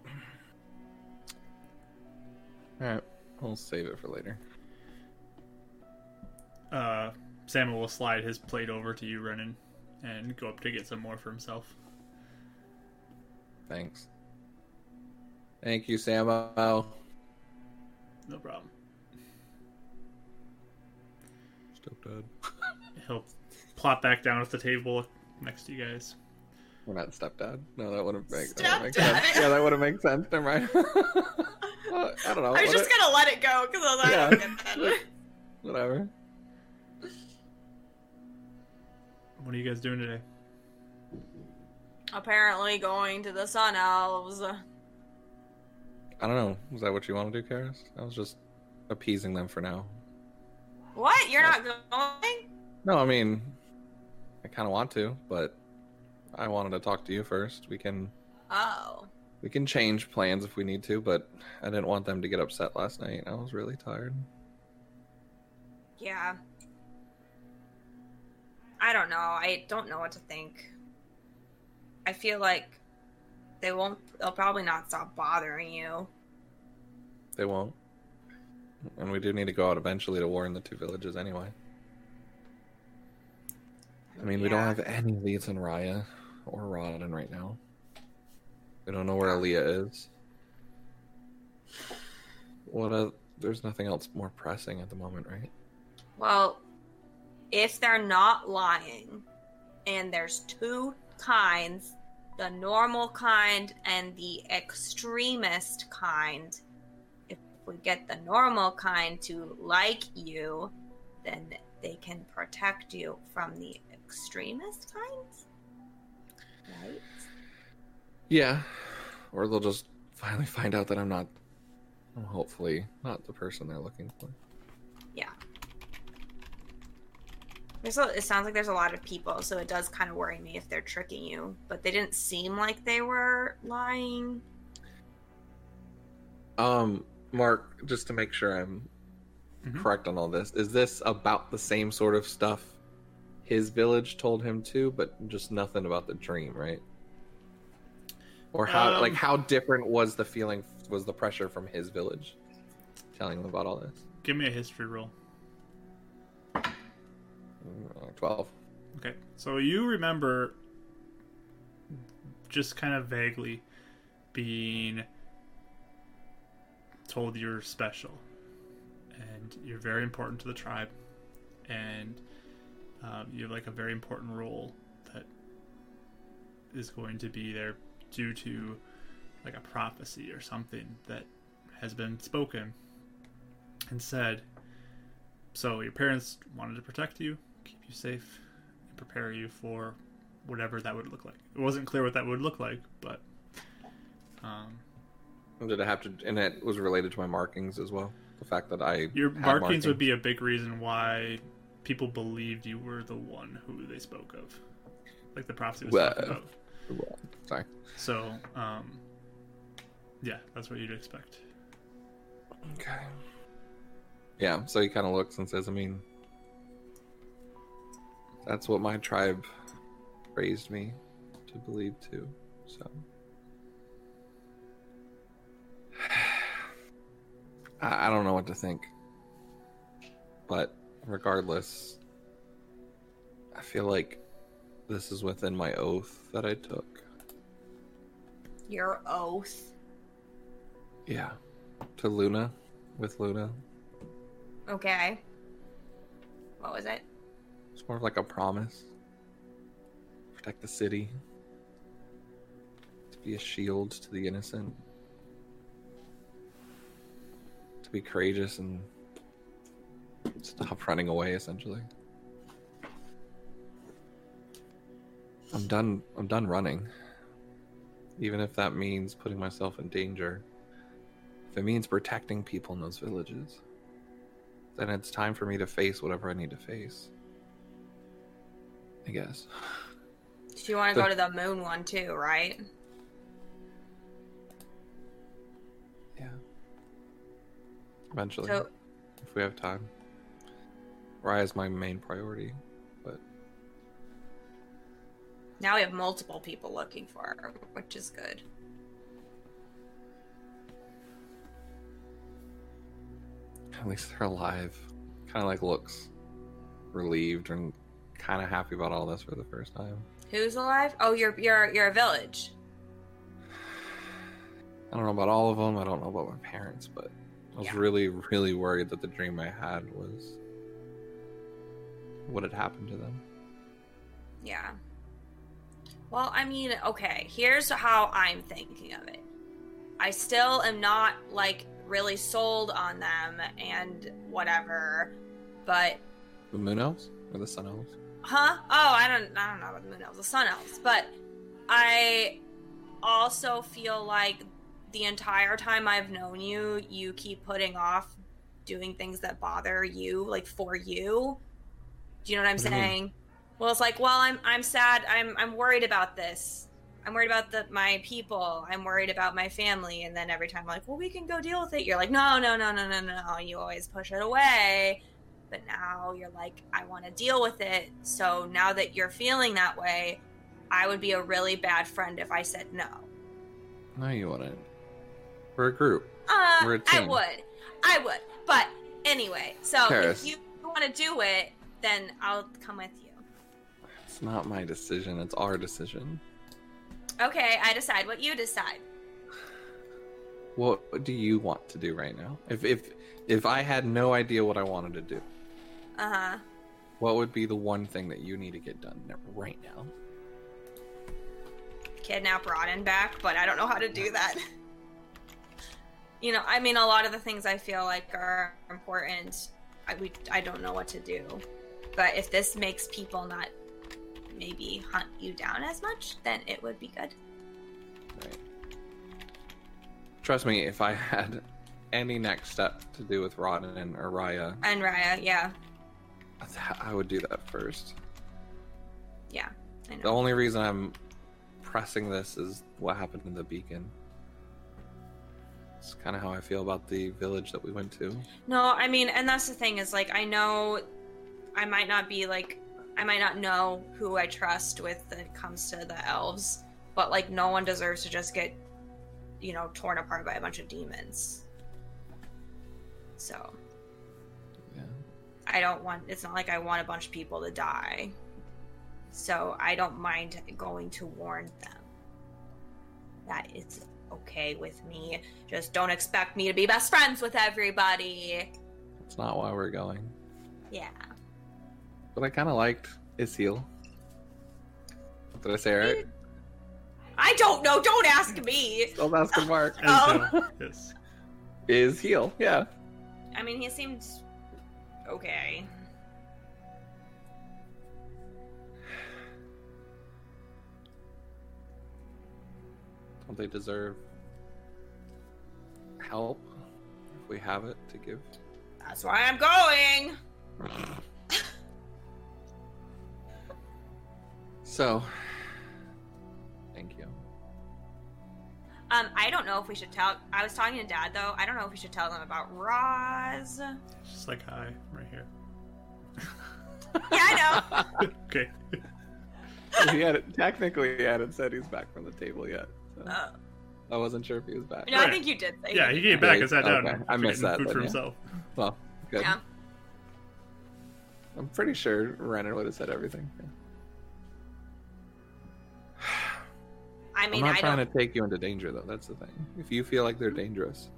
C: All right, we'll save it for later.
B: Uh, Samuel will slide his plate over to you, Renan, and go up to get some more for himself.
C: Thanks. Thank you, Samo.
B: No problem.
C: Stepdad.
B: He'll plop back down at the table next to you guys.
C: We're not stepdad. No, that wouldn't make, that wouldn't make
D: Stepdad.
C: sense. Yeah, that wouldn't make sense. Never mind. Well, I don't know.
D: I was
C: What
D: just
C: it-
D: gonna let it go because I was like, I don't get that.
C: Yeah. Whatever.
B: What are you guys doing today?
D: Apparently, going to the Sun Elves.
C: I don't know. Was that what you want to do, Karis? I was just appeasing them for now.
D: What? You're not going?
C: No, I mean, I kind of want to, but I wanted to talk to you first. We can
D: Oh.
C: we can change plans if we need to, but I didn't want them to get upset last night. I was really tired.
D: Yeah. I don't know. I don't know what to think. I feel like they won't. They'll probably not stop bothering you.
C: They won't. And we do need to go out eventually to warn the two villages anyway. I mean, we don't
D: Yeah.
C: have any leads on Raya or Rodden right now. We don't know where Aaliyah is. What a. There's nothing else more pressing at the moment, right?
D: Well, if they're not lying, and there's two kinds the normal kind and the extremist kind. If we get the normal kind to like you, then they can protect you from the extremist kind? Right?
C: Yeah. Or they'll just finally find out that I'm not. well, Hopefully, not the person they're looking for.
D: There's a, it sounds like there's a lot of people, so it does kind of worry me if they're tricking you. But they didn't seem like they were lying.
C: Um, Mark, just to make sure I'm
B: Mhm.
C: correct on all this, is this about the same sort of stuff his village told him to, but just nothing about the dream, right? Or how,
B: Um,
C: like, how different was the feeling, was the pressure from his village telling him about all this?
B: Give me a history roll.
C: Mm, uh, 12.
B: Okay, so you remember just kind of vaguely being told you're special and you're very important to the tribe and um, you have like a very important role that is going to be there due to like a prophecy or something that has been spoken and said so your parents wanted to protect you keep you safe and prepare you for whatever that would look like it wasn't clear what that would look like but um,
C: Did it have to, and it was related to my markings as well? The fact that I.
B: Your
C: had
B: markings, would be a big reason why people believed you were the one who they spoke of, like the prophecy was talking
C: Well.
B: about.
C: Sorry.
B: So, um, yeah, that's what you'd expect.
C: Okay. Yeah, so he kind of looks and says, I mean, that's what my tribe raised me to believe too. So. I, I don't know what to think. But regardless, I feel like this is within my oath that I took.
D: Your oath.
C: Yeah. To Luna, with Luna.
D: Okay. What was it?
C: It's more of like a promise. Protect the city. To be a shield to the innocent. To be courageous and stop running away essentially. I'm done I'm done running. Even if that means putting myself in danger. If it means protecting people in those villages, then it's time for me to face whatever I need to face. I guess.
D: So you want to go
C: The-
D: to the moon one too, right?
C: Yeah. Eventually,
D: So
C: if we have time. Rye is my main priority.
D: now we have multiple people looking for her, which is good.
C: At least they're alive. Kind of like looks relieved and kind of happy about all this for the first time.
D: Who's alive? Oh, you're you're you're a village.
C: I don't know about all of them. I don't know about my parents, but I was
D: Yeah.
C: really, really worried that the dream I had was what had happened to them.
D: Yeah. Well, I mean, okay, here's how I'm thinking of it. I still am not like really sold on them and whatever, but
C: The moon elves or the sun elves?
D: huh? Oh, I don't I don't know about the moon elves, the sun elves, but I also feel like the entire time I've known you, you keep putting off doing things that bother you, like for you. Do you know what I'm
C: What do you mean?
D: saying? Well, it's like, well, I'm I'm sad. I'm I'm worried about this. I'm worried about the my people. I'm worried about my family. And then every time, I'm like, well, we can go deal with it. You're like, no, no, no, no, no, no. You always push it away. But now you're like, I want to deal with it. So now that you're feeling that way, I would be a really bad friend if I said no.
C: No, you wouldn't. We're a group.
D: Uh,
C: We're a
D: I
C: team.
D: would. I would. But anyway, so
C: Paris.
D: if you want to do it, then I'll come with you.
C: It's not my decision. It's our decision.
D: Okay, I decide what you decide.
C: What do you want to do right now? If if if I had no idea what I wanted to do,
D: Uh huh.
C: what would be the one thing that you need to get done right now?
D: Kidnap Rodden back, but I don't know how to do that. you know, I mean, a lot of the things I feel like are important. I we I don't know what to do, but if this makes people not maybe hunt you down as much, then it would be good.
C: Right. Trust me, if I had any next step to do with Rodden or Raya,
D: And Raya, yeah,
C: th- I would do that first.
D: yeah, I
C: The
D: know.
C: only reason I'm pressing this is what happened in the beacon. It's kind of how I feel about the village that we went to.
D: No, I mean, and that's the thing is like I know I might not be like I might not know who I trust with when it comes to the elves, but like no one deserves to just get you know torn apart by a bunch of demons. So
C: Yeah.
D: I don't want it's not like I want a bunch of people to die. So I don't mind going to warn them. That is okay with me. Just don't expect me to be best friends with everybody.
C: That's not why we're going.
D: Yeah.
C: But I kind of liked Isil. Did I say it right?
D: I don't know. Don't ask me.
C: Don't ask him, Mark.
B: And so, yes.
C: Is heal, yeah.
D: I mean, he seemed okay.
C: Don't they deserve help if we have it to give?
D: That's why I'm going.
C: So, thank you.
D: Um, I don't know if we should tell. I was talking to Dad though. I don't know if we should tell them about Roz. Yeah,
B: Just like hi, I'm right here.
D: I know.
B: Okay.
C: he hadn't technically he hadn't said he's back from the table yet. So
D: Uh,
C: I wasn't sure if he was back.
D: no, I
B: Right.
D: think you did. Say
B: Yeah, he came back and sat down.
C: Okay,
B: and
C: I
B: was
C: missed
B: getting
C: that
B: Food for
C: then, yeah.
B: himself.
C: Well, good.
D: Yeah.
C: I'm pretty sure Renner would have said everything. Yeah.
D: I
C: I am
D: mean,
C: not
D: I
C: trying
D: don't. Mm-hmm.
C: to take you into danger though. That's the thing. If you feel like they're dangerous,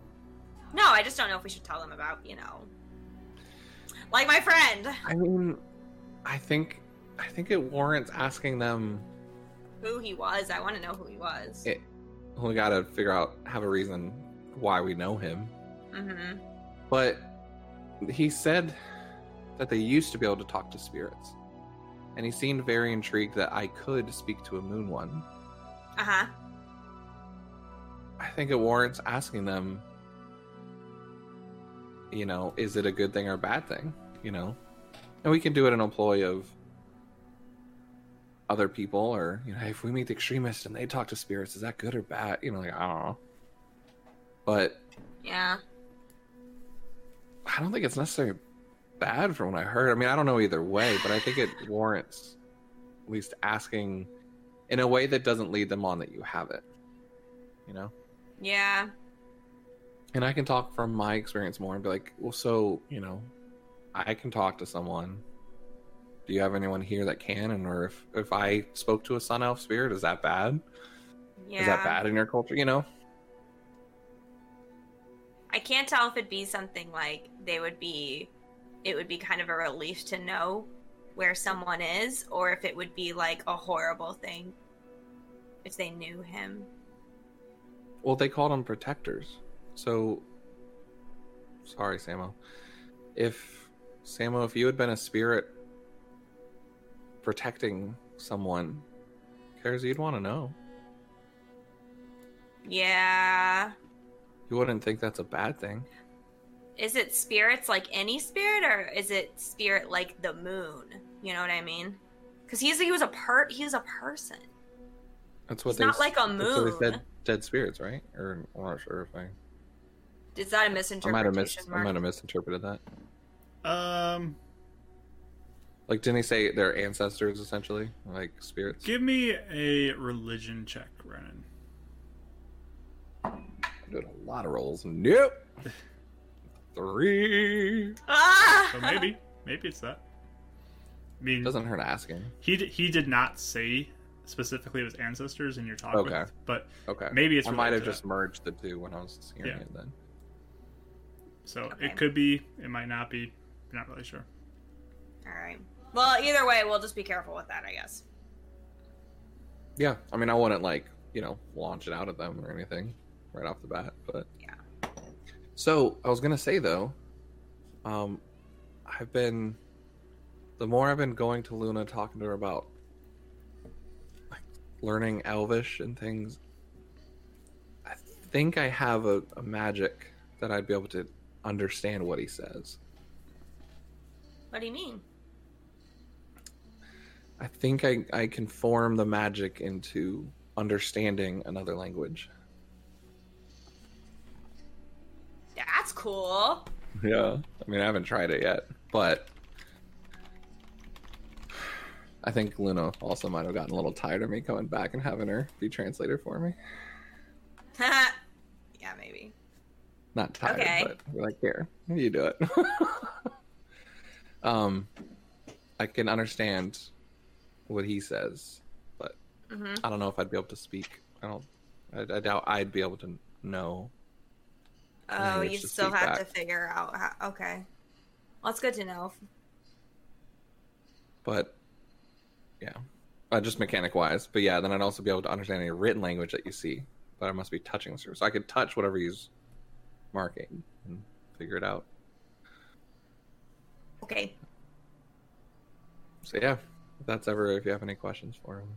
D: No, I just don't know if we should tell them about you know, like my friend
C: I mean, I think I think it warrants asking them.
D: who he was. I want to know who he was.
C: It, we got to figure out have a reason why we know him.
D: Mm-hmm.
C: But he said that they used to be able to talk to spirits. And he seemed very intrigued that I could speak to a moon one.
D: Uh huh.
C: I think it warrants asking them, you know, is it a good thing or a bad thing? You know? And we can do it in employ of other people or, you know, if we meet the extremists and they talk to spirits, is that good or bad? You know, like, I don't know. but
D: Yeah.
C: I don't think it's necessarily bad from what I heard. I mean, I don't know either way, but I think it warrants at least asking in a way that doesn't lead them on that you have it. You know?
D: Yeah.
C: And I can talk from my experience more and be like, well, so, you know, I can talk to someone. Do you have anyone here that can? And or if, if I spoke to a sun elf spirit, is that bad?
D: Yeah.
C: Is that bad in your culture? You know?
D: I can't tell if it'd be something like they would be, it would be kind of a relief to know where someone is, or if it would be like a horrible thing if they knew him.
C: Well, they called them protectors. So, sorry, Samo. If Samo, if you had been a spirit protecting someone, cares you'd want to know.
D: Yeah.
C: You wouldn't think that's a bad thing.
D: Is it spirits like any spirit, or is it spirit like the moon? You know what I mean? Because he's he was a part. He was a person.
C: That's what
D: It's
C: they.
D: not like a
C: that's what they
D: moon.
C: said dead spirits, right? Or I'm not sure if I.
D: Is that a
C: I might
D: misinterpretation?
C: have mis- I
D: Mark?
C: might have misinterpreted that.
B: Um,
C: Like, didn't they say their ancestors essentially, like spirits?
B: give me a religion check, Renan.
C: I did a lot of rolls. Nope. Three.
D: Ah!
B: So maybe, maybe it's that. I mean,
C: Doesn't hurt asking.
B: he d- he did not say specifically it was ancestors in your talk
C: Okay.
B: with, but
C: Okay.
B: maybe it's
C: I might
B: related
C: have
B: to
C: just merged the two when I was hearing
B: Yeah.
C: it then.
B: so
D: Okay.
B: it could be, it might not be. You're not really sure.
D: All right. Well, either way, we'll just be careful with that, I guess.
C: Yeah. I mean, I wouldn't like, you know, launch it out at them or anything right off the bat, but
D: Yeah.
C: So I was gonna say though, um, I've been the more I've been going to Luna talking to her about like learning Elvish and things. I think I have a, a magic that I'd be able to understand what he says.
D: What do you mean?
C: I think I, I can form the magic into understanding another language.
D: That's cool.
C: Yeah. I mean, I haven't tried it yet, but I think Luna also might have gotten a little tired of me coming back and having her be translator for me.
D: yeah, maybe.
C: Not tired,
D: Okay.
C: but we're like, here, you do it. um, I can understand what he says, but
D: hmm
C: I don't know if I'd be able to speak. I don't. I, I doubt I'd be able to know.
D: Oh,
C: Language
D: you
C: to
D: still
C: speak
D: have to
C: back.
D: figure out. How... Okay. Well, it's good to know.
C: but yeah, uh, just mechanic wise. But yeah, then I'd also be able to understand any written language that you see. But I must be touching the surface. So I could touch whatever he's marking and figure it out.
D: Okay.
C: So yeah, if that's ever if you have any questions for him.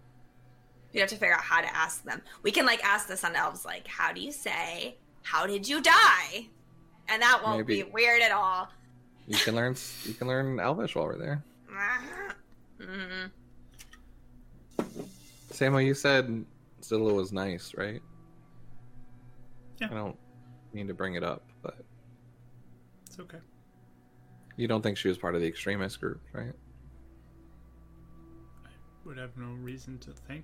D: You have to figure out how to ask them. We can like ask the sun elves, like, how do you say, how did you die? And that won't
C: Maybe.
D: be weird at all.
C: You can learn you can learn Elvish while we're there.
D: hmm
C: Samo, you said Zilla was nice, right?
B: Yeah.
C: I don't mean to bring it up, but
B: It's okay.
C: you don't think she was part of the extremist group, right?
B: Would have no reason to think.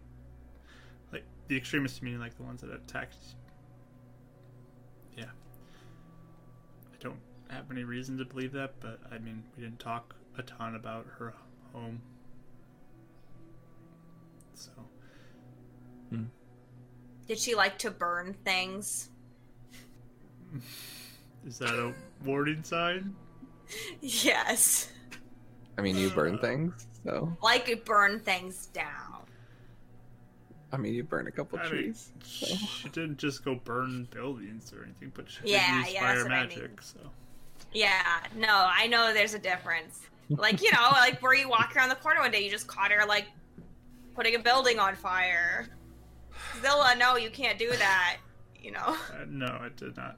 B: Like the extremists meaning like the ones that attacked. Yeah. I don't have any reason to believe that, but I mean, we didn't talk a ton about her home. So
D: Did she like to burn things?
B: is that a warning sign?
D: Yes.
C: I mean, you burn things, so
D: Like burn things down.
C: I mean, you burn a couple
B: I mean,
C: trees. so.
B: She didn't just go burn buildings or anything, but she
D: Yeah,
B: did use
D: yeah,
B: fire
D: that's what I
B: magic.
D: mean.
B: So
D: Yeah, no, I know there's a difference. Like, you know, like where you walk around the corner one day, you just caught her like putting a building on fire. Zilla, no, you can't do that. You know.
B: uh, no, I did not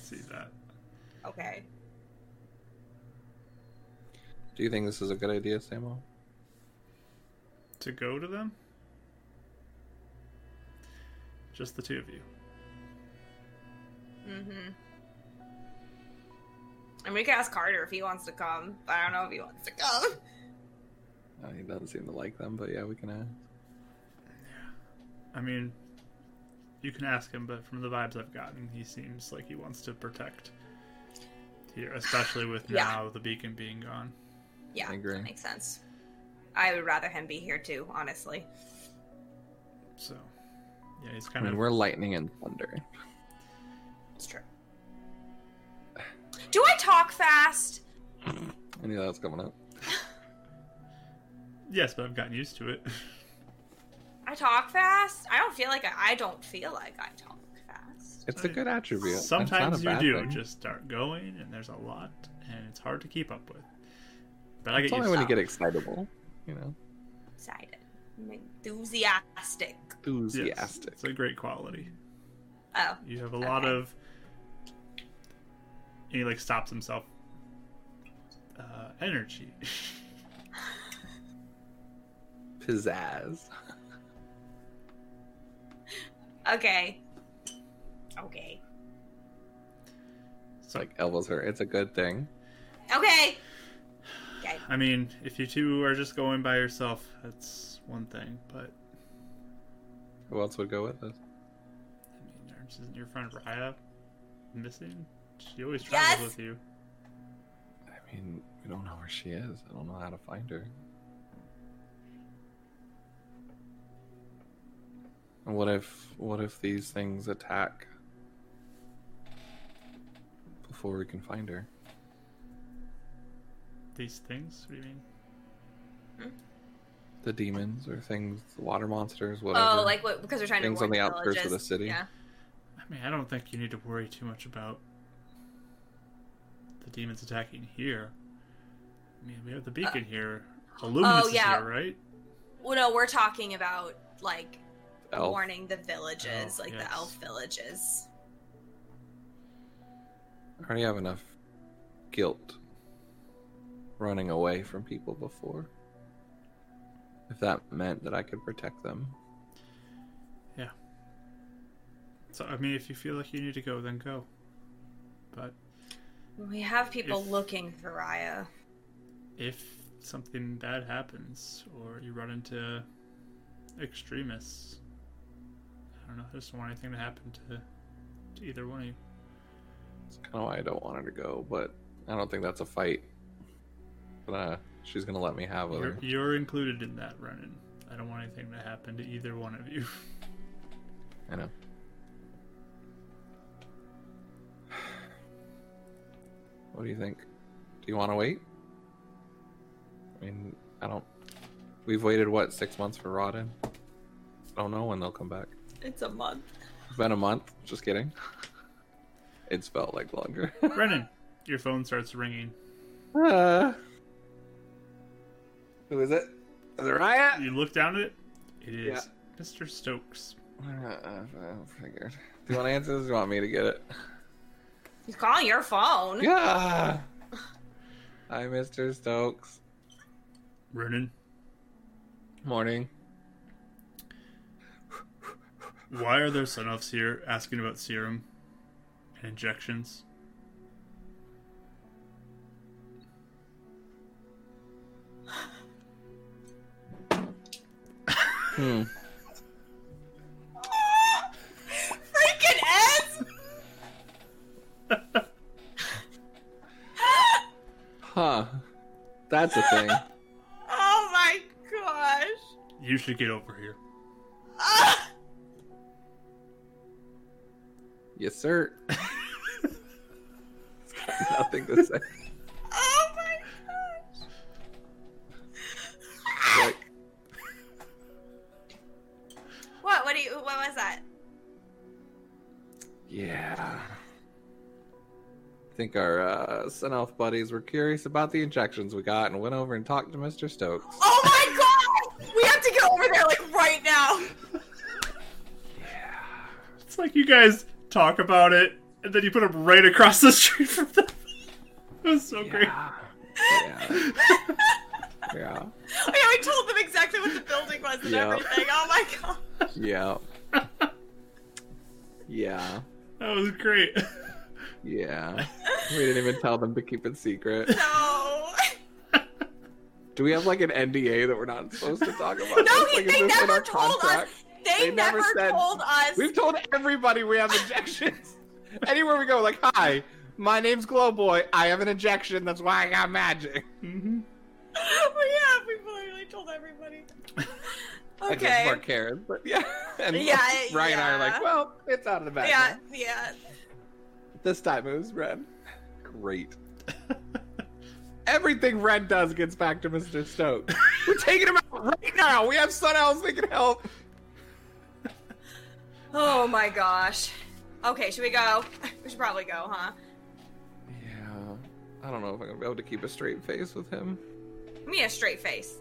B: see that.
D: Okay.
C: Do you think this is a good idea, Samo?
B: To go to them? Just the two of you.
D: Mm-hmm. And we could ask Carter if he wants to come. But I don't know if he wants to come.
C: Uh, he doesn't seem to like them, but yeah, we can uh, ask.
B: I mean, you can ask him, but from the vibes I've gotten, he seems like he wants to protect here, especially with
D: Yeah.
B: now the beacon being gone.
D: Yeah,
C: I agree.
D: that makes sense. I would rather him be here too, honestly.
B: So, yeah, he's
C: I
B: kind
C: mean,
B: of.
C: we're lightning and thunder.
D: It's true. Do I talk fast?
C: I knew that was coming up.
B: Yes, but I've gotten used to it.
D: I talk fast. I don't feel like I, I don't feel like I talk fast.
C: It's a good attribute. It's not a
B: Sometimes you
C: bad
B: do
C: thing.
B: just start going, and there's a lot, and it's hard to keep up with. But I
C: It's
B: get
C: only
B: used
C: when
B: to
C: you get excitable, you know,
D: Excited, I'm enthusiastic.
B: it. Yes,
C: enthusiastic.
B: It's a great quality.
D: Oh,
B: You have a lot
D: Okay.
B: of. And he like stops himself. Uh, energy.
C: Pizzazz.
D: okay, okay,
B: so
C: Like elbows her. It's a good thing.
D: okay, okay.
B: I mean, if you two are just going by yourself, that's one thing. But
C: Who else would go with us?
B: I mean, isn't your friend Raya missing? She always travels
D: Yes!
B: with you.
C: I mean, we don't know where she is. I don't know how to find her. And what if what if these things attack before we can find her?
B: These things? What do you mean?
C: The demons or things, the water monsters, whatever.
D: Oh, like what? Because we're trying
C: Things
D: to
C: on
D: warn
C: the outskirts of
D: villages.
C: the city.
D: Yeah.
B: I mean, I don't think you need to worry too much about the demons attacking here. I mean, we have the beacon here. Illuminus
D: yeah.
B: is here, right?
D: Well, no, we're talking about like
C: elf.
D: warning the villages,
B: Elf,
D: like
B: yes.
D: the elf villages.
C: I already have enough guilt running away from people before. If that meant that I could protect them.
B: So, I mean, if you feel like you need to go, then go. But
D: We have people
B: If-
D: looking for Raya.
B: if something bad happens or you run into extremists, I don't know. I just don't want anything to happen to, to either one of you.
C: It's kind of why I don't want her to go, but I don't think that's a fight. But uh, she's gonna let me have
B: You're,
C: her.
B: you're included in that, Renan. I don't want anything to happen to either one of you.
C: I know. What do you think? Do you want to wait? I mean, I don't. We've waited what six months for Rodden. I don't know when they'll come back.
D: It's a month.
C: It's been a month. Just kidding. It's felt like longer.
B: Renan, your phone starts ringing.
C: Uh, who is it? Is it Riot?
B: You look down at it. It is
C: Yeah.
B: Mr. Stokes.
C: I Uh, figured. Do you want to answer this? Or do you want me to get it?
D: He's calling your phone.
C: Yeah. Hi, Mr. Stokes.
B: Renan,
C: Morning.
B: why are there sunoffs here asking about serum and injections?
C: Hmm.
D: Freaking ass!
C: Huh. That's a thing.
D: Oh my gosh.
B: You should get over here.
D: Ah!
C: yes, sir. It's got Nothing to say.
D: Oh my gosh.
C: Like,
D: What? What do you? What was that?
C: yeah. I think our uh, Sunelf buddies were curious about the injections we got and went over and talked to Mr. Stokes.
D: Oh my god! We have to get over there like right now.
B: It's like you guys talk about it, and then you put them right across the street from them. It was so great.
C: Yeah. Yeah. yeah.
D: Oh yeah, we told them exactly what the building was and
C: Yeah.
D: everything. Oh my god.
C: Yeah. Yeah.
B: That was great.
C: Yeah. we didn't even tell them to keep it secret.
D: No.
C: Do we have like an NDA that we're not supposed to talk about?
D: No,
C: Like,
D: he, they
C: is this in
D: never
C: our
D: told
C: contract?
D: us. They,
C: They never
D: never,
C: said-
D: told us.
C: We've told everybody we have injections. Anywhere we go, like, hi, my name's Glowboy. I have an injection. That's why I got magic.
B: hmm
D: Well, yeah, we literally told everybody.
C: Except
D: Okay.
C: for Karen, but yeah. And
D: Yeah,
C: Ryan and I
D: yeah.
C: are like, well, it's out of the bag.
D: Yeah,
C: now."
D: yeah.
C: This time it was red. Great. Everything red does gets back to Mr. Stokes. We're taking him out right now. We have someone else that can help.
D: Oh my gosh. Okay, should we go? We should probably go, huh?
C: Yeah. I don't know if I'm gonna be able to keep a straight face with him.
D: Me a straight face.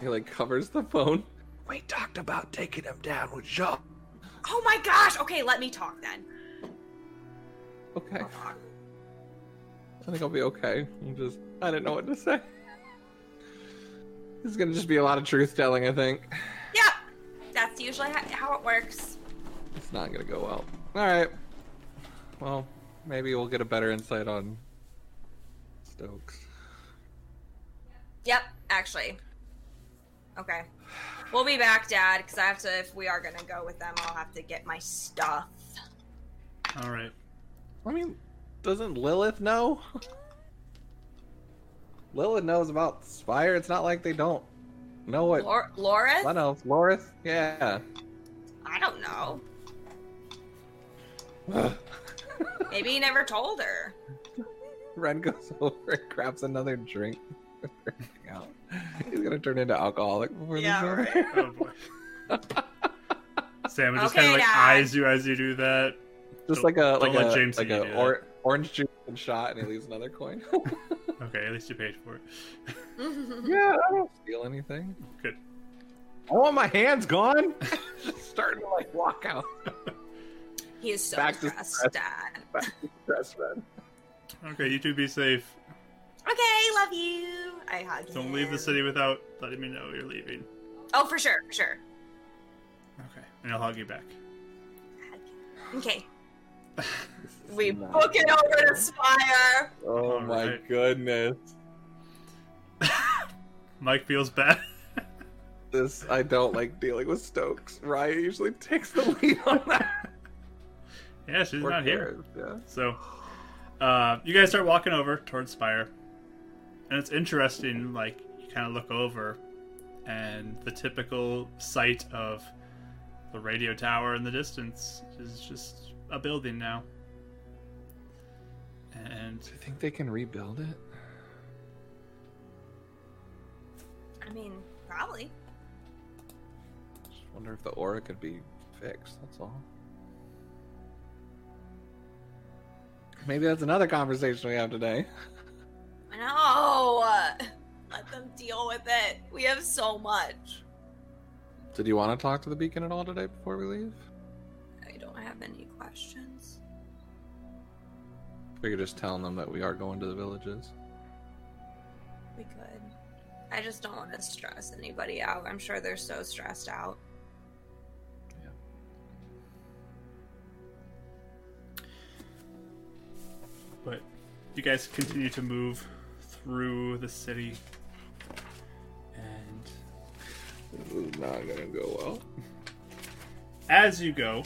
C: He like covers the phone. We talked about taking him down with Jean.
D: Oh my gosh. Okay, let me talk then.
C: Okay. I think I'll be okay. I'm just I didn't know what to say. This is gonna just be a lot of truth telling, I think.
D: Yeah, that's usually ho- how it works.
C: It's not gonna go well. Alright. Well, maybe we'll get a better insight on Stokes.
D: Yep, actually. Okay. We'll be back, Dad, because I have to, if we are going to go with them, I'll have to get my stuff.
B: All right.
C: I mean, doesn't Lilith know? Lilith knows about Spire. It's not like they don't know what.
D: Lor- Loris?
C: I know, Lorith. Yeah.
D: I don't know.
C: Ugh.
D: Maybe he never told her.
C: Ren goes over and grabs another drink. Out. He's gonna turn into alcoholic before
D: Yeah,
C: this.
D: right.
B: Oh boy. Sam would just
D: Okay,
B: kind of like
D: Dad.
B: eyes you as you do that.
C: Just like a
B: Don't
C: like
B: let
C: a
B: James see
C: like
B: you
C: a
B: do
C: or, orange juice and shot, and he leaves another coin.
B: Okay, at least you paid for it.
C: yeah, I don't steal anything.
B: Good.
C: I want my hands gone. Just starting to like walk out.
D: he is so
C: Back to
D: stressed,
C: stress.
D: Dad.
C: Stress Ren.
B: Okay, you two be safe.
D: Okay, love you. I hug
B: Don't
D: him.
B: leave the city without letting me know you're leaving.
D: Oh, for sure, for sure.
B: Okay, and I'll hug you back.
D: Okay. We
C: not
D: book it over to Spire.
C: Oh
B: All
C: my
B: right.
C: goodness.
B: Mike feels bad.
C: This I don't like dealing with Stokes. Raya usually takes the lead on that.
B: yeah, she's
C: Or
B: not here.
C: Garrett, Yeah.
B: So, uh, you guys start walking over towards Spire, and it's interesting. Like you kind of look over, and the typical sight of the radio tower in the distance is just a building now. And
C: Do you think they can rebuild it?
D: I mean, probably.
C: Just wonder if the aura could be fixed. That's all. Maybe that's another conversation we have today.
D: No. Let them deal with it. We have so much.
C: Did you want to talk to the beacon at all today before we leave?
D: I don't have any questions.
C: Figure just telling them that we are going to the villages.
D: We could. I just don't want to stress anybody out. I'm sure they're so stressed out.
B: but you guys continue to move through the city, and
C: This is not gonna go well.
B: as you go,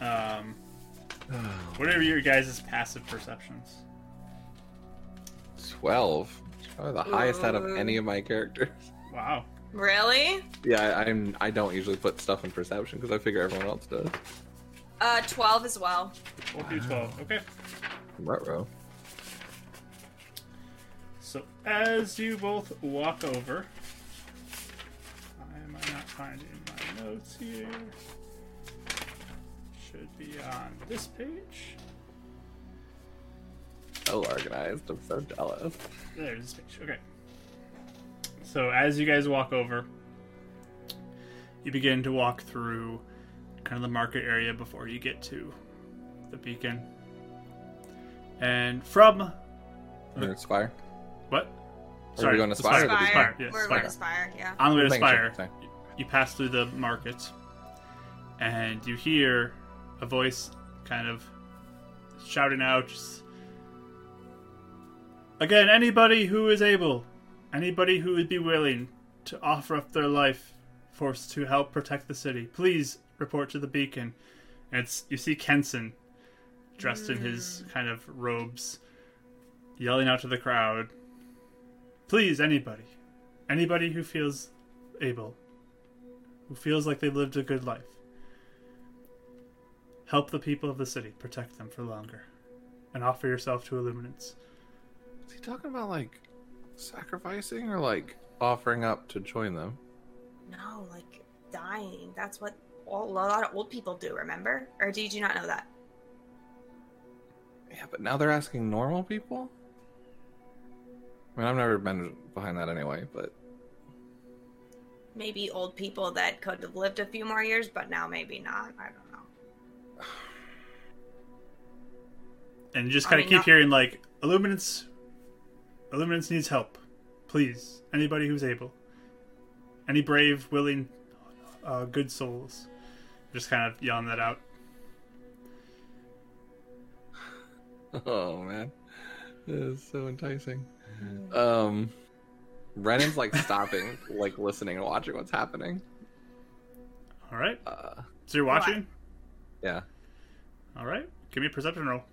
B: um, what are your guys' passive perceptions?
C: Twelve. It's probably the highest out of
D: Ooh.
C: any of my characters.
B: Wow.
D: Really?
C: Yeah, I, I'm. I don't usually put stuff in perception because I figure everyone else does.
D: Uh, 12 as well.
B: We'll do 12. Okay.
C: Right, row.
B: So as you both walk over, why am I not finding my notes here? Should be on this page.
C: So organized. I'm so jealous.
B: There's this page. Okay. So as you guys walk over, you begin to walk through kind of the market area before you get to the beacon. And from
C: Or Spire.
B: what?
C: we going to
B: the
C: Spire or
B: Spire.
C: the Beacon?
B: Spire. yeah,
D: We're
B: Spire.
D: going to Spire, yeah.
B: On the way to
C: Thank you,
B: Spire,
C: sorry.
B: you pass through the market, and you hear a voice kind of shouting out just, again anybody who is able anybody who would be willing to offer up their life force to help protect the city please report to the beacon and it's you see kenson dressed in his kind of robes yelling out to the crowd please anybody anybody who feels able who feels like they've lived a good life help the people of the city protect them for longer and offer yourself to illuminance
C: Is he talking about like sacrificing or like offering up to join them?
D: No, like dying. That's what all, a lot of old people do. Remember? Or did you not know that?
C: Yeah, but now they're asking normal people. I mean, I've never been behind that anyway, but
D: Maybe old people that could have lived a few more years, but now maybe not. I don't know.
B: and you just
D: I
B: kind of
D: mean,
B: keep
D: not-
B: hearing like illuminance illuminance needs help please anybody who's able any brave willing uh, good souls just kind of yelling that out
C: oh man, it is so enticing. Um, Brennan's like stopping, like listening and watching what's happening.
B: all right
C: Uh,
B: so you're
D: What?
B: watching
C: yeah,
B: all right give me a perception roll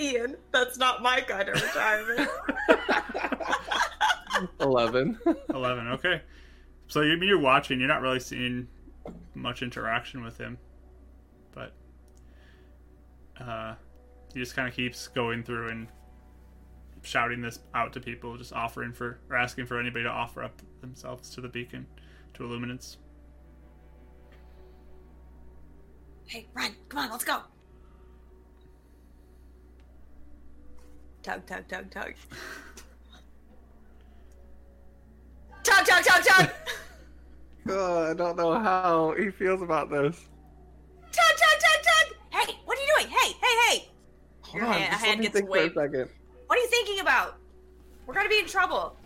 D: Ian, that's not my kind of retirement.
C: eleven.
B: 11 okay so you I mean you're watching you're not really seeing much interaction with him but uh he just kind of keeps going through and shouting this out to people just offering for or asking for anybody to offer up themselves to the beacon to illuminance
D: hey, run! Come on, let's go. Tug, tug, tug, tug. tug, tug, tug, tug.
C: Oh, I don't know how he feels about this.
D: Tug, tug, tug, tug! Hey, what are you doing? Hey, hey, hey!
C: Hold
D: Your
C: on,
D: hand-
C: just
D: hand
C: let me
D: gets
C: think
D: waved.
C: for a second.
D: What are you thinking about? We're gonna be in trouble.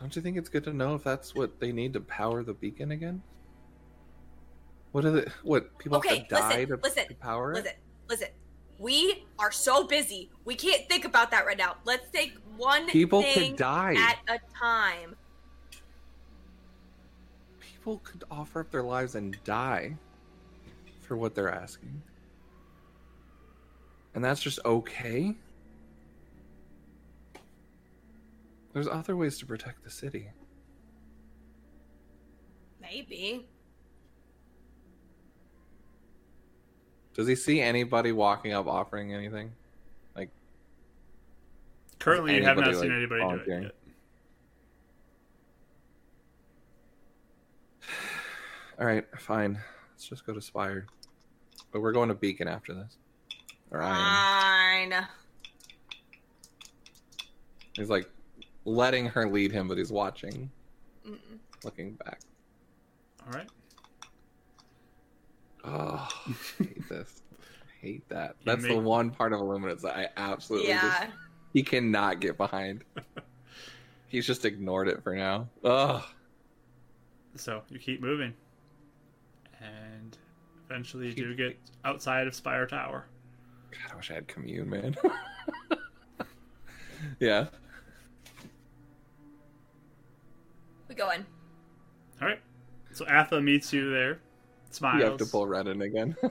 C: Don't you think it's good to know if that's what they need to power the beacon again? What are the what people
D: Okay,
C: have to die
D: listen,
C: to,
D: listen,
C: to power
D: Listen,
C: it?
D: listen. We are so busy. We can't think about that right now. Let's take one
C: People
D: thing
C: could die.
D: at a time.
C: People could offer up their lives and die for what they're asking, and that's just okay. There's other ways to protect the city.
D: Maybe.
C: Does he see anybody walking up offering anything?
B: currently you have not
C: anybody,
B: seen
C: like,
B: anybody do it
C: volunteering?
B: yet
C: All right, fine. Let's just go to Spire, but we're going to Beacon after this. Or I am.
D: Fine.
C: He's like letting her lead him, but he's watching,
D: Mm-mm.
C: looking back.
B: all right
C: Oh, I hate this. I hate that. That's the
B: make-
C: one part of Illuminance that I absolutely
D: Yeah.
C: just he cannot get behind. he's just ignored it for now. Ugh.
B: so you keep moving and eventually you do get outside of spire tower
C: God, I wish I had commune, man. yeah.
D: We going.
B: all right so atha meets you there smiles
C: You have to pull Renan again.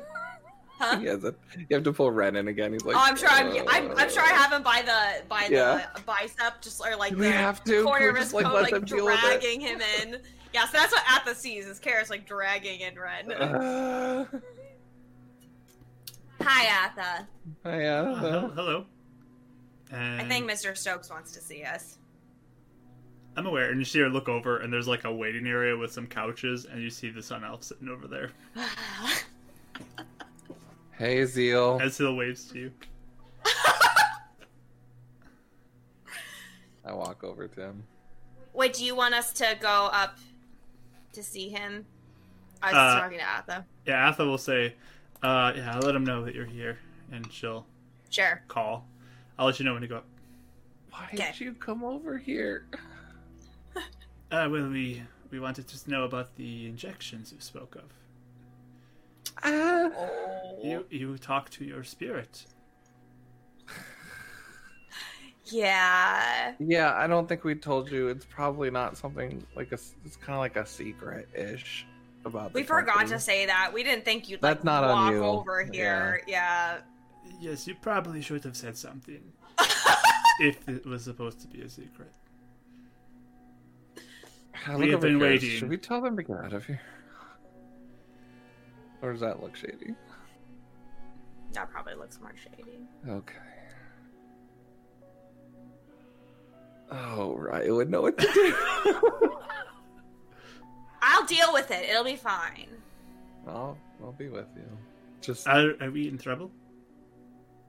D: Huh?
C: he has a, you have to pull Renan again. He's like,
D: oh, I'm sure I'm, I'm I'm sure I
C: "Uh,
D: have him by the by
C: Yeah.
D: the bicep just or like
C: We
D: the
C: have to.
D: corner
C: We're
D: of his
C: just like,
D: coat
C: let
D: like
C: them deal with it.
D: dragging him in. Yeah, so that's what Atha sees is Karis like dragging in Ren.
C: Uh,
D: Hi Atha.
C: I, uh,
B: Uh, hel- hello. And
D: I think Mr. Stokes wants to see us.
B: I'm aware, and you see her look over, and there's like a waiting area with some couches, and you see the sun elf sitting over there
C: Hey, Zeal.
B: as he waves to you.
C: I walk over to him.
D: Wait, do you want us to go up to see him? I was
B: Uh,
D: talking to Atha.
B: Yeah, Atha will say, uh, "Yeah, I'll let him know that you're here," and she'll
D: Sure.
B: call. I'll let you know when to go up.
C: Why
D: Okay.
C: did you come over here?
B: Uh, well, we We wanted to know about the injections you spoke of.
C: Ah.
D: Oh,
B: You you talk to your spirit.
D: Yeah.
C: Yeah, I don't think we told you. It's probably not something like a. s- It's kind of like a secret ish about. The
D: We forgot to
C: company.
D: say that. We didn't think you'd
C: That's
D: like
C: not on
D: walk
C: you.
D: over here. Yeah.
B: Yes, you probably should have said something. if it was supposed to be a secret.
C: I
B: We
C: look
B: have
C: over
B: been
C: here.
B: waiting.
C: Should we tell them to get out of here? Or does that look shady?
D: That probably looks more shady.
C: Okay. Oh, Ryan would know what to do.
D: I'll deal with it. It'll be fine.
C: I'll, I'll be with you. Just
B: Are, are we in trouble?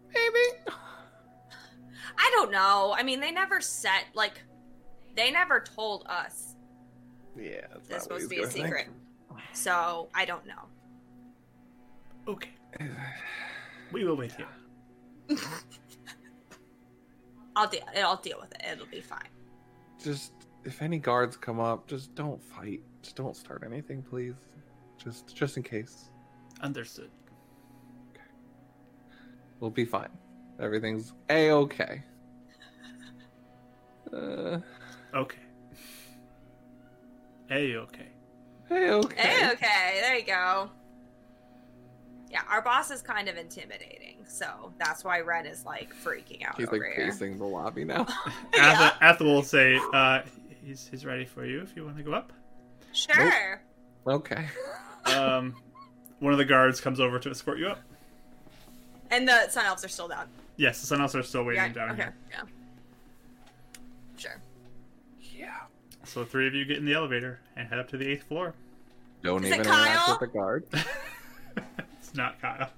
C: maybe.
D: I don't know. I mean, they never said like they never told us
C: Yeah, that's
D: this
C: not
D: supposed
C: what
D: to be
C: he's
D: a
C: gonna
D: secret.
C: think.
D: So I don't know.
B: Okay. We will wait here.
D: I'll deal. I'll deal with it. It'll be fine.
C: Just if any guards come up, just don't fight. Just don't start anything, please. Just just in case,
B: Understood.
C: we'll be fine. Everything's a okay. Uh,
B: Okay. Hey, okay.
C: a okay.
D: Hey, Eh, okay. There you go. Yeah, our boss is kind of intimidating, so that's why Ren is like freaking out
C: He's like
D: over here.
C: pacing the lobby now.
B: Atha, Atha will say, uh, he's, he's ready for you if you want to go up.
D: Sure.
C: okay.
B: Um, one of the guards comes over to escort you up.
D: And the sun elves are still down.
B: Yes, the sun elves are still waiting
D: Yeah.
B: down
D: okay.
B: here.
D: Yeah. Sure.
C: Yeah.
B: So three of you get in the elevator and head up to the eighth floor.
C: Don't
D: Is it
C: even interact
D: Kyle?
C: with the guard.
B: It's not Kyle.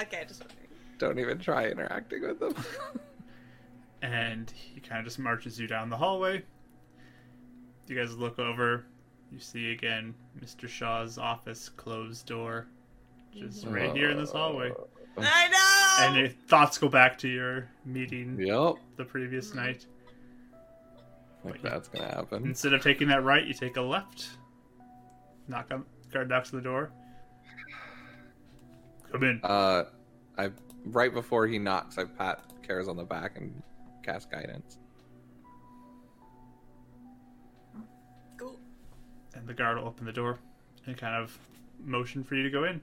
D: Okay. Just wondering.
C: Don't even try interacting with them.
B: And he kind of just marches you down the hallway. You guys look over. You see again Mr. Shaw's office closed door, just right here in this hallway.
C: Oh.
D: I
B: And
D: know.
B: your thoughts go back to your meeting
C: Yep.
B: the previous night.
C: Like that's gonna happen.
B: Instead of taking that right, you take a left. Knock on guard knocks on the door. Come in.
C: Uh, I right before he knocks, I pat Kara's on the back and cast guidance.
D: Cool.
B: And the guard will open the door and kind of motion for you to go in.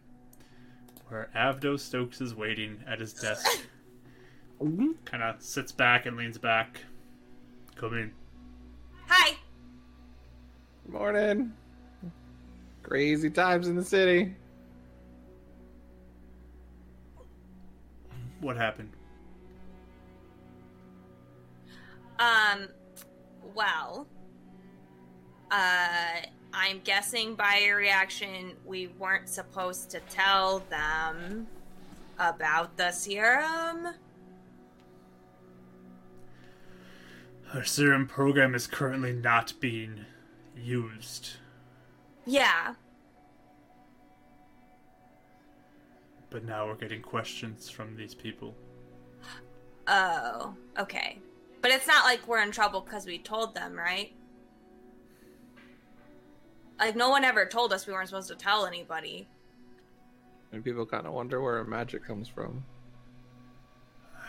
B: Where Avdo Stokes is waiting at his desk. kind of sits back and leans back. Come in.
D: Hi.
C: Morning. Crazy times in the city.
B: What happened?
D: Um, well, uh, I'm guessing by your reaction, we weren't supposed to tell them about the serum.
B: Our serum program is currently not being used,
D: Yeah.
B: but now we're getting questions from these people.
D: Oh, okay. But it's not like we're in trouble because we told them, right? Like, no one ever told us we weren't supposed to tell anybody.
C: And people kind of wonder where magic comes from.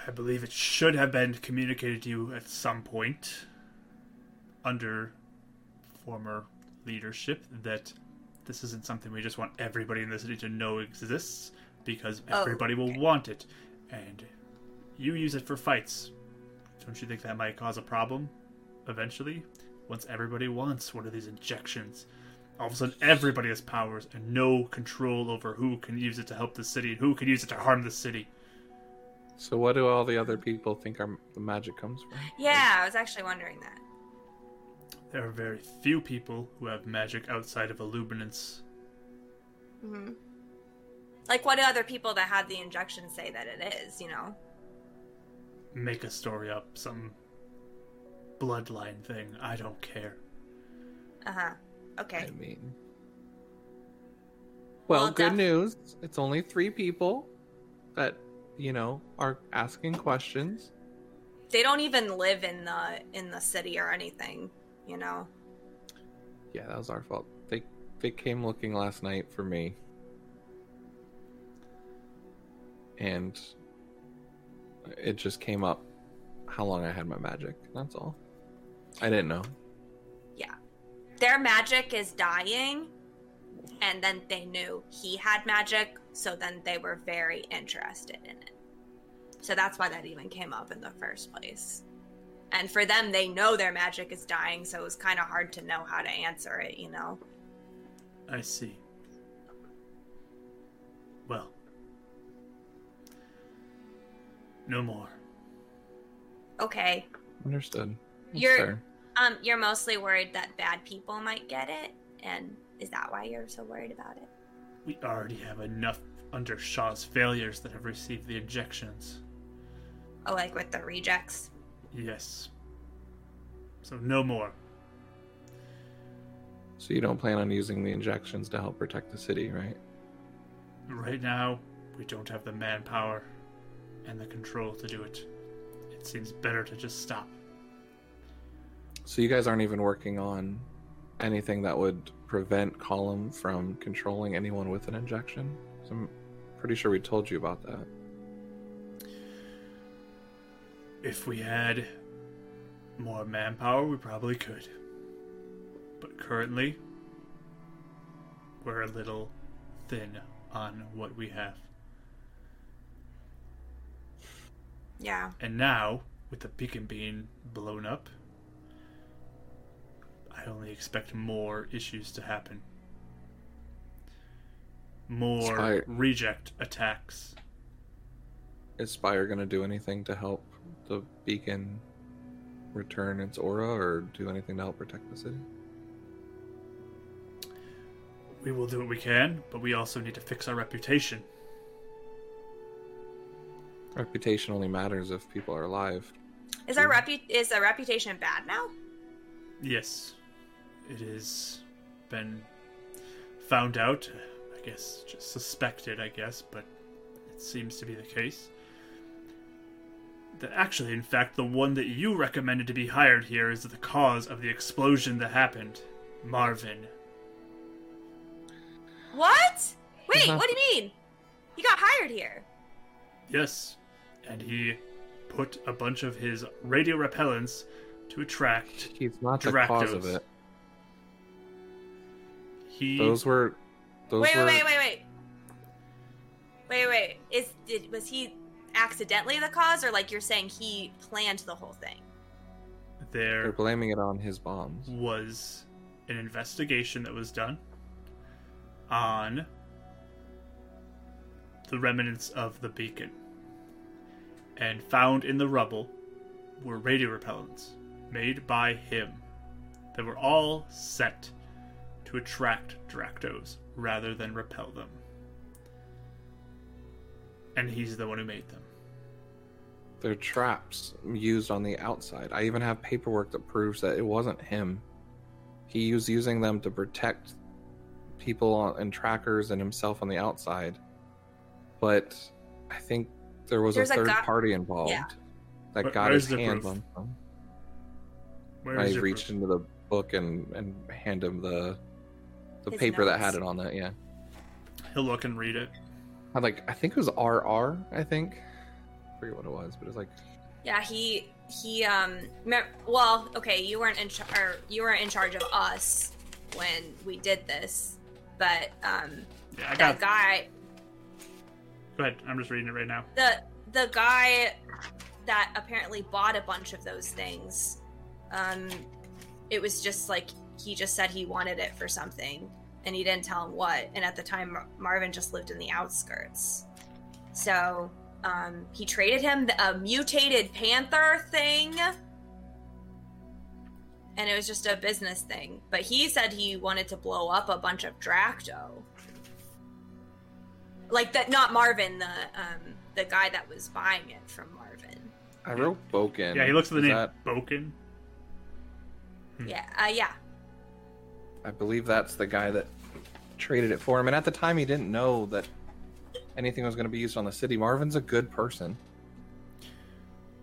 B: I believe it should have been communicated to you at some point under former leadership that this isn't something we just want everybody in the city to know exists because
D: Oh,
B: everybody will
D: okay.
B: want it. And you use it for fights. Don't you think that might cause a problem eventually? Once everybody wants one of these injections, all of a sudden everybody has powers and no control over who can use it to help the city and who can use it to harm the city.
C: So what do all the other people think our the magic comes from?
D: Yeah, I was actually wondering that.
B: There are very few people who have magic outside of illuminance.
D: hmm Like, what do other people that had the injection say that it is, you know?
B: Make a story up, some bloodline thing. I don't care.
D: Uh huh. Okay.
C: I mean. Well,
D: Well,
C: good
D: def-
C: news. It's only three people that you know are asking questions.
D: They don't even live in the in the city or anything, you know.
C: Yeah, that was our fault. They they came looking last night for me. And it just came up how long I had my magic. That's all. I didn't know.
D: Their magic is dying, and then they knew he had magic, so then they were very interested in it. So that's why that even came up in the first place. And for them, they know their magic is dying, so it was kind of hard to know how to answer it, you know?
B: I see. Well, no more.
D: Okay.
C: Understood. That's
D: You're-
C: fair.
D: Um, you're mostly worried that bad people might get it, and is that why you're so worried about it?
B: We already have enough under Shaw's failures that have received the injections.
D: Oh, like with the rejects?
B: Yes. So no more.
C: So you don't plan on using the injections to help protect the city, right?
B: Right now, we don't have the manpower and the control to do it. It seems better to just stop.
C: So you guys aren't even working on anything that would prevent Column from controlling anyone with an injection. So I'm pretty sure we told you about that.
B: If we had more manpower, we probably could. But currently, we're a little thin on what we have.
D: Yeah.
B: And now, with the beacon being blown up, I only expect more issues to happen. More
C: Spire.
B: reject attacks.
C: Is Spire going to do anything to help the beacon return its aura or do anything to help protect the city?
B: We will do what we can, but we also need to fix our reputation.
C: Uh, Reputation only matters if people are alive.
D: Is our repu- is our reputation bad now?
B: Yes, it has been found out. I guess just suspected. I guess, but it seems to be the case. That actually, in fact, the one that you recommended to be hired here is the cause of the explosion that happened, Marvin.
D: What? Wait,
C: not-
D: what do you mean? He got hired here.
B: Yes, and he put a bunch of his radio repellents to attract.
C: He's not the cause of
B: Directives.
C: it.
B: He
C: Those were those
D: Wait,
C: were
D: wait, wait, wait, wait. Wait, wait. Is did was he accidentally the cause, or like you're saying he planned the whole thing?
C: they're
B: there
C: blaming it on his bombs.
B: was an investigation that was done on the remnants of the beacon. And found in the rubble were radio repellents made by him that were all set to attract Dractos rather than repel them. And he's the one who made them.
C: They're traps used on the outside. I even have paperwork that proves that it wasn't him. He was using them to protect people on- and trackers and himself on the outside. But I think there was
D: There's
C: a
D: a
C: third
D: got-
C: party involved
D: Yeah.
C: that
B: But
C: got his
B: where's the
C: hands
B: proof?
C: on them.
B: Where
C: I
B: is your
C: reached
B: proof?
C: into the book and, and hand him the the
D: His
C: paper that had
D: notes.
C: it on it. Yeah,
B: He'll look and read it.
C: I like I think it was RR. I think I forget what it was, but it was like
D: Yeah, he he um. Me- well, okay, you weren't in char- or you weren't in charge of us when we did this, but um,
B: Yeah, I got.
D: that guy
B: Go ahead. I'm just reading it right now.
D: the the guy that apparently bought a bunch of those things um it was just like he just said he wanted it for something and he didn't tell him what and at the time Mar- marvin just lived in the outskirts so um he traded him the, a mutated panther thing and it was just a business thing but he said he wanted to blow up a bunch of dracto like that not marvin the um the guy that was buying it from marvin
C: I wrote Boken.
B: Yeah, he looks at the
C: Is
B: name
C: that-
B: Boken.
D: yeah uh, yeah
C: I believe that's the guy that traded it for him. And at the time, he didn't know that anything was going to be used on the city. Marvin's a good person.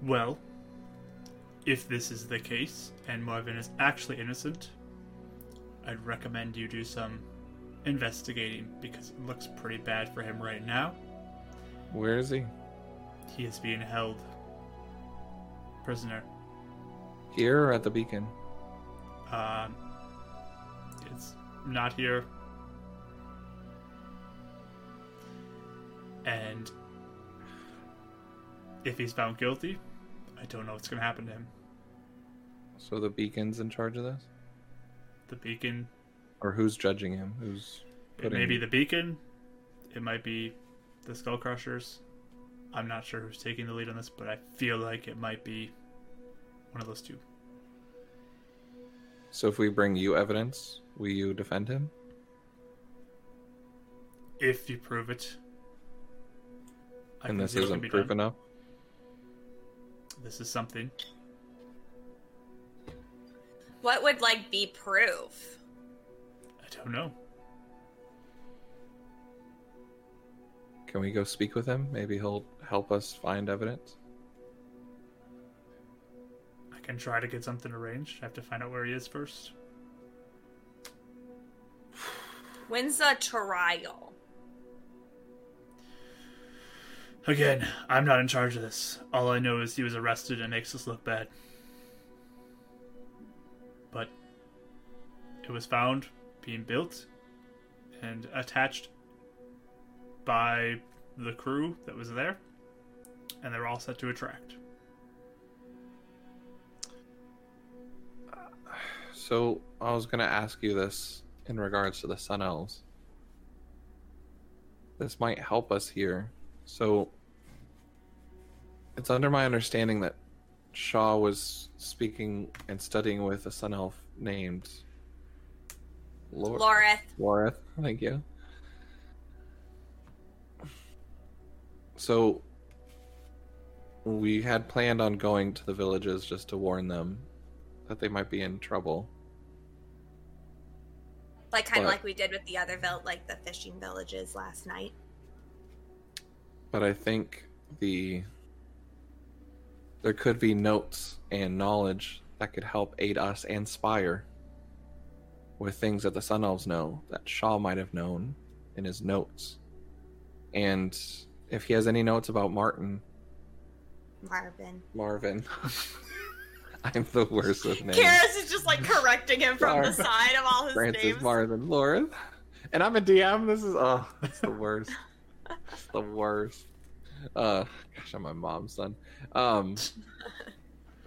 B: Well, if this is the case and Marvin is actually innocent, I'd recommend you do some investigating because it looks pretty bad for him right now.
C: Where is he?
B: He is being held prisoner.
C: Here or at the beacon?
B: Um, it's not here. And if he's found guilty, I don't know what's going to happen to him.
C: So the beacon's in charge of this?
B: The beacon,
C: Or who's judging him? Who's
B: it may be the beacon, it might be the skull crushers. I'm not sure who's taking the lead on this, but I feel like it might be one of those two.
C: So if we bring you evidence, will you defend him?
B: If you prove it, I can
C: and this
B: see what can
C: isn't
B: be
C: proof
B: done.
C: enough?
B: This is something.
D: What would like be proof?
B: I don't know.
C: Can we go speak with him? Maybe he'll help us find evidence.
B: I can try to get something arranged. I have to find out where he is first.
D: When's the trial?
B: Again, I'm not in charge of this. All I know is he was arrested and it makes us look bad. But it was found being built and attached by the crew that was there, and they were all set to attract.
C: So I was gonna ask you this in regards to the Sun Elves. This might help us here. So it's under my understanding that Shaw was speaking and studying with a Sun Elf named Lor-
D: Loreth.
C: Wareth, thank you. So we had planned on going to the villages just to warn them that they might be in trouble.
D: Like kind of
C: What?
D: like we did with the other vill like the fishing villages last night.
C: But I think the there could be notes and knowledge that could help aid us and Spire with things that the Sun Elves know that Shaw might have known in his notes. And if he has any notes about Martin,
D: Marvin.
C: Marvin. I'm the worst with names.
D: Karis is just like correcting him from the
C: Sorry.
D: side of all his
C: Francis
D: names.
C: Marvin Lauren. And I'm a DM. This is oh, it's the worst. it's the worst. Uh, gosh, I'm my mom's son. Um,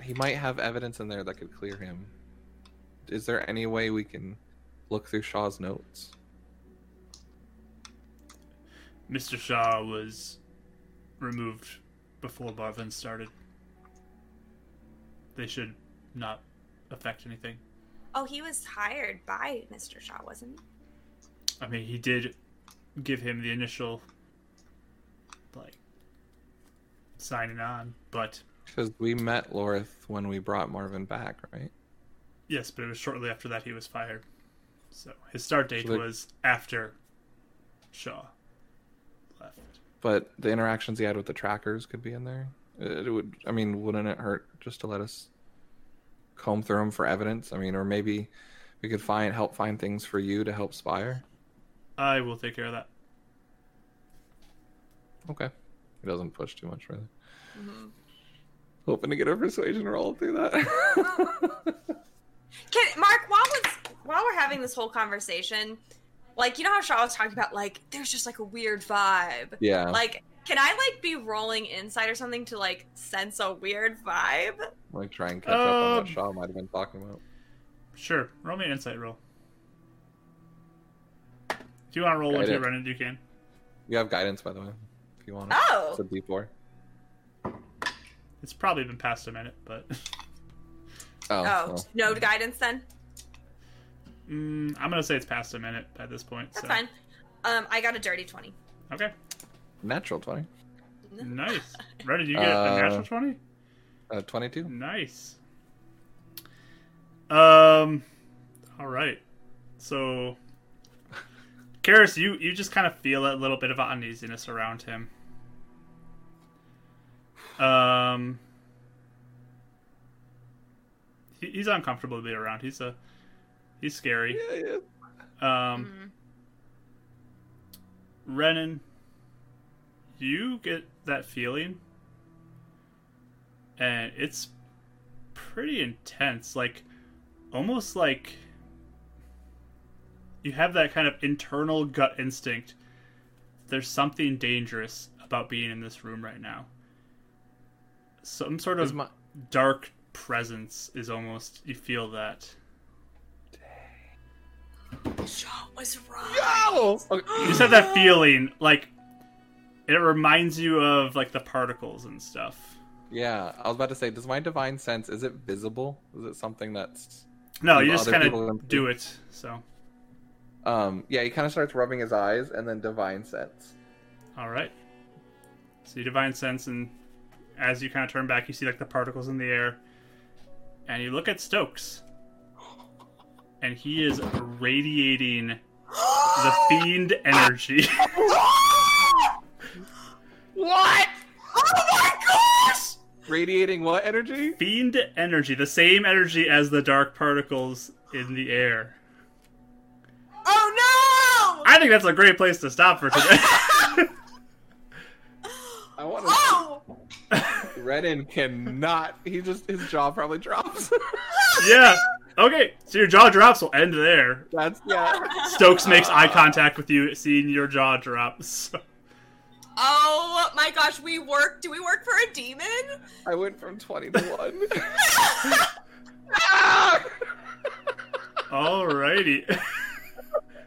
C: he might have evidence in there that could clear him. Is there any way we can look through Shaw's notes?
B: Mr. Shaw was removed before Barvin started. They should not affect anything.
D: oh, he was hired by Mr. Shaw, wasn't he?
B: I mean, he did give him the initial, like, signing on, but
C: Because we met Lorith when we brought Marvin back, right?
B: yes, but it was shortly after that he was fired. So his start date
C: So they-
B: was after Shaw left.
C: But the interactions he had with the trackers could be in there. It would, I mean, wouldn't it hurt just to let us comb through them for evidence? I mean, or maybe we could find help find things for you to help Spire.
B: I will take care of that.
C: Okay, he doesn't push too much further. Mm-hmm. Hoping to get a persuasion roll through that.
D: Can, Mark, while, was, while we're having this whole conversation, like, you know how Shaw was talking about, like, there's just like a weird vibe?
C: yeah, like,
D: Like, can I, like, be rolling inside or something to, like, sense a weird vibe?
C: try and catch up on
B: Um,
C: what Shaw might have been talking about.
B: Sure, roll me an insight roll. If you want to roll
C: Got
B: into your
C: it.
B: run in, you can.
C: You have guidance, by the way, if you want. it.
D: Oh!
C: It's a D four.
B: It's probably been past a minute, but
C: Oh,
D: Oh,
C: well.
D: no guidance then?
B: mm, I'm gonna say it's past a minute at this point.
D: That's
B: so.
D: fine. Um, I got a dirty 20.
B: Okay,
C: natural twenty.
B: nice. Ren, did you get a
C: Uh,
B: natural twenty?
C: Uh, Twenty-two.
B: Nice. Um. All right. So, Karis, you you just kind of feel a little bit of uneasiness around him. Um. he- He's uncomfortable to be around. He's a He's scary.
C: Yeah, yeah.
B: Um, Renan, you get that feeling, and it's pretty intense. Like, almost like you have that kind of internal gut instinct. There's something dangerous about being in this room right now. Some sort
C: Is
B: of
C: my-
B: dark presence is almost, you feel that.
D: Shot was right.
C: Yo! Okay.
B: You just have that feeling, like it reminds you of like the particles and stuff.
C: Yeah, I was about to say, does my divine sense is it visible? Is it something that's
B: No,
C: Of
B: you just
C: other
B: kind
C: people
B: of
C: and-
B: do it. So,
C: um yeah, he kind of starts rubbing his eyes and then divine sense.
B: all right. So you divine sense, and as you kind of turn back, you see like the particles in the air, and you look at Stokes, and he is radiating the fiend energy.
D: What? Oh my gosh!
C: Radiating what energy?
B: fiend energy, the same energy as the dark particles in the air.
D: Oh no!
B: I think that's a great place to stop for today.
C: I want to
D: Oh!
C: Renan cannot. He just his jaw probably drops.
B: yeah. Okay, so your jaw drops. We'll end there.
C: that's yeah.
B: Stokes makes eye contact with you, seeing your jaw drop. So,
D: Oh my gosh, we work. Do we work for a demon?
C: I went from 20 to 1. Ah!
B: alrighty.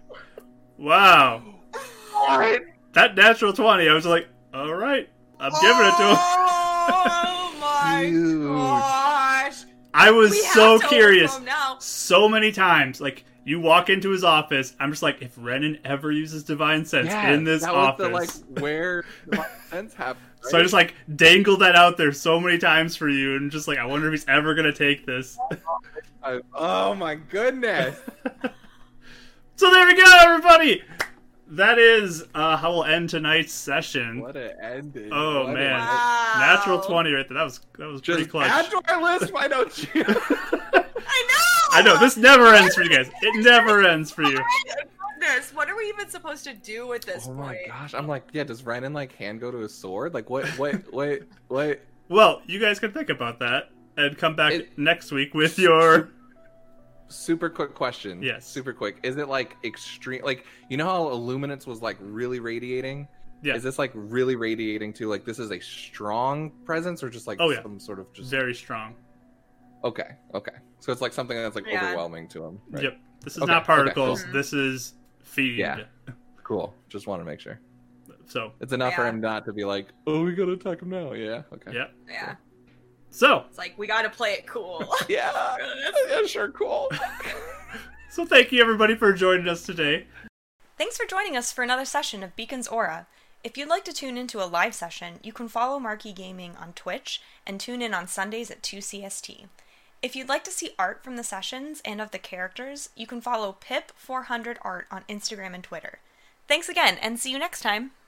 B: wow,
C: Alright.
B: that natural twenty. I was like, all right, I'm giving it to him.
D: Oh my
C: Huge.
D: gosh!
B: I was
D: We have
B: so
D: to
B: curious.
D: overcome Now.
B: So many times, like you walk into his office, I'm just like, if Renan ever uses divine sense in this
C: that
B: office.
C: was the like where the sense happened.
B: so I just like dangled that out there so many times for you, and just like I wonder if he's ever gonna take this.
C: I- oh my goodness.
B: So there we go, everybody. That is uh, how we'll end tonight's session.
C: What an ending.
B: Oh,
C: What an
B: man.
C: ending.
D: Wow.
B: Natural twenty right there. That was that was pretty
C: Just
B: clutch.
C: add to our list, why don't you?
D: I know. Oh
B: I know this never ends for you guys. It never ends for you.
D: Goodness, what are we even supposed to do with this
C: oh
D: point?
C: my gosh. I'm like, yeah, does Renan like hand go to his sword? Like what what what what
B: Well, you guys can think about that and come back
C: It-
B: next week with your.
C: super quick question.
B: Yes.
C: Super quick. Is it like extreme like you know how Illuminance was like really radiating?
B: Yeah,
C: Is this like really radiating to like this is a strong presence or just like
B: Oh, yeah.
C: some sort of just
B: very strong.
C: okay okay so it's like something that's like
D: Yeah.
C: overwhelming to him right?
B: Yep, this is
C: Okay,
B: not
C: okay,
B: particles.
D: cool.
B: This is feed.
C: Yeah. cool just want to make sure
B: So
C: it's enough for
D: Yeah.
C: him not to be like oh we gotta attack him now yeah okay
B: yeah.
D: Yeah,
B: So
D: it's like we got to play it cool.
C: yeah yeah sure cool
B: so thank you everybody for joining us today.
A: Thanks for joining us for another session of Beacon's Aura. If you'd like to tune into a live session, you can follow Marquee Gaming on Twitch and tune in on Sundays at 2 CST. If you'd like to see art from the sessions and of the characters, you can follow Pip400Art on Instagram and Twitter. Thanks again, and see you next time!